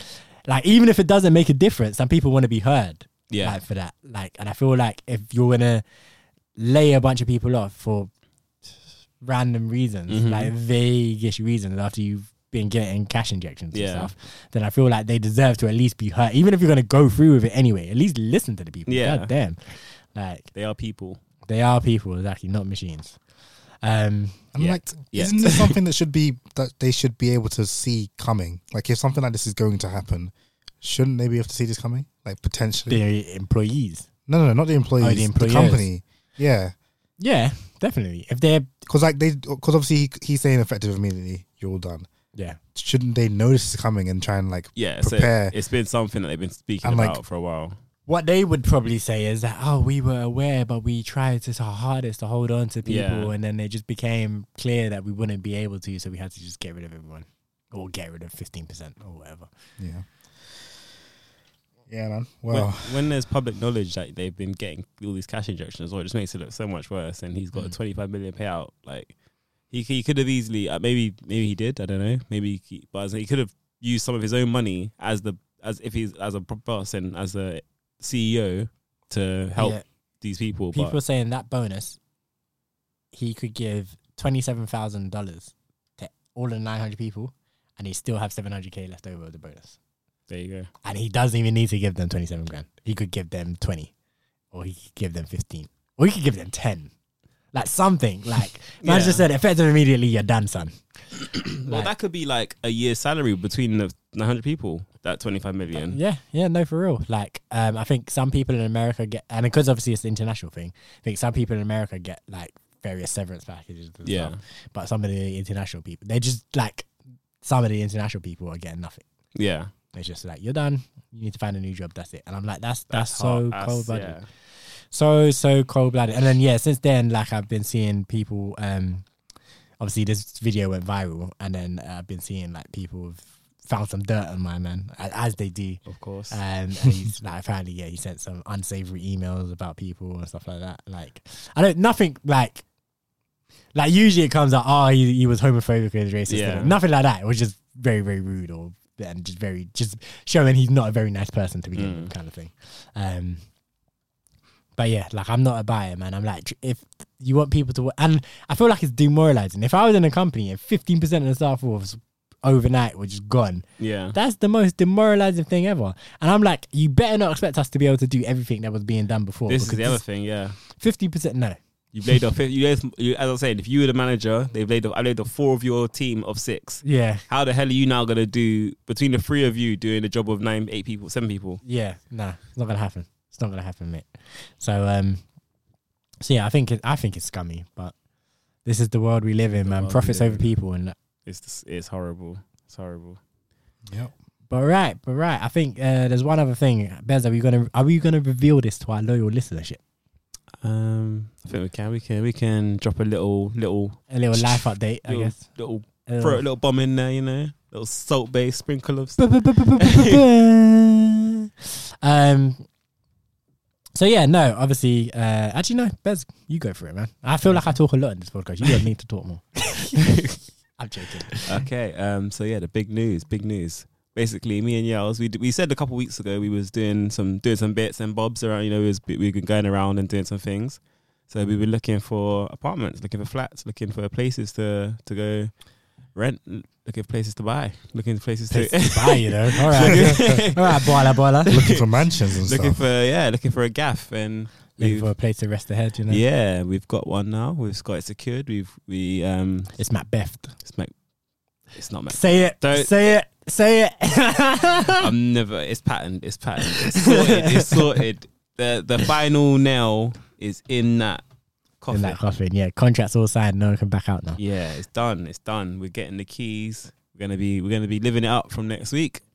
[SPEAKER 1] like even if it doesn't make a difference, some people want to be heard.
[SPEAKER 6] Yeah.
[SPEAKER 1] like, for that. Like, and I feel like if you're gonna lay a bunch of people off for random reasons,
[SPEAKER 6] Mm-hmm.
[SPEAKER 1] like vagueish reasons, after you've been getting cash injections
[SPEAKER 6] Yeah.
[SPEAKER 1] and stuff, then I feel like they deserve to at least be heard. Even if you're gonna go through with it anyway, at least listen to the people.
[SPEAKER 6] Yeah.
[SPEAKER 1] God damn. Like
[SPEAKER 6] They are people.
[SPEAKER 1] they are people, exactly, not machines. Um
[SPEAKER 2] I'm
[SPEAKER 1] yeah.
[SPEAKER 2] like,
[SPEAKER 6] Yeah.
[SPEAKER 2] isn't this something that should be that they should be able to see coming? Like, if something like this is going to happen, shouldn't they be able to see this coming? Like potentially?
[SPEAKER 1] the employees.
[SPEAKER 2] No, no, no, not the
[SPEAKER 6] Oh,
[SPEAKER 2] employees.
[SPEAKER 1] the employers.
[SPEAKER 2] the company. Yeah.
[SPEAKER 1] Yeah, definitely. If they're
[SPEAKER 2] Because like they, because obviously he, he's saying effective immediately. You're all done.
[SPEAKER 1] yeah.
[SPEAKER 2] Shouldn't they know this is coming and try and like
[SPEAKER 6] Yeah,
[SPEAKER 2] prepare?
[SPEAKER 6] so it's been something that they've been speaking
[SPEAKER 2] And, like,
[SPEAKER 6] about for a while.
[SPEAKER 1] what they would probably say is that oh we were aware but we tried to our hardest to hold on to people
[SPEAKER 6] Yeah.
[SPEAKER 1] and then it just became clear that we wouldn't be able to so we had to just get rid of everyone or get rid of 15% or whatever
[SPEAKER 2] yeah. Yeah, man.
[SPEAKER 6] When,
[SPEAKER 2] Well,
[SPEAKER 6] when there's public knowledge that they've been getting all these cash injections, well, it just makes it look so much worse. And he's got a
[SPEAKER 1] Mm.
[SPEAKER 6] 25 million payout. Like he, c- he could have easily, uh, maybe maybe he did. I don't know. Maybe, he, but as- he could have used some of his own money as the as if he's as a b- boss and as a CEO to help
[SPEAKER 1] Yeah.
[SPEAKER 6] these people.
[SPEAKER 1] people are
[SPEAKER 6] but
[SPEAKER 1] saying that bonus he could give $27,000 to all of the 900 people and he still have 700k left over of the bonus
[SPEAKER 6] there you go.
[SPEAKER 1] and he doesn't even need to give them 27 grand he could give them 20 or he could give them 15 or he could give them 10 like something like man
[SPEAKER 6] Yeah.
[SPEAKER 1] just said effective immediately you're done son Mm.
[SPEAKER 6] Well, that could be like a year's salary between the 900 people. That 25 million.
[SPEAKER 1] Yeah, yeah, no, for real. Like, um, I think some people in America get, and because obviously it's an international thing, I think some people in America get like various severance packages. And
[SPEAKER 6] Yeah.
[SPEAKER 1] stuff, but some of the international people, they're just like, some of the international people are getting nothing.
[SPEAKER 6] Yeah,
[SPEAKER 1] It's just like you're done. You need to find a new job. That's it. And I'm like, that's that's,
[SPEAKER 6] hard.
[SPEAKER 1] so
[SPEAKER 6] That's-
[SPEAKER 1] cold blooded,
[SPEAKER 6] yeah.
[SPEAKER 1] so so cold blooded. And then yeah, since then, like I've been seeing people. um Obviously, this video went viral, and then uh, I've been seeing like people have found some dirt on my man, a- as they do.
[SPEAKER 6] Of course.
[SPEAKER 1] Um, and he's like, apparently, yeah, he sent some unsavory emails about people and stuff like that. Like, I don't, nothing like, like usually it comes out, oh, he, he was homophobic and racist.
[SPEAKER 6] Yeah.
[SPEAKER 1] Nothing like that. It was just very, very rude or, and just very, just showing he's not a very nice person to begin
[SPEAKER 6] Mm.
[SPEAKER 1] with, kind of thing. Um, but yeah, like I'm not a buyer, man. I'm like, if you want people to, wo- and I feel like it's demoralizing. If I was in a company and 15% of the staff was overnight were just gone,
[SPEAKER 6] yeah.
[SPEAKER 1] that's the most demoralizing thing ever. And I'm like, you better not expect us to be able to do everything that was being done before.
[SPEAKER 6] This is the other thing. Yeah.
[SPEAKER 1] Fifty percent, no.
[SPEAKER 6] You've laid off. You laid, you, as I said, if you were the manager, they've laid off. I laid off four of your team of six.
[SPEAKER 1] Yeah,
[SPEAKER 6] How the hell are you now gonna do between the three of you doing the job of nine, eight people, seven people?
[SPEAKER 1] yeah, no, it's not gonna happen. It's not gonna happen, mate. So, um, so yeah, I think it, I think it's scummy, but this is the world we live in, man.
[SPEAKER 6] world we
[SPEAKER 1] Profits
[SPEAKER 6] live
[SPEAKER 1] over people, and
[SPEAKER 6] It's it's horrible. It's horrible.
[SPEAKER 2] Yep.
[SPEAKER 1] But right, but right. I think uh, there's one other thing, Bez. Are we gonna are we gonna reveal this to our loyal listenership?
[SPEAKER 6] Um, I think we can we can we can drop a little little
[SPEAKER 1] A little life update, I
[SPEAKER 6] little,
[SPEAKER 1] guess.
[SPEAKER 6] little
[SPEAKER 1] A little-
[SPEAKER 6] throw a little bomb in there, you know, little salt based sprinkle of stuff.
[SPEAKER 1] um. So yeah, no. Obviously, uh, actually, no. Bez, you go for it, man. I feel like I talk a lot in this podcast. You don't need to talk more. I'm joking.
[SPEAKER 6] okay. Um. So yeah, the big news. Big news. Basically, me and Yells, we d- we said a couple weeks ago we was doing some doing some bits and bobs around. You know, we was we were going around and doing some things. So we were looking for apartments, looking for flats, looking for places to to go rent, looking for places to buy, looking for places to
[SPEAKER 1] Bye, you know. All right, all right, boiler, boiler.
[SPEAKER 2] Looking for mansions and
[SPEAKER 6] looking
[SPEAKER 2] stuff.
[SPEAKER 6] for yeah, looking for a gaff and.
[SPEAKER 1] Looking
[SPEAKER 6] we've-
[SPEAKER 1] for a place to rest the head, you know.
[SPEAKER 6] Yeah, we've got one now. We've got it secured. We've we um
[SPEAKER 1] It's Macbeth.
[SPEAKER 6] it's Mac it's not Mac.
[SPEAKER 1] Say it.
[SPEAKER 6] Don't-
[SPEAKER 1] Say it. Say it.
[SPEAKER 6] I'm never it's patterned, it's patterned. It's sorted, it's sorted. The the final nail is in that coffin.
[SPEAKER 1] in that coffin. Yeah, contracts all signed. No one can back out now.
[SPEAKER 6] Yeah, it's done. It's done. We're getting the keys. We're gonna be we're gonna be living it up from next week.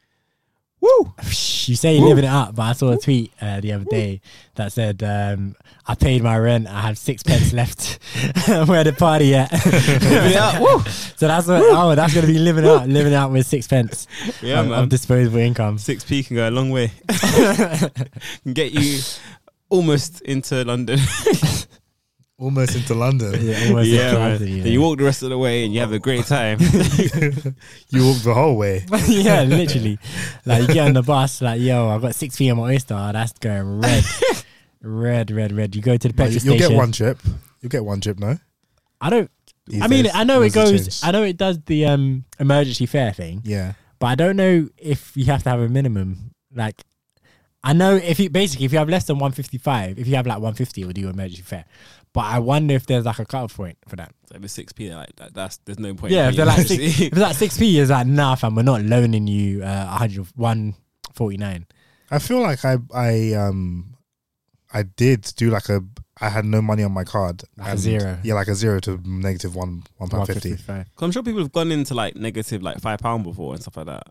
[SPEAKER 6] Woo!
[SPEAKER 1] You say you're living it up, but I saw a tweet uh, the other day that said, um, "I paid my rent. I have six pence left. Where the party at?"
[SPEAKER 6] Living it up. Woo!
[SPEAKER 1] so that's what. Oh, that's gonna be living it up. Living it up with six pence
[SPEAKER 6] Yeah,
[SPEAKER 1] of, of
[SPEAKER 6] man.
[SPEAKER 1] disposable income.
[SPEAKER 6] Six P can go a long way. can get you almost into London.
[SPEAKER 2] Almost into London.
[SPEAKER 1] Yeah, almost
[SPEAKER 6] yeah,
[SPEAKER 1] like
[SPEAKER 6] man.
[SPEAKER 1] London, you
[SPEAKER 6] Then you
[SPEAKER 1] know.
[SPEAKER 6] walk the rest of the way and you have a great time.
[SPEAKER 2] You walk the whole way.
[SPEAKER 1] yeah, literally. Like you get on the bus, like yo, I got six feet on my oyster. Oh, that's going red, red, red, red. You go to the petrol
[SPEAKER 2] You'll
[SPEAKER 1] station.
[SPEAKER 2] get one trip. You'll get one trip, no?
[SPEAKER 1] I don't.
[SPEAKER 2] These
[SPEAKER 1] I mean,
[SPEAKER 2] days,
[SPEAKER 1] I know it
[SPEAKER 2] laws have
[SPEAKER 1] goes.
[SPEAKER 2] changed.
[SPEAKER 1] I know it does the um emergency fare thing,
[SPEAKER 2] Yeah.
[SPEAKER 1] but I don't know if you have to have a minimum. Like, I know if you basically if you have less than one fifty five, if you have like one fifty, it'll do emergency fare. But I wonder if there's like a cutoff point for that.
[SPEAKER 6] So if it's six p, like that, that's there's no point.
[SPEAKER 1] Yeah,
[SPEAKER 6] in
[SPEAKER 1] if they're
[SPEAKER 6] me,
[SPEAKER 1] like six,
[SPEAKER 6] honestly.
[SPEAKER 1] if that six p is like nah, fam, we're not loaning you uh, a hundred one forty nine.
[SPEAKER 2] I feel like I I um I did do like a I had no money on my card.
[SPEAKER 1] Like a zero.
[SPEAKER 2] Yeah, like a zero to negative one one pound fifty.
[SPEAKER 6] 'Cause I'm sure people have gone into like negative like five pound before and stuff like that.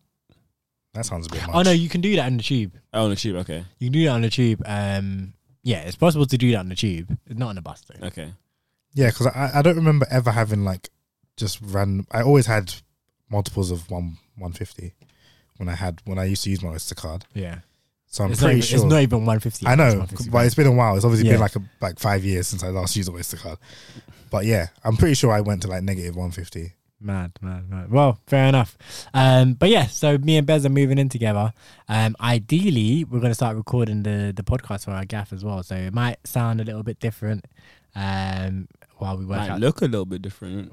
[SPEAKER 2] That sounds a bit much.
[SPEAKER 1] Oh no, you can do that on the tube.
[SPEAKER 6] Oh, on the tube, okay,
[SPEAKER 1] You can do that on the tube. Um, yeah, it's possible to do that on the tube. Not on the bus though.
[SPEAKER 6] okay.
[SPEAKER 2] Yeah, because I, I don't remember ever having like just random. I always had multiples of one one fifty when I had when I used to use my Oyster card.
[SPEAKER 1] Yeah.
[SPEAKER 2] So I'm
[SPEAKER 1] it's, not
[SPEAKER 2] pretty
[SPEAKER 1] even,
[SPEAKER 2] sure.
[SPEAKER 1] it's not even 150.
[SPEAKER 2] I
[SPEAKER 1] it's
[SPEAKER 2] know,
[SPEAKER 1] 150,
[SPEAKER 2] but it's been a while. It's obviously
[SPEAKER 1] Yeah.
[SPEAKER 2] been like a, like five years since I last used the Oyster card. But yeah, I'm pretty sure I went to like negative one fifty.
[SPEAKER 1] Mad, mad, mad. Well, fair enough. Um, but yeah, so me and Bez are moving in together. Um, ideally, we're going to start recording the, the podcast for our gaff as well. So it might sound a little bit different um, while we work
[SPEAKER 6] Might
[SPEAKER 1] out.
[SPEAKER 6] look a little bit different.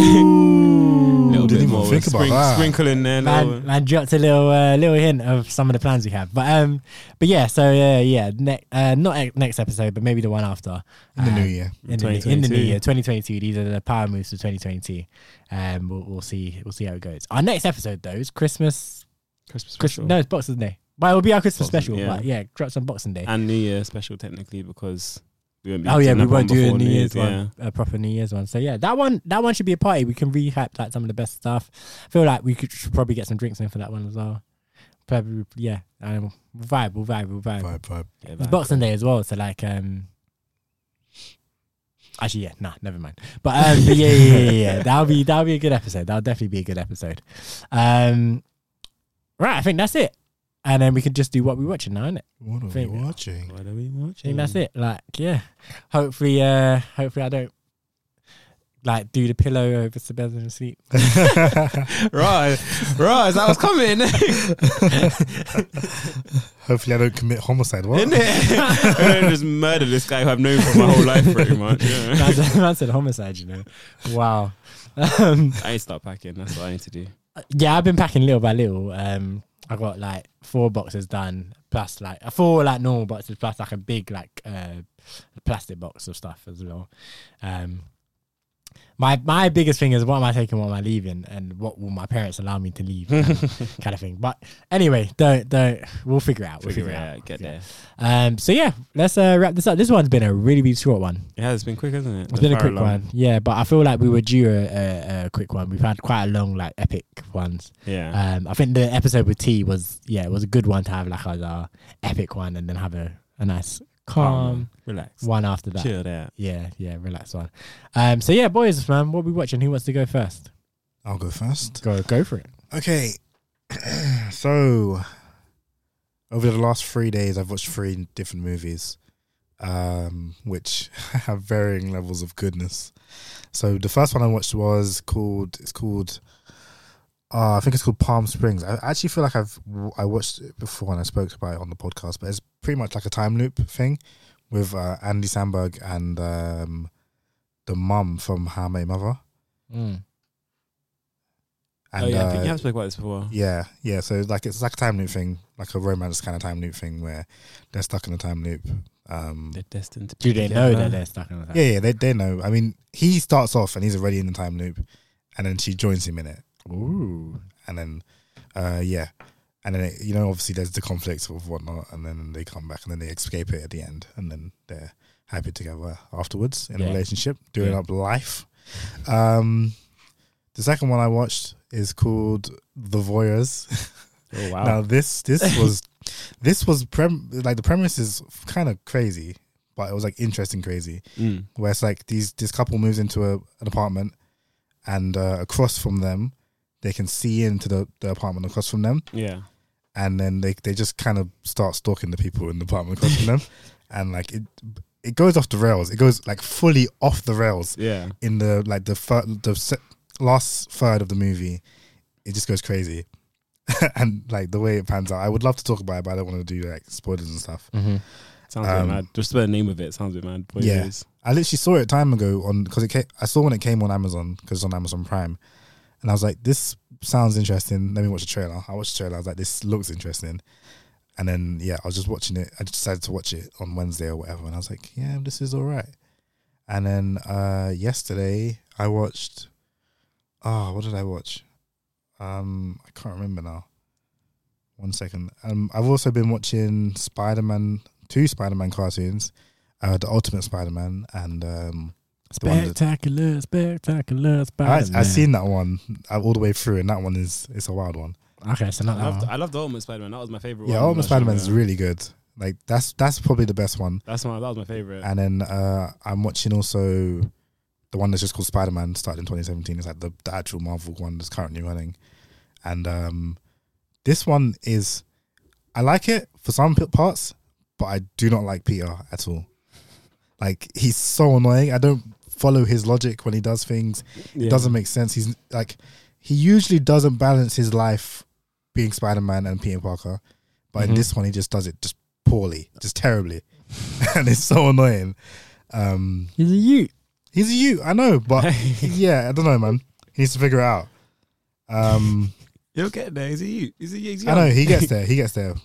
[SPEAKER 1] Ooh.
[SPEAKER 6] little
[SPEAKER 2] didn't even
[SPEAKER 6] of a
[SPEAKER 2] think about that.
[SPEAKER 6] Sprinkle in there.
[SPEAKER 1] Man,
[SPEAKER 6] little-
[SPEAKER 1] man dropped a little uh, little hint of some of the plans we have, but um, but yeah, so uh, yeah, ne- uh, not e- next episode, but maybe the one after
[SPEAKER 2] In the new
[SPEAKER 1] Um,
[SPEAKER 2] year.
[SPEAKER 1] in the, in the new
[SPEAKER 6] 2022.
[SPEAKER 1] year, 2022. These are the power moves for 2022. Um, we'll, we'll see. We'll see how it goes. Our next episode though is Christmas.
[SPEAKER 6] Christmas
[SPEAKER 1] Chris,
[SPEAKER 6] special.
[SPEAKER 1] no, it's Boxing Day. But it'll be our Christmas
[SPEAKER 6] Boxing,
[SPEAKER 1] special.
[SPEAKER 6] yeah.
[SPEAKER 1] But yeah, drops on Boxing Day.
[SPEAKER 6] and New Year special technically because we won't be.
[SPEAKER 1] Oh yeah,
[SPEAKER 6] doing
[SPEAKER 1] we
[SPEAKER 6] that one
[SPEAKER 1] won't do a
[SPEAKER 6] before
[SPEAKER 1] New Year's
[SPEAKER 6] Yeah.
[SPEAKER 1] one, a proper New Year's one. So yeah, that one, that one should be a party. We can recap like some of the best stuff. I feel like we could should probably get some drinks in for that one as well. Probably, yeah. Um, we'll vibe, we'll vibe, we'll vibe.
[SPEAKER 2] Vibe, vibe.
[SPEAKER 6] Yeah,
[SPEAKER 1] It's
[SPEAKER 6] man.
[SPEAKER 1] Boxing Day as well, so like, um, actually, yeah, nah, never mind. But, um, but yeah, yeah, yeah, yeah, yeah. that'll be that'll be a good episode. That'll definitely be a good episode. Um, right, I think that's it, and then we can just do what we're watching now, innit?
[SPEAKER 2] What are we
[SPEAKER 1] Think-
[SPEAKER 2] watching?
[SPEAKER 6] What are we
[SPEAKER 1] I
[SPEAKER 6] watching?
[SPEAKER 1] think that's it. Like, yeah. Hopefully, uh hopefully I don't like do the pillow over Sabez and sleep.
[SPEAKER 6] Right, right. That was coming,
[SPEAKER 2] Hopefully, I don't commit homicide. What?
[SPEAKER 6] isn't it? I'm gonna just murder this guy who I've known for my whole life, pretty much. Yeah.
[SPEAKER 1] That's, that's a homicide, you know. Wow. Um,
[SPEAKER 6] I need to start packing. That's what I need to do.
[SPEAKER 1] yeah, I've been packing little by little. Um, I got like four boxes done, plus like uh, four like normal boxes, plus like a big like uh plastic box of stuff as well. Um, my my biggest thing is what am I taking, what am I leaving, and what will my parents allow me to leave, kind of, kind of thing. But anyway, don't don't we'll figure it out. We'll figure,
[SPEAKER 6] Figure it
[SPEAKER 1] it out.
[SPEAKER 6] out, get
[SPEAKER 1] Yeah.
[SPEAKER 6] there.
[SPEAKER 1] Um. So yeah, let's uh, wrap this up. This one's been a really really short one.
[SPEAKER 6] It has been quick, hasn't it?
[SPEAKER 1] It's been a quick one. Yeah, but I feel like we were due a, a, a quick one. We've had quite a long like epic ones.
[SPEAKER 6] Yeah.
[SPEAKER 1] Um, I think the episode with T was yeah, it was a good one to have like as our epic one, and then have a, a nice calm
[SPEAKER 6] relax.
[SPEAKER 1] one after that.
[SPEAKER 6] Chill out.
[SPEAKER 1] Yeah, yeah, relax one. Um, so yeah, boys, man, what we watching? Who wants to go first?
[SPEAKER 2] I'll go first.
[SPEAKER 1] Go, go for it.
[SPEAKER 2] Okay. so, over the last three days, I've watched three different movies, um, which have varying levels of goodness. So, the first one I watched was called, it's called, uh, I think it's called Palm Springs. I actually feel like I've, I watched it before and I spoke about it on the podcast, but it's pretty much like a time loop thing with uh, Andy Sandberg and um, the mum from How I Met Your Mother.
[SPEAKER 1] Mm.
[SPEAKER 2] And,
[SPEAKER 6] oh yeah, I
[SPEAKER 2] uh,
[SPEAKER 6] think you have spoken about this before.
[SPEAKER 2] yeah, yeah. So like it's like a time loop thing, like a romance kind of time loop thing where they're stuck in a time loop. Um,
[SPEAKER 6] They're destined to
[SPEAKER 1] Do
[SPEAKER 6] be
[SPEAKER 1] they know
[SPEAKER 6] together.
[SPEAKER 1] that they're stuck on that?
[SPEAKER 2] yeah, yeah. They they know. I mean, he starts off and he's already in the time loop, and then she joins him in it,
[SPEAKER 1] Ooh.
[SPEAKER 2] and then uh, yeah, and then it, you know obviously there's the conflict of whatnot, and then they come back and then they escape it at the end, and then they're happy together afterwards in
[SPEAKER 1] Yeah.
[SPEAKER 2] a relationship, doing
[SPEAKER 1] Yeah.
[SPEAKER 2] up life. Um, the second one I watched is called The Voyeurs.
[SPEAKER 6] Oh wow.
[SPEAKER 2] Now this this was this was prem like the premise is kind of crazy, but it was like interesting crazy.
[SPEAKER 6] Mm.
[SPEAKER 2] Where it's like these this couple moves into a, an apartment, and uh, across from them, they can see into the, the apartment across from them,
[SPEAKER 6] Yeah.
[SPEAKER 2] and then they they just kind of start stalking the people in the apartment across from them, and like it it goes off the rails. It goes like fully off the rails
[SPEAKER 6] Yeah.
[SPEAKER 2] in the like the fir- the se- last third of the movie, it just goes crazy, and like the way it pans out. I would love to talk about it, but I don't want to do like spoilers and stuff.
[SPEAKER 6] Sounds a
[SPEAKER 2] Um,
[SPEAKER 6] bit mad. Just the name of it sounds a bit mad. But
[SPEAKER 2] Yeah.
[SPEAKER 6] it is.
[SPEAKER 2] I literally saw it a time ago on because it came, I saw when it came on Amazon because it's on Amazon Prime, and I was like, this sounds interesting. Let me watch the trailer. I watched the trailer. I was like, this looks interesting. And then yeah, I was just watching it. I just decided to watch it on Wednesday or whatever, and I was like, yeah, this is all right. And then uh, yesterday I watched. Oh, what did I watch? Um, I can't remember now. One second. Um, I've also been watching Spider Man, two Spider Man cartoons, uh, the Ultimate Spider Man, and um, the one that,
[SPEAKER 1] Spectacular, spectacular
[SPEAKER 2] I,
[SPEAKER 1] Spider-Man.
[SPEAKER 2] I've seen that one uh, all the way through, and that one is it's a wild one.
[SPEAKER 1] Okay, so
[SPEAKER 6] I
[SPEAKER 1] not that
[SPEAKER 6] loved
[SPEAKER 1] one.
[SPEAKER 6] I loved the Ultimate Spider Man. That was my favorite
[SPEAKER 2] Yeah,
[SPEAKER 6] one.
[SPEAKER 2] Ultimate
[SPEAKER 6] Actually,
[SPEAKER 2] Spider Man is
[SPEAKER 6] yeah.
[SPEAKER 2] really good. Like that's that's probably the best one.
[SPEAKER 6] That's my that was my favorite.
[SPEAKER 2] And then uh, I'm watching also the one that's just called Spider Man, started in 2017. It's like the, the actual Marvel one that's currently running. And um, this one is, I like it for some p- parts, but I do not like Peter at all. Like he's so annoying. I don't follow his logic when he does things.
[SPEAKER 6] Yeah.
[SPEAKER 2] It doesn't make sense. He's like, he usually doesn't balance his life being Spider Man and Peter Parker, but in this one he just does it just poorly, just terribly, and it's so annoying. Um,
[SPEAKER 1] He's a Ute.
[SPEAKER 2] he's a you, I know, but yeah, I don't know, man. He needs to figure it out. Um,
[SPEAKER 6] You'll get there. Is it you? Is it you? He's
[SPEAKER 2] I know
[SPEAKER 6] young.
[SPEAKER 2] he gets there. He gets there.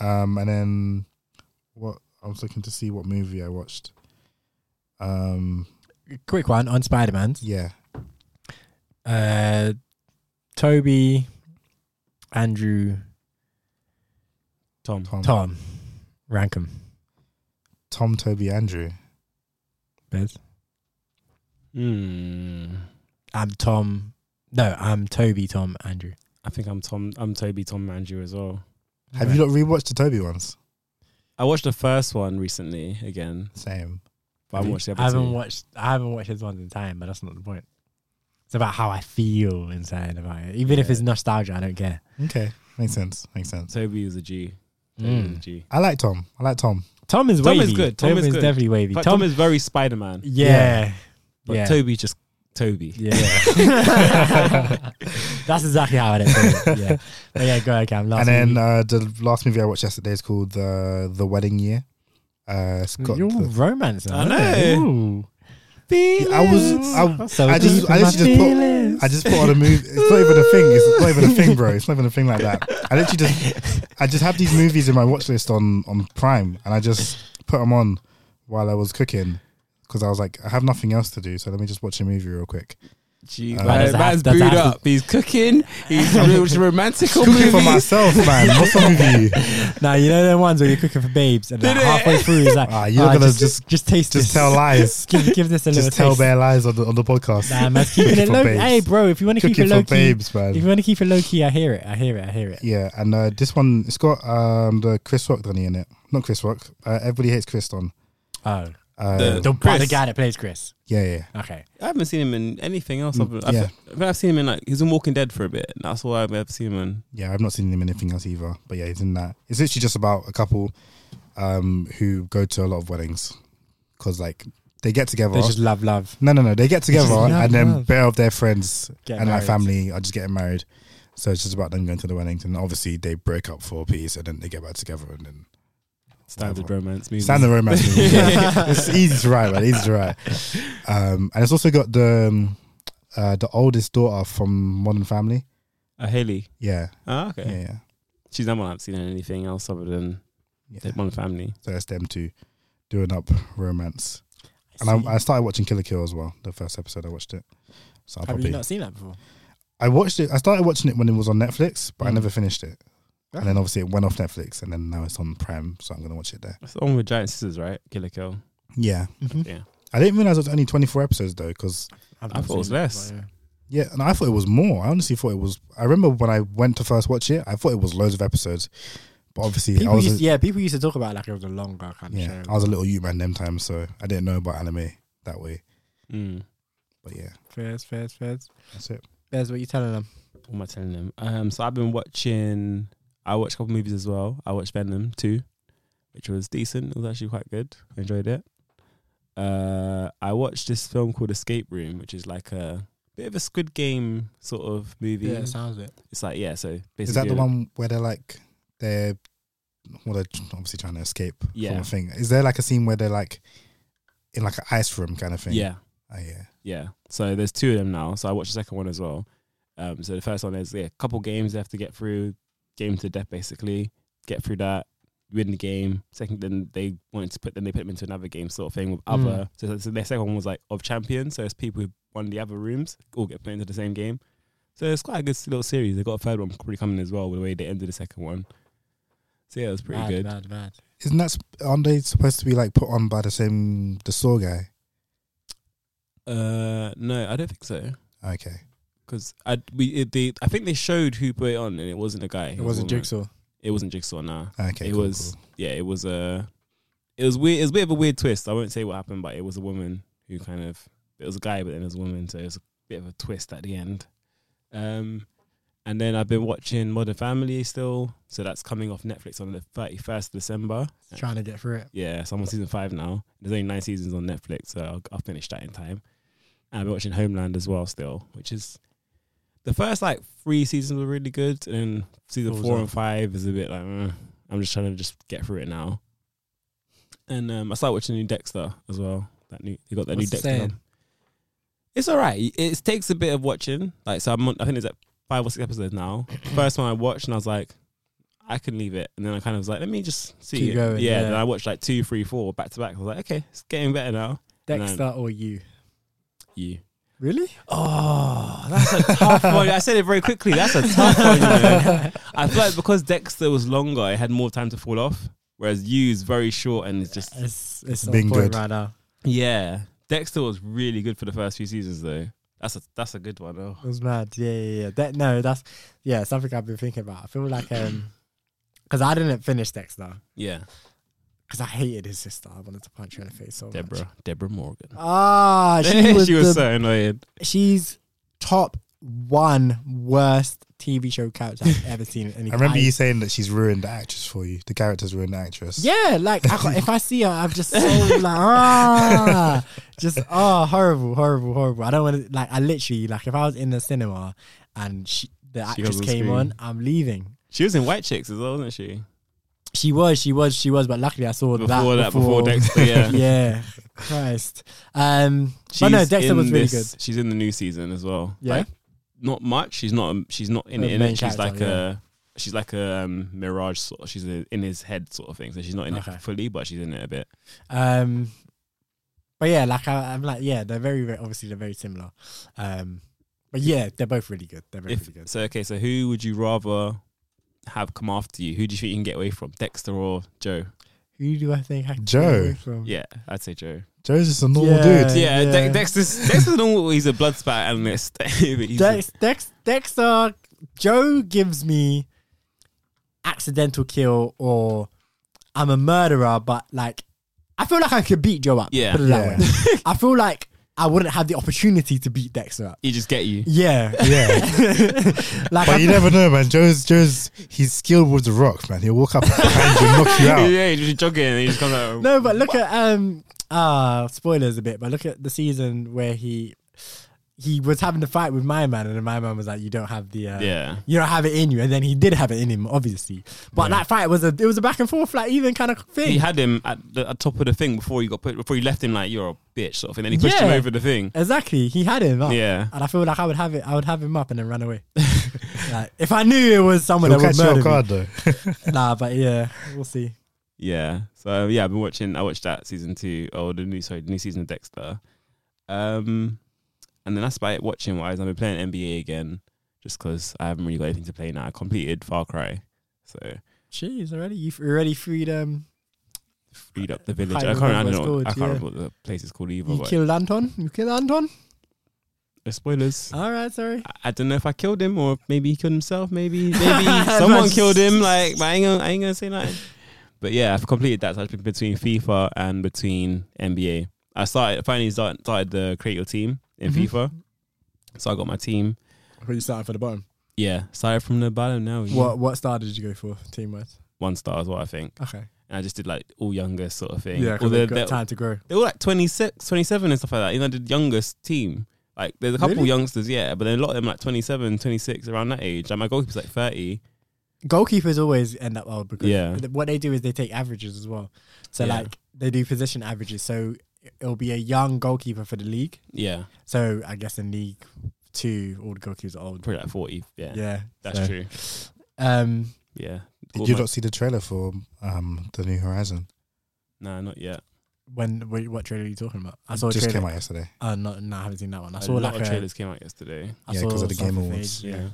[SPEAKER 2] Um, and then what? I was looking to see what movie I watched. Um,
[SPEAKER 1] Quick one on Spider-Man.
[SPEAKER 2] yeah,
[SPEAKER 1] Uh, Toby, Andrew,
[SPEAKER 6] Tom.
[SPEAKER 2] Tom, Tom,
[SPEAKER 1] Tom, Rankum,
[SPEAKER 2] Toby, Andrew.
[SPEAKER 1] Bez.
[SPEAKER 6] Mm.
[SPEAKER 1] I'm Tom. No, I'm Toby, Tom, Andrew.
[SPEAKER 6] I think I'm Tom. I'm Toby. Tom Andrew as well.
[SPEAKER 2] Have you not rewatched the Toby ones?
[SPEAKER 6] I watched the first one recently again,
[SPEAKER 2] Same.
[SPEAKER 6] but I haven't watched the other
[SPEAKER 1] I haven't
[SPEAKER 6] two.
[SPEAKER 1] watched. I haven't watched his ones in time, but that's not the point. It's about how I feel inside about it. Even if it's nostalgia, I don't care.
[SPEAKER 2] Okay, makes sense. Makes sense.
[SPEAKER 6] Toby was a G. Toby was a
[SPEAKER 1] Mm.
[SPEAKER 6] G.
[SPEAKER 2] I like Tom. I like Tom.
[SPEAKER 1] Tom is
[SPEAKER 6] Tom
[SPEAKER 1] wavy.
[SPEAKER 6] is good. Tom is good.
[SPEAKER 1] definitely wavy.
[SPEAKER 6] But
[SPEAKER 1] Tom,
[SPEAKER 6] Tom, is very Spider Man.
[SPEAKER 1] yeah,
[SPEAKER 6] But
[SPEAKER 1] yeah,
[SPEAKER 6] Toby's just Toby.
[SPEAKER 1] yeah. that's exactly how it is. Yeah, but yeah. Go ahead, Cam. Last
[SPEAKER 2] and then
[SPEAKER 1] movie.
[SPEAKER 2] uh, the last movie I watched yesterday is called the the Wedding Year. Uh, it's got
[SPEAKER 1] you're
[SPEAKER 2] the-
[SPEAKER 1] romancing.
[SPEAKER 6] I
[SPEAKER 1] aren't you?
[SPEAKER 6] know.
[SPEAKER 1] Ooh.
[SPEAKER 2] I was I, I just I just, just put I just put on a movie. It's not even a thing. It's not even a thing, bro. It's not even a thing like that. I literally just I just have these movies in my watch list on on Prime, and I just put them on while I was cooking. because I was like, I have nothing else to do, so let me just watch a movie real quick.
[SPEAKER 6] Gee,
[SPEAKER 2] Uh,
[SPEAKER 6] man,
[SPEAKER 1] does it
[SPEAKER 6] man's
[SPEAKER 1] have- does it have
[SPEAKER 6] booed
[SPEAKER 1] to-
[SPEAKER 6] up. He's cooking. He's it's a romantical movie.
[SPEAKER 2] Cooking for myself, man. What's wrong with you?
[SPEAKER 1] Now you know the ones where you're cooking for babes, and like
[SPEAKER 6] Did it?
[SPEAKER 1] halfway through it's like,
[SPEAKER 2] Ah, you're gonna
[SPEAKER 1] just,
[SPEAKER 2] just-
[SPEAKER 1] just taste
[SPEAKER 2] Just
[SPEAKER 1] this.
[SPEAKER 2] tell lies.
[SPEAKER 1] give, give this a little
[SPEAKER 2] Just tell
[SPEAKER 1] taste.
[SPEAKER 2] bare lies on the on the podcast.
[SPEAKER 1] Nah, man, keeping
[SPEAKER 2] Cooking
[SPEAKER 1] it
[SPEAKER 2] for
[SPEAKER 1] low.
[SPEAKER 2] babes.
[SPEAKER 1] Hey, bro, if you want to keep
[SPEAKER 2] Cooking
[SPEAKER 1] it low
[SPEAKER 2] for
[SPEAKER 1] key,
[SPEAKER 2] babes, man.
[SPEAKER 1] if you want to keep it low key, I hear it. I hear it. I hear it.
[SPEAKER 2] Yeah, and uh, this one it's got um, the Chris Rock Donnie in it. Not Chris Rock. Uh, everybody hates Chris Don.
[SPEAKER 1] Oh,
[SPEAKER 2] Uh,
[SPEAKER 6] The-
[SPEAKER 1] the,
[SPEAKER 6] Chris.
[SPEAKER 1] the guy that plays Chris.
[SPEAKER 2] yeah, yeah.
[SPEAKER 1] Okay,
[SPEAKER 6] I haven't seen him in anything else. I've, I've,
[SPEAKER 2] yeah.
[SPEAKER 6] I think I've seen him in like he's in Walking Dead for a bit. And that's all I've ever seen him in.
[SPEAKER 2] Yeah, I've not seen him in anything else either. But yeah, he's in that. It's literally just about a couple um, who go to a lot of weddings because like they get together.
[SPEAKER 1] they just love love.
[SPEAKER 2] no, no, no. They get together
[SPEAKER 1] love
[SPEAKER 2] and then
[SPEAKER 1] love.
[SPEAKER 2] bare of their friends
[SPEAKER 1] Get
[SPEAKER 2] and like
[SPEAKER 1] married.
[SPEAKER 2] family are just getting married. So it's just about them going to the weddings and obviously they break up for a piece and then they get back together and then
[SPEAKER 6] Standard
[SPEAKER 2] Whatever.
[SPEAKER 6] romance movie.
[SPEAKER 2] Standard romance movie. yeah. It's easy to write, man. Easy to write. Um, and it's also got the um, uh, the oldest daughter from Modern Family.
[SPEAKER 6] Uh, Haley.
[SPEAKER 2] Yeah,
[SPEAKER 6] Ah, okay.
[SPEAKER 2] yeah, yeah.
[SPEAKER 6] She's the one I haven't seen in anything else other than
[SPEAKER 2] yeah.
[SPEAKER 6] Dead Modern Family.
[SPEAKER 2] So that's them two doing up romance. And
[SPEAKER 1] See?
[SPEAKER 2] I, I started watching Killer Kill as well. The first episode I watched it. So I'll
[SPEAKER 1] have
[SPEAKER 2] probably
[SPEAKER 1] you not seen that before?
[SPEAKER 2] I watched it. I started watching it when it was on Netflix, but I
[SPEAKER 1] Mm.
[SPEAKER 2] never finished it.
[SPEAKER 1] Ah.
[SPEAKER 2] And then obviously it went off Netflix, and then now it's on Prime, so I'm gonna watch it there.
[SPEAKER 6] That's the one with giant scissors, right? Killer Kill.
[SPEAKER 2] Yeah,
[SPEAKER 1] Mm-hmm.
[SPEAKER 6] Yeah.
[SPEAKER 2] I didn't realize it was only 24 episodes though, because
[SPEAKER 1] I've
[SPEAKER 6] I
[SPEAKER 1] not
[SPEAKER 6] thought it was
[SPEAKER 1] seen that
[SPEAKER 6] less.
[SPEAKER 1] before,
[SPEAKER 2] Yeah, and I thought it was more. I honestly thought it was. I remember when I went to first watch it, I thought it was loads of episodes, but obviously
[SPEAKER 1] yeah.
[SPEAKER 2] I
[SPEAKER 1] People
[SPEAKER 2] was
[SPEAKER 1] used,
[SPEAKER 2] a,
[SPEAKER 1] yeah, people used to talk about it like it was a longer kind of
[SPEAKER 2] yeah, I
[SPEAKER 1] show.
[SPEAKER 2] was a little youth man them times, so I didn't know about anime that way.
[SPEAKER 6] Mm.
[SPEAKER 2] But yeah,
[SPEAKER 1] Fairs, fairs, fairs.
[SPEAKER 2] that's it.
[SPEAKER 1] Fairs, what you telling them?
[SPEAKER 6] What am I telling them? Um, so I've been watching. I watched a couple movies as well. I watched Venom two, which was decent. It was actually quite good. I enjoyed it. Uh, I watched this film called Escape Room, which is like a bit of a Squid Game sort of movie.
[SPEAKER 1] sounds it.
[SPEAKER 6] it's like yeah. So basically,
[SPEAKER 2] Is that the one where they're like they're well, they're obviously trying to escape from
[SPEAKER 6] Yeah.
[SPEAKER 2] a thing? Is there like a scene where they're like in like an ice room kind of thing?
[SPEAKER 6] Yeah,
[SPEAKER 2] oh, yeah,
[SPEAKER 6] yeah. So there's two of them now. So I watched the second one as well. Um, so the first one is yeah, a couple games they have to get through, game to death basically. Get through that, win the game. Second, then they wanted to put then they put them into another game sort of thing with other.
[SPEAKER 1] Hmm.
[SPEAKER 6] So, so their second one was like of champions. So it's people who won the other rooms all get put into the same game. So it's quite a good little series. They got a third one probably coming as well with the way they ended the second one. So yeah, it was pretty
[SPEAKER 1] Mad,
[SPEAKER 6] good.
[SPEAKER 1] mad, mad.
[SPEAKER 2] isn't that sp- aren't they supposed to be like put on by the same the saw guy?
[SPEAKER 6] Uh, no, I don't think so.
[SPEAKER 2] Okay,
[SPEAKER 6] Because I we it, they, I think they showed who put it on and it wasn't a guy.
[SPEAKER 1] It was a
[SPEAKER 6] woman.
[SPEAKER 1] jigsaw.
[SPEAKER 6] It wasn't Jigsaw. Nah.
[SPEAKER 2] okay,
[SPEAKER 6] it
[SPEAKER 2] cool,
[SPEAKER 6] was yeah. It was a. It was weird. It was a bit of a weird twist. I won't say what happened, but it was a woman who kind of it was a guy, but then it was a woman, so it was a bit of a twist at the end. Um, and then I've been watching Modern Family still, so that's coming off Netflix on the thirty first December.
[SPEAKER 1] Trying to get through it.
[SPEAKER 6] Yeah, so I'm on season five now. There's only nine seasons on Netflix, so I'll, I'll finish that in time. And I've been watching Homeland as well still, which is the first like three seasons were really good, and then season
[SPEAKER 1] What was
[SPEAKER 6] four
[SPEAKER 1] that?
[SPEAKER 6] and five is a bit like "Mm, I'm just trying to just get through it now. And um, I started watching new Dexter as well. That new they got that
[SPEAKER 1] What's
[SPEAKER 6] new
[SPEAKER 1] it
[SPEAKER 6] Dexter.
[SPEAKER 1] saying?
[SPEAKER 6] on. It's all right. It takes a bit of watching. Like so, I'm on, I think there's like five or six episodes now. First one I watched and I was like, I can leave it. And then I kind of was like, let me just see.
[SPEAKER 1] Keep
[SPEAKER 6] it.
[SPEAKER 1] going,
[SPEAKER 6] yeah,
[SPEAKER 1] yeah.
[SPEAKER 6] Then I watched like two, three, four back to back. I was like, okay, it's getting better now. And then-
[SPEAKER 1] Dexter or you?
[SPEAKER 6] You.
[SPEAKER 1] Really?
[SPEAKER 6] Oh, that's a tough one. I said it very quickly. That's a tough one. you know. I feel like because Dexter was longer, it had more time to fall off. Whereas you is very short and it's just
[SPEAKER 1] It's it's
[SPEAKER 2] Being
[SPEAKER 1] on point
[SPEAKER 2] good.
[SPEAKER 1] right now.
[SPEAKER 6] yeah. Dexter was really good for the first few seasons though. That's a that's a good one. Oh.
[SPEAKER 1] It was mad. Yeah, yeah, yeah. That no, that's yeah, something I've been thinking about. I feel like um, because I didn't finish Dexter
[SPEAKER 6] Yeah,
[SPEAKER 1] because I hated his sister. I wanted to punch her in the face so much.
[SPEAKER 6] Deborah Deborah Morgan.
[SPEAKER 1] Ah, she
[SPEAKER 6] She
[SPEAKER 1] was, the-
[SPEAKER 6] was, so annoyed.
[SPEAKER 1] she's top one worst TV show character I've ever seen. in Any
[SPEAKER 2] I remember
[SPEAKER 1] I-
[SPEAKER 2] you saying that she's ruined the actress for you. The character's ruined the actress.
[SPEAKER 1] Yeah, like I, can't- if I see her, I'm just so like ah, just oh, horrible, horrible, horrible. I don't want to like. I literally like if I was in the cinema and she, the
[SPEAKER 6] goes
[SPEAKER 1] actress
[SPEAKER 6] on
[SPEAKER 1] came
[SPEAKER 6] screen.
[SPEAKER 1] on, I'm leaving.
[SPEAKER 6] She was in White Chicks as well, wasn't she?
[SPEAKER 1] She was, she was, she was. But luckily, I saw
[SPEAKER 6] Before that, before,
[SPEAKER 1] before
[SPEAKER 6] Dexter. Yeah,
[SPEAKER 1] yeah, Christ. Um, but no,
[SPEAKER 6] She's
[SPEAKER 1] Dexter
[SPEAKER 6] in
[SPEAKER 1] was really
[SPEAKER 6] this-
[SPEAKER 1] good.
[SPEAKER 6] She's in the new season as well.
[SPEAKER 1] Yeah?
[SPEAKER 6] Like, not much. She's not. She's not in
[SPEAKER 1] The
[SPEAKER 6] it. In
[SPEAKER 1] main
[SPEAKER 6] it. She's
[SPEAKER 1] character,
[SPEAKER 6] like
[SPEAKER 1] yeah.
[SPEAKER 6] a. She's like a um, mirage sort. Of, she's a, in his head sort of thing. So she's not in
[SPEAKER 1] Okay.
[SPEAKER 6] it fully, but she's in it a bit.
[SPEAKER 1] Um, But yeah, like I, I'm like yeah, they're very, very obviously they're very similar. Um, but yeah, they're both really good. They're both really
[SPEAKER 6] If,
[SPEAKER 1] good.
[SPEAKER 6] so okay, so who would you rather have come after you? Who do you think you can get away from, Dexter or Joe?
[SPEAKER 1] Who do I think I can
[SPEAKER 2] Joe.
[SPEAKER 1] get away from?
[SPEAKER 6] Yeah, I'd say Joe.
[SPEAKER 2] Joe's just a normal
[SPEAKER 1] Yeah.
[SPEAKER 2] dude.
[SPEAKER 6] Yeah,
[SPEAKER 1] Uh, Yeah.
[SPEAKER 6] De- Dexter's Dexter's normal. He's a blood spat analyst. But he's a-
[SPEAKER 1] Dex, Dex, Dexter, Joe gives me accidental kill or I'm a murderer, but like I feel like I could beat Joe up.
[SPEAKER 6] Yeah.
[SPEAKER 1] put it that
[SPEAKER 2] Yeah.
[SPEAKER 1] way. I feel like I wouldn't have the opportunity to beat Dexter up.
[SPEAKER 6] he just get you.
[SPEAKER 1] Yeah,
[SPEAKER 2] Yeah,
[SPEAKER 1] like I
[SPEAKER 2] but you
[SPEAKER 1] feel-
[SPEAKER 2] never know, man. Joe's Joe's he's skilled with the rock, man. He'll walk up behind you, and knock you out.
[SPEAKER 6] yeah, he's just jogging. And he just comes out.
[SPEAKER 1] no, but look at um ah spoilers a bit, but look at the season where he he was having the fight with my man, and then my man was like, "You don't have the uh,
[SPEAKER 6] Yeah.
[SPEAKER 1] you don't have it in you," and then he did have it in him, obviously. But that fight was a it was a back and forth, like even kind of thing.
[SPEAKER 6] He had him at the at top of the thing before you got put. Before you left him, like you're a bitch sort of thing. And he pushed him
[SPEAKER 1] Yeah. Oh.
[SPEAKER 6] over the thing.
[SPEAKER 1] Exactly, he had him. Up.
[SPEAKER 6] Yeah.
[SPEAKER 1] and I feel like I would have it. I would have him up and then run away. like, if I knew it was someone
[SPEAKER 2] He'll
[SPEAKER 1] that
[SPEAKER 2] catch
[SPEAKER 1] would
[SPEAKER 2] you
[SPEAKER 1] murder
[SPEAKER 2] off
[SPEAKER 1] me.
[SPEAKER 2] guard though.
[SPEAKER 1] Nah, but yeah, we'll see.
[SPEAKER 6] Yeah. So yeah, I've been watching. I watched that season two. Oh, the new sorry, the new season of Dexter. Um, and then that's about it. Watching wise, I've been playing NBA again, just because I haven't really got anything to play now. I completed Far Cry, so
[SPEAKER 1] Jeez, already you have already freed um
[SPEAKER 6] freed up the village.
[SPEAKER 1] can't
[SPEAKER 6] I can't.
[SPEAKER 1] remember
[SPEAKER 6] I
[SPEAKER 1] what it's
[SPEAKER 6] don't know.
[SPEAKER 1] called,
[SPEAKER 6] I can't
[SPEAKER 1] yeah.
[SPEAKER 6] remember what the place is called either.
[SPEAKER 1] you
[SPEAKER 6] but
[SPEAKER 1] killed Anton. You killed Anton.
[SPEAKER 6] Uh, spoilers.
[SPEAKER 1] All right, sorry.
[SPEAKER 6] I- I don't know if I killed him or maybe he killed himself. Maybe maybe someone killed him. Like, but I ain't gonna, I ain't gonna say nothing. But yeah, I've completed that. So I've been between FIFA and between NBA. I started finally start, started the create your team in
[SPEAKER 1] Mm-hmm.
[SPEAKER 6] FIFA. So I got my team.
[SPEAKER 1] I thought you started for the bottom.
[SPEAKER 6] Yeah, started from the bottom now. yeah.
[SPEAKER 1] What what star did you go for team wise?
[SPEAKER 6] one star is what I think,
[SPEAKER 1] Okay.
[SPEAKER 6] and I just did like all youngest sort of thing.
[SPEAKER 1] Yeah,
[SPEAKER 6] All
[SPEAKER 1] because they've
[SPEAKER 6] the-
[SPEAKER 1] got
[SPEAKER 6] the-
[SPEAKER 1] time to grow.
[SPEAKER 6] they were like 26, 27 and stuff like that. You know, the youngest team. Like, there's a couple
[SPEAKER 1] Really?
[SPEAKER 6] youngsters, yeah, but then a lot of them like 27, 26, around that age. Like, my goalkeeper's like 30.
[SPEAKER 1] Goalkeepers always end up old because
[SPEAKER 6] Yeah.
[SPEAKER 1] th- what they do is they take averages as well. So
[SPEAKER 6] Yeah.
[SPEAKER 1] like they do position averages. So it'll be a young goalkeeper for the league.
[SPEAKER 6] Yeah,
[SPEAKER 1] So I guess in League Two, all the goalkeepers are old.
[SPEAKER 6] probably like 40. Yeah,
[SPEAKER 1] Yeah,
[SPEAKER 6] that's
[SPEAKER 1] so,
[SPEAKER 6] true.
[SPEAKER 1] Um,
[SPEAKER 6] Yeah.
[SPEAKER 2] Did
[SPEAKER 6] All
[SPEAKER 2] you
[SPEAKER 6] my-
[SPEAKER 2] not see the trailer for um the New Horizon?
[SPEAKER 6] No, not yet.
[SPEAKER 1] when wait, what trailer are you talking about? I saw a
[SPEAKER 2] Just
[SPEAKER 1] trailer.
[SPEAKER 2] came out yesterday.
[SPEAKER 1] Uh, no, no, I haven't seen that one. I
[SPEAKER 6] A
[SPEAKER 1] saw
[SPEAKER 6] lot
[SPEAKER 1] like
[SPEAKER 6] of
[SPEAKER 1] a,
[SPEAKER 6] trailers came out yesterday.
[SPEAKER 1] I
[SPEAKER 2] Yeah,
[SPEAKER 1] saw
[SPEAKER 2] 'cause of the
[SPEAKER 1] stuff
[SPEAKER 2] Game
[SPEAKER 1] of
[SPEAKER 2] Awards.
[SPEAKER 1] it, Yeah.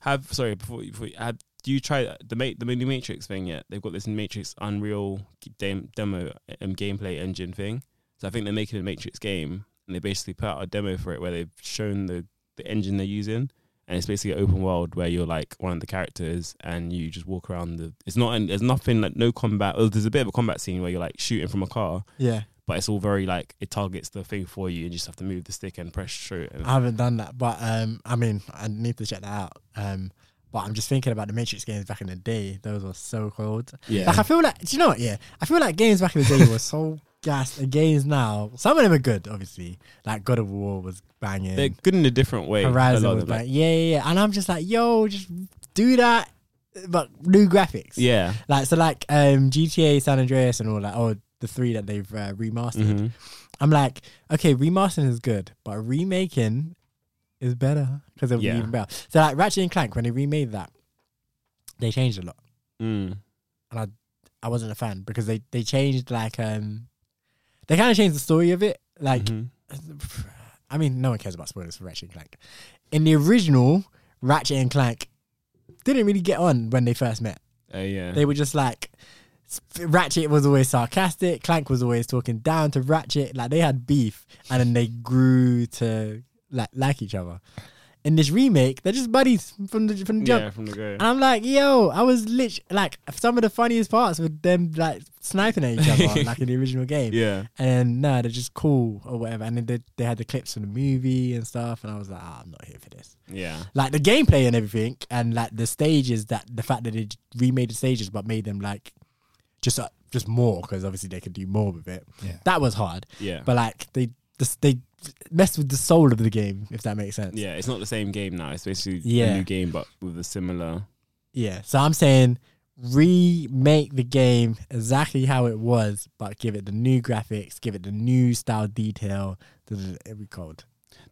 [SPEAKER 6] Have sorry before, you- before you- have do you try the mate the new Matrix thing yet? They've got this Matrix Unreal dem- demo um, gameplay engine thing. So I think they're making a Matrix game, and they basically put out a demo for it where they've shown the the engine they're using, and it's basically an open world where you're like one of the characters and you just walk around the. It's not and there's nothing like no combat. Well, there's a bit of a combat scene where you're like shooting from a car,
[SPEAKER 1] yeah,
[SPEAKER 6] but it's all very like it targets the thing for you. and You just have to move the stick and press through. And,
[SPEAKER 1] I haven't done that, but um, I mean, I need to check that out. Um, but I'm just thinking about the Matrix games back in the day. Those were so cold.
[SPEAKER 6] yeah,
[SPEAKER 1] Like I feel like, do you know what? Yeah, I feel like games back in the day were so gassed. And games now, some of them are good, obviously. Like God of War was banging.
[SPEAKER 6] they're good in a different way. a lot
[SPEAKER 1] Horizon
[SPEAKER 6] of
[SPEAKER 1] was
[SPEAKER 6] them, like-
[SPEAKER 1] banging. Yeah, yeah, yeah. And I'm just like, yo, just do that, but new graphics.
[SPEAKER 6] Yeah.
[SPEAKER 1] Like so, like um, GTA San Andreas and all that, or the three that they've uh, remastered.
[SPEAKER 6] Mhm.
[SPEAKER 1] I'm like, okay, remastering is good, but remaking is better because it'll
[SPEAKER 6] Yeah.
[SPEAKER 1] be even better. So like Ratchet and Clank, when they remade that, they changed a lot,
[SPEAKER 6] Mm.
[SPEAKER 1] and I I wasn't a fan because they they changed like um they kind of changed the story of it. Like,
[SPEAKER 6] Mhm.
[SPEAKER 1] I mean, no one cares about spoilers for Ratchet and Clank. In the original, Ratchet and Clank didn't really get on when they first met.
[SPEAKER 6] Uh, yeah.
[SPEAKER 1] They were just like Ratchet was always sarcastic, Clank was always talking down to Ratchet. Like they had beef, and then they grew to like like each other. In this remake, they're just buddies from the from the jump. Ah.
[SPEAKER 6] yeah, from the go.
[SPEAKER 1] And I'm like, yo, I was lit. Like some of the funniest parts were them like sniping at each other, like in the original game.
[SPEAKER 6] Yeah.
[SPEAKER 1] And then, no, they're just cool or whatever. And then they, they had the clips from the movie and stuff. And I was like, ah, I'm not here for this
[SPEAKER 6] Yeah.
[SPEAKER 1] like the gameplay and everything, and like the stages that the fact that they j- remade the stages but made them like just uh, just more because obviously they could do more with it.
[SPEAKER 2] Yeah.
[SPEAKER 1] That was hard,
[SPEAKER 6] Yeah.
[SPEAKER 1] but like they just they messed with the soul of the game if that makes sense.
[SPEAKER 6] yeah, it's not the same game now. It's basically a
[SPEAKER 1] Yeah.
[SPEAKER 6] new game, but with a similar.
[SPEAKER 1] Yeah. So I'm saying remake the game exactly how it was, but give it the new graphics, give it the new style detail. It'd be cold.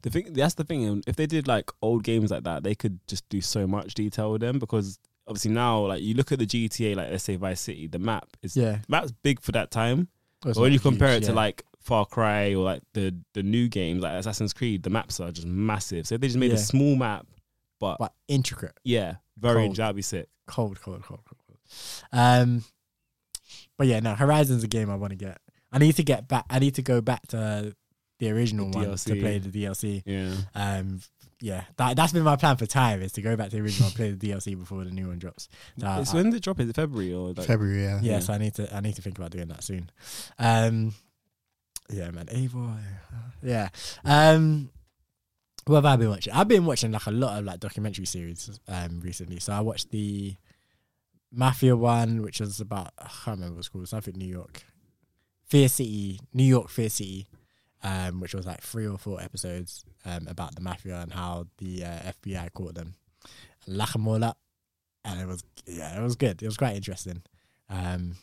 [SPEAKER 6] The thing that's the thing. If they did like old games like that, they could just do so much detail with them because obviously now, like you look at the GTA, like let's say Vice City, the map is
[SPEAKER 1] Yeah.
[SPEAKER 6] map's big for that time. But when you compare it to like Far Cry or like the the new games like Assassin's Creed, the maps are just massive. So if they just made
[SPEAKER 1] Yeah.
[SPEAKER 6] a small map, but,
[SPEAKER 1] but intricate.
[SPEAKER 6] yeah, very
[SPEAKER 1] Cold.
[SPEAKER 6] that'd be sick.
[SPEAKER 1] cold, cold, cold, cold, cold. Um, but yeah, no, Horizon's a game I want to get. I need to get back. I need to go back to the original
[SPEAKER 6] The
[SPEAKER 1] one to
[SPEAKER 6] DLC.
[SPEAKER 1] play the DLC.
[SPEAKER 6] Yeah,
[SPEAKER 1] Um, yeah, that that's been my plan for time is to go back to the original and play the DLC before the new one drops. So I-
[SPEAKER 6] it's when did it drop? Is it February or like,
[SPEAKER 2] February, yeah.
[SPEAKER 1] yeah, so I need to I need to think about doing that soon. Um, yeah, man, Avoy. Yeah. Um, what have I been watching? I've been watching like a lot of like documentary series um recently. So I watched the Mafia one, which was about I can't remember what it's called, something New York, Fear City, New York Fear City, um, which was like three or four episodes um about the mafia and how the uh, FBI caught them. Lacamola, and it was yeah, it was good. It was quite interesting um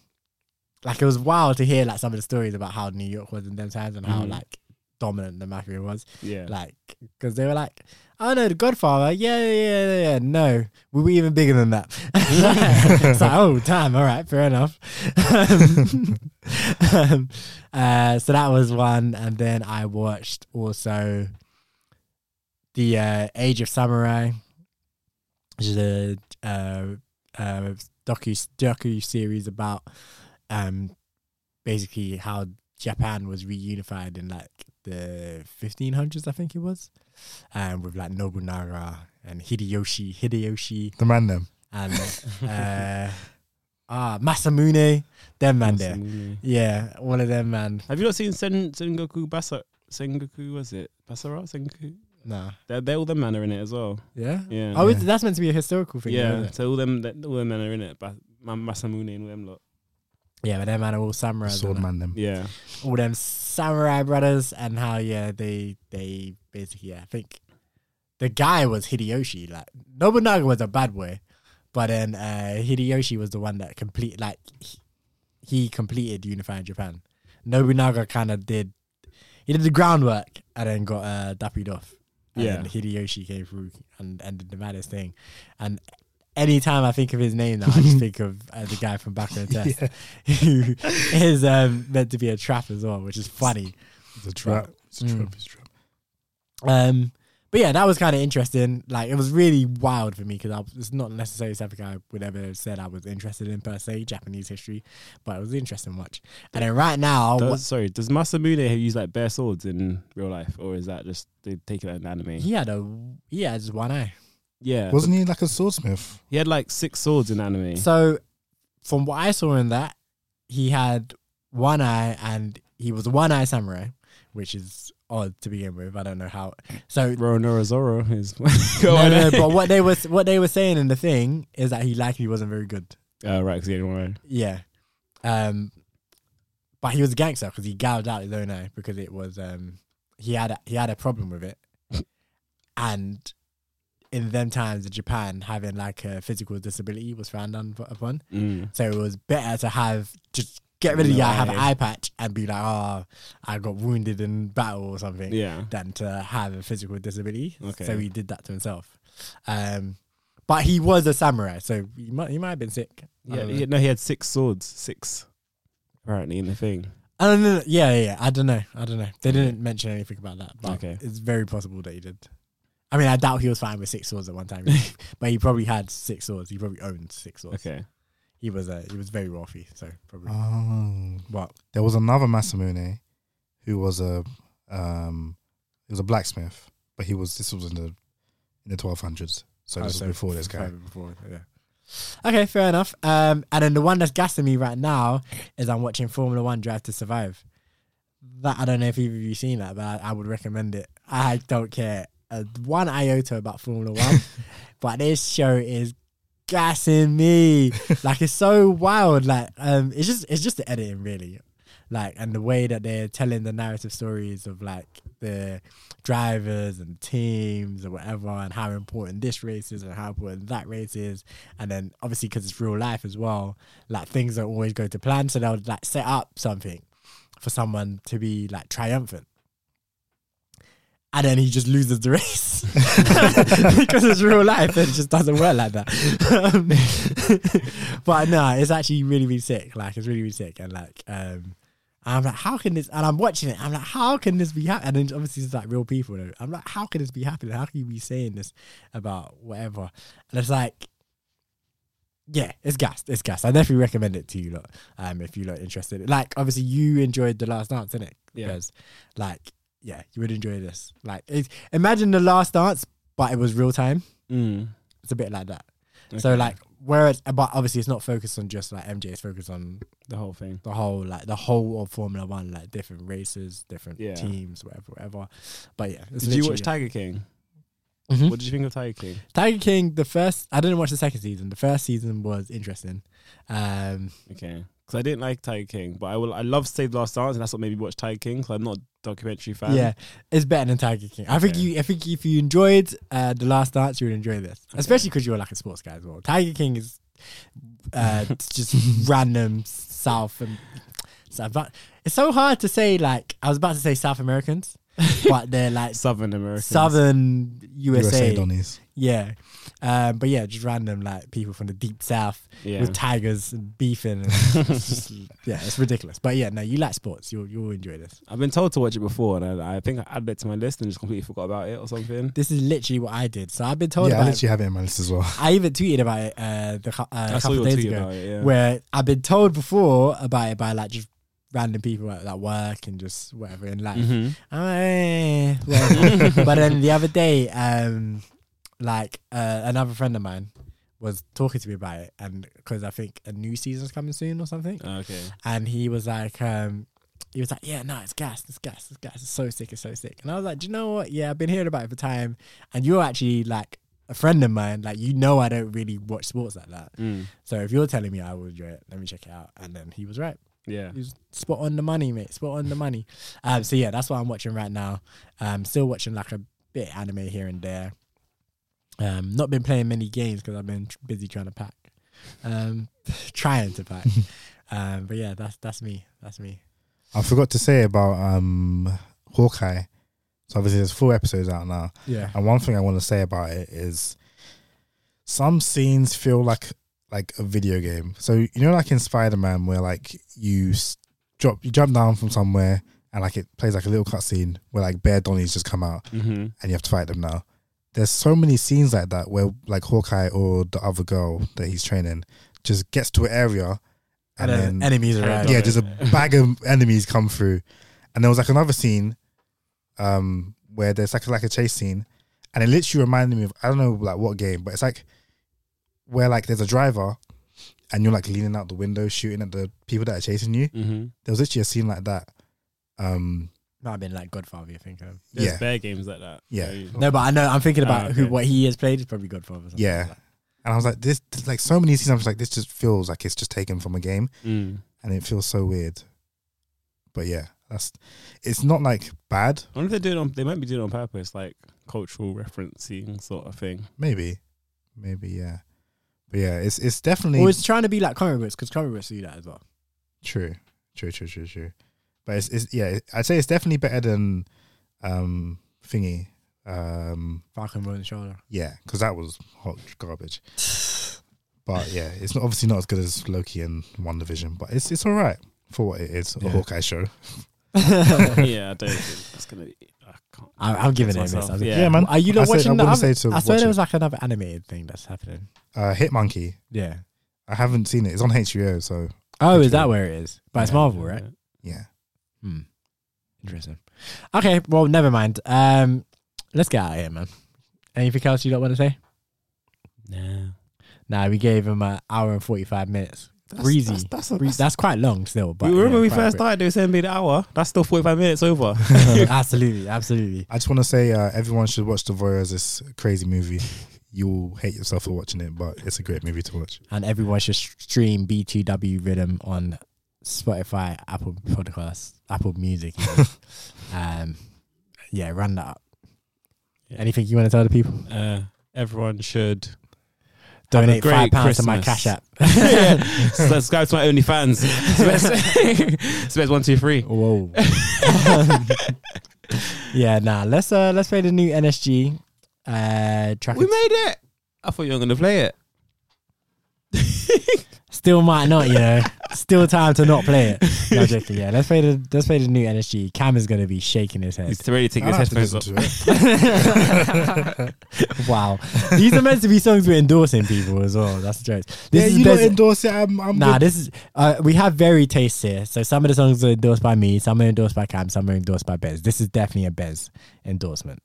[SPEAKER 1] like it was wild to hear like some of the stories about how New York was in them times and how
[SPEAKER 6] Mhm.
[SPEAKER 1] like dominant the mafia was
[SPEAKER 6] yeah,
[SPEAKER 1] Like 'cause like because they were like oh no the Godfather yeah yeah yeah yeah, yeah no we were even bigger than that it's like oh damn all right fair enough um, uh, so that was one and then I watched also the uh, Age of Samurai which is a uh, uh, docu docu series about um basically how Japan was reunified in like the 1500s, I think it was, um, with like Nobunaga and Hideyoshi, Hideyoshi,
[SPEAKER 2] The man them.
[SPEAKER 1] and uh, ah Masamune, them man there, yeah, one of them man.
[SPEAKER 6] Have you not seen Sen Sengoku Basa? Sengoku was it Basara? Sengoku?
[SPEAKER 1] Nah,
[SPEAKER 6] They're, they're all them men are in it as well.
[SPEAKER 1] yeah,
[SPEAKER 6] Yeah.
[SPEAKER 1] Oh, it's- that's meant to be a historical thing,
[SPEAKER 6] yeah.
[SPEAKER 1] yeah, isn't it?
[SPEAKER 6] So all them that- all them men are in it. Ba- Ma- Masamune and all them lot.
[SPEAKER 1] yeah, but them man are all samurai,
[SPEAKER 2] Sword man them.
[SPEAKER 6] Yeah.
[SPEAKER 1] all them samurai brothers and how yeah they they basically yeah, I think the guy was Hideyoshi like Nobunaga was a bad boy, but then uh, Hideyoshi was the one that complete like he- he completed unifying Japan. Nobunaga kind of did he did the groundwork and then got uh, dappied off. And
[SPEAKER 6] Yeah.
[SPEAKER 1] then Hideyoshi came through and, and did the maddest thing. And anytime I think of his name now, I just think of uh, the guy from Back in the Test, who is um, meant to be a trap as well, which is funny.
[SPEAKER 2] It's a trap. It's a
[SPEAKER 1] Mm.
[SPEAKER 2] trap. It's a trap.
[SPEAKER 1] Um, but yeah, that was kind of interesting. Like, it was really wild for me because it's not necessarily something I would ever have said I was interested in per se, Japanese history, but it was interesting to watch. And then right now,
[SPEAKER 6] Does,
[SPEAKER 1] Oh, what-
[SPEAKER 6] sorry, does Masamune have used like bare swords in real life, or is that just they take it out in anime?
[SPEAKER 1] he had a he had just one eye.
[SPEAKER 6] Yeah,
[SPEAKER 2] Wasn't he like a swordsmith?
[SPEAKER 6] he had like six swords in anime.
[SPEAKER 1] So, from what I saw in that, he had one eye and he was a one eye samurai, which is odd to begin with. I don't know how. So,
[SPEAKER 6] Ronora Zoro is.
[SPEAKER 1] no, no, but what they was what they were saying in the thing is that he likely wasn't very good.
[SPEAKER 6] uh, right, 'cause he didn't want
[SPEAKER 1] Yeah. Um, but he was a gangster because he gouged out his own eye because it was um he had a, he had a problem with it, and in them times in Japan having like a physical disability was frowned on upon.
[SPEAKER 6] to- Mm.
[SPEAKER 1] So it was better to have just get rid of the
[SPEAKER 6] No
[SPEAKER 1] eye, have an
[SPEAKER 6] eye.
[SPEAKER 1] eye patch, and be like, oh, I got wounded in battle or something,
[SPEAKER 6] Yeah.
[SPEAKER 1] than to have a physical disability.
[SPEAKER 6] Okay.
[SPEAKER 1] So he did that to himself. Um, but he was a samurai, so he might he might have been sick. I
[SPEAKER 6] Yeah,
[SPEAKER 1] don't know.
[SPEAKER 6] he- no, he had six swords, six apparently in the thing.
[SPEAKER 1] I don't know. Yeah, yeah, yeah. I don't know. I don't know. They didn't mention anything about that, but
[SPEAKER 6] Okay.
[SPEAKER 1] it's very possible that he did. I mean, I doubt he was fine with six swords at one time, but he probably had six swords. He probably owned six swords.
[SPEAKER 6] Okay, Uh-huh.
[SPEAKER 1] He was uh, he was very wealthy, so probably.
[SPEAKER 2] Oh.
[SPEAKER 1] But
[SPEAKER 2] There was another Masamune who was a um he was a blacksmith, but he was this was in the in the twelve hundreds. Oh, So
[SPEAKER 1] I
[SPEAKER 2] this was
[SPEAKER 1] would say
[SPEAKER 2] before this
[SPEAKER 1] probably
[SPEAKER 2] guy.
[SPEAKER 1] Before, yeah. Okay, fair enough. Um, and then the one that's gassing me right now is I'm watching Formula One Drive to Survive. That I don't know if either of you seen that, but I, I would recommend it. I don't care uh, one iota about Formula One, but this show is gassing me. like it's so wild. Like um, it's just it's just the editing really, like and the way that they're telling the narrative stories of like the drivers and teams or whatever, and how important this race is and how important that race is, and then obviously because it's real life as well, like things don't always go to plan, so they'll like set up something for someone to be like triumphant. And then he just loses the race because it's real life and it just doesn't work like that. Um, but no, it's actually really, really sick. Like it's really, really sick. And like, um, And I'm like, how can this? And I'm watching it. I'm like, how can this be happening? And then obviously it's like real people. Though. I'm like, how can this be happening? How can you be saying this about whatever? And it's like, yeah, it's gassed. It's gassed. I definitely recommend it to you lot. Um, if you lot interested, like obviously you enjoyed the last dance, didn't it?
[SPEAKER 6] Yeah.
[SPEAKER 1] Because, like, yeah, you would enjoy this. Like, it, imagine the last dance, but it was real time.
[SPEAKER 6] Mm.
[SPEAKER 1] It's a bit like that. So like, whereas, but obviously it's not focused on just like MJ. It's focused on
[SPEAKER 6] The whole thing.
[SPEAKER 1] the whole like the whole of Formula One, like different races, different
[SPEAKER 6] Yeah.
[SPEAKER 1] teams, whatever, whatever. But yeah, it's
[SPEAKER 6] Did you
[SPEAKER 1] literally-
[SPEAKER 6] watch Tiger King?
[SPEAKER 1] Mhm.
[SPEAKER 6] What did you think of Tiger King?
[SPEAKER 1] Tiger King? The first, I didn't watch the second season. The first season was interesting. Um,
[SPEAKER 6] Okay. Because I didn't like Tiger King, but I will. I love Save the Last Dance, and that's what made me watch Tiger King. Because I'm not a documentary fan.
[SPEAKER 1] yeah, it's better than Tiger King. I think
[SPEAKER 6] Okay.
[SPEAKER 1] you, I think if you enjoyed uh, the Last Dance, you would enjoy this, especially because you're like a sports guy as well. Tiger King is uh, just random South and South. It's so hard to say. Like I was about to say South Americans, but they're like
[SPEAKER 6] Southern America.
[SPEAKER 1] Southern USA.
[SPEAKER 2] USA Donnies.
[SPEAKER 1] Yeah. Um, but yeah, just random like people from the deep south
[SPEAKER 6] Yeah.
[SPEAKER 1] with tigers and beefing. And it's just- yeah, it's ridiculous. But yeah, no, you like sports. You'll, you'll enjoy this.
[SPEAKER 6] I've been told to watch it before, and I, I think I added it to my list and just completely forgot about it or something.
[SPEAKER 1] This is literally what I did. So I've been told
[SPEAKER 2] Yeah, I
[SPEAKER 1] about
[SPEAKER 2] literally have it in my list as well.
[SPEAKER 1] it. I even tweeted about it uh, the, cou- uh,
[SPEAKER 6] I
[SPEAKER 1] a
[SPEAKER 6] saw
[SPEAKER 1] couple
[SPEAKER 6] your
[SPEAKER 1] of days
[SPEAKER 6] tweet
[SPEAKER 1] ago
[SPEAKER 6] about it. Yeah.
[SPEAKER 1] where I've been told before about it by like just random people at that work and just whatever in life.
[SPEAKER 6] Mhm.
[SPEAKER 1] I'm like, eh, whatever. but then the other day, um, like uh, another friend of mine was talking to me about it, and because I think a new season's coming soon or something,
[SPEAKER 6] Okay.
[SPEAKER 1] and he was like, um, he was like, yeah, no, it's gas, it's gas, it's gas, it's so sick, it's so sick, and I was like, do you know what? Yeah, I've been hearing about it for time, and you're actually like a friend of mine, like you know, I don't really watch sports like that,
[SPEAKER 6] Mm.
[SPEAKER 1] so if you're telling me I will enjoy it, let me check it out, and then he was right.
[SPEAKER 6] Yeah.
[SPEAKER 1] He was spot on the money, mate. Spot on the money. Um, so yeah, that's what I'm watching right now. Um, still watching like a bit of anime here and there. Um, not been playing many games because I've been tr- busy trying to pack, um, trying to pack. Um, but yeah, that's that's me. That's me.
[SPEAKER 2] I forgot to say about um, Hawkeye. So obviously, there's four episodes out now.
[SPEAKER 1] Yeah.
[SPEAKER 2] And one thing I want to say about it is some scenes feel like like a video game. So you know, like in Spider Man, where like you s- drop you jump down from somewhere and like it plays like a little cutscene where like bear Donnies just come out
[SPEAKER 6] Mm-hmm.
[SPEAKER 2] and you have to fight them now. There's so many scenes like that where like Hawkeye or the other girl that he's training just gets to an area
[SPEAKER 1] And,
[SPEAKER 2] and,
[SPEAKER 1] then,
[SPEAKER 2] then
[SPEAKER 1] enemies arrive.
[SPEAKER 2] yeah, there's a bag of enemies come through, and there was like another scene, um, where there's like like a chase scene, and it literally reminded me of I don't know like what game, but it's like where like there's a driver, and you're like leaning out the window shooting at the people that are chasing you.
[SPEAKER 6] Mm-hmm.
[SPEAKER 2] There was literally a scene like that. Um,
[SPEAKER 1] Might have been like Godfather. You're thinking. Of.
[SPEAKER 6] There's
[SPEAKER 2] Yeah.
[SPEAKER 6] bear games like that.
[SPEAKER 2] Yeah.
[SPEAKER 6] Where you-
[SPEAKER 1] No, but I know. I'm thinking about
[SPEAKER 6] Ah,
[SPEAKER 1] who
[SPEAKER 6] okay.
[SPEAKER 1] what he has played. It's probably Godfather. Or something
[SPEAKER 2] Yeah.
[SPEAKER 1] like that.
[SPEAKER 2] and I was like, this there's, like so many scenes. I was like, this just feels like it's just taken from a game,
[SPEAKER 6] Mm.
[SPEAKER 2] and it feels so weird. But yeah, that's it's not like bad,
[SPEAKER 6] I wonder if they're doing on. They might be doing it on purpose, like cultural referencing sort of thing.
[SPEAKER 2] maybe, maybe yeah, but yeah, it's it's definitely
[SPEAKER 1] Or it's trying to be like comic books because comic books do that as well.
[SPEAKER 2] True, true, true, true, true. But it's, it's yeah, I'd say it's definitely better than um thingy. Um
[SPEAKER 1] Falcon Rolling Shoulder.
[SPEAKER 2] yeah, because that was hot garbage. But yeah, it's not, obviously not as good as Loki and One Division, but it's it's all right for what it is. A Hawkeye show.
[SPEAKER 6] yeah, I don't think that's gonna be. I can't.
[SPEAKER 1] I, I'm giving it a
[SPEAKER 6] That's
[SPEAKER 1] miss.
[SPEAKER 6] myself.
[SPEAKER 1] I was-
[SPEAKER 6] Yeah.
[SPEAKER 2] Yeah, man.
[SPEAKER 1] Are you not
[SPEAKER 2] I said-
[SPEAKER 1] watching
[SPEAKER 2] I
[SPEAKER 1] the
[SPEAKER 2] wouldn't
[SPEAKER 1] other?
[SPEAKER 2] say to
[SPEAKER 1] I swear
[SPEAKER 2] watch
[SPEAKER 1] there
[SPEAKER 2] it.
[SPEAKER 1] was like another animated thing that's happening.
[SPEAKER 2] Uh, Hit Monkey.
[SPEAKER 1] Yeah.
[SPEAKER 2] I haven't seen it. It's on HBO, so
[SPEAKER 1] Oh, is
[SPEAKER 2] Actually,
[SPEAKER 1] that where it is? But it's Marvel, right? Hmm.
[SPEAKER 2] yeah.
[SPEAKER 1] Interesting. Okay, well, never mind. Um, let's get out of here, man. Anything else you don't want to say?
[SPEAKER 6] Nah.
[SPEAKER 1] Nah, we gave him an hour and forty-five minutes.
[SPEAKER 6] That's-
[SPEAKER 1] Breezy.
[SPEAKER 6] that's-
[SPEAKER 1] That's,
[SPEAKER 6] that's a-
[SPEAKER 1] quite long still. But
[SPEAKER 6] you remember
[SPEAKER 1] yeah,
[SPEAKER 6] when we
[SPEAKER 1] quite
[SPEAKER 6] first
[SPEAKER 1] quick.
[SPEAKER 6] started? They were saying be the hour. That's still forty five minutes over.
[SPEAKER 1] absolutely, absolutely.
[SPEAKER 2] I just want to say uh, everyone should watch The Voyeurs. This crazy movie. You'll hate yourself for watching it, but it's a great movie to watch.
[SPEAKER 1] And everyone should stream B2W Rhythm on Spotify, Apple Podcasts, Apple Music. even. um, yeah, run that up. Anything you want to tell the people?
[SPEAKER 6] uh, everyone should Have a
[SPEAKER 1] Donate
[SPEAKER 6] great
[SPEAKER 1] five pounds to my
[SPEAKER 6] Christmas.
[SPEAKER 1] Cash App.
[SPEAKER 6] subscribe to my OnlyFans. Spence, Spence one two three.
[SPEAKER 1] Whoa. yeah, nah. Let's uh let's play the new NSG uh track.
[SPEAKER 6] We made it. I thought you were gonna play it.
[SPEAKER 1] Still might not, you know. Still time to not play it. No joking. Yeah, let's play the let's play the new NSG. Cam is gonna be shaking his head.
[SPEAKER 6] He's ready to take
[SPEAKER 2] I
[SPEAKER 6] his
[SPEAKER 2] don't have to
[SPEAKER 6] headphones
[SPEAKER 2] listen
[SPEAKER 6] off.
[SPEAKER 2] to it.
[SPEAKER 1] Wow, these are meant to be songs we're endorsing people as well. That's the joke. This
[SPEAKER 2] yeah,
[SPEAKER 1] is
[SPEAKER 2] you
[SPEAKER 1] best-
[SPEAKER 2] don't endorse it. I'm, I'm
[SPEAKER 1] Nah,
[SPEAKER 2] good.
[SPEAKER 1] this is uh, we have very tastes here. So some of the songs are endorsed by me, some are endorsed by Cam, some are endorsed by Bez. This is definitely a Bez endorsement.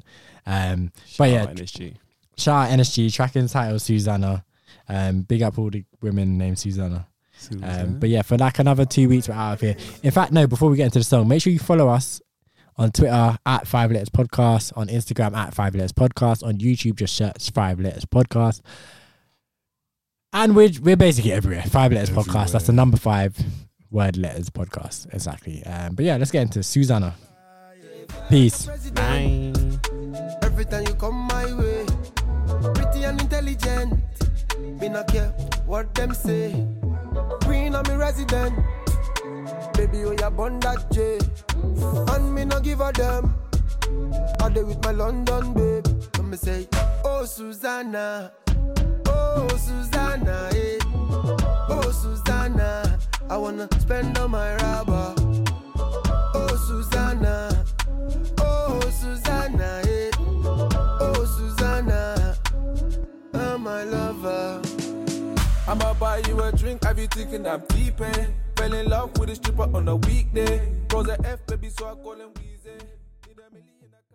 [SPEAKER 1] Um, but yeah,
[SPEAKER 6] Oh, NSG.
[SPEAKER 1] shout out NSG track and title Susanna. Um, big up all the women named Susanna. Um, but yeah, for like another two weeks, we're out of here. In fact, no, before we get into the song, make sure you follow us on Twitter at Five Letters Podcast, on Instagram at Five Letters Podcast, on YouTube, just search Five Letters Podcast. And we're, we're basically everywhere. Five Letters Podcast. That's the number five word letters podcast. Exactly. Um, but yeah, let's get into Susanna. Peace.
[SPEAKER 6] Bye.
[SPEAKER 7] Every time you come my way, pretty and intelligent. Me not care what them say. Queen of me resident. Baby, oh, ya born that J. And me no give a damn. All day with my London babe. And me say, oh Susanna, oh Susanna, eh. Oh Susanna, I wanna spend all my rubber. Oh Susanna, oh Susanna, eh. Oh Susanna, oh my lover.
[SPEAKER 10] I'ma buy you a drink, have you thinking I'm deep in? Fell in love with a stripper on a weekday. Rose a F, baby, so I call him Weezy. Need a million, I can't-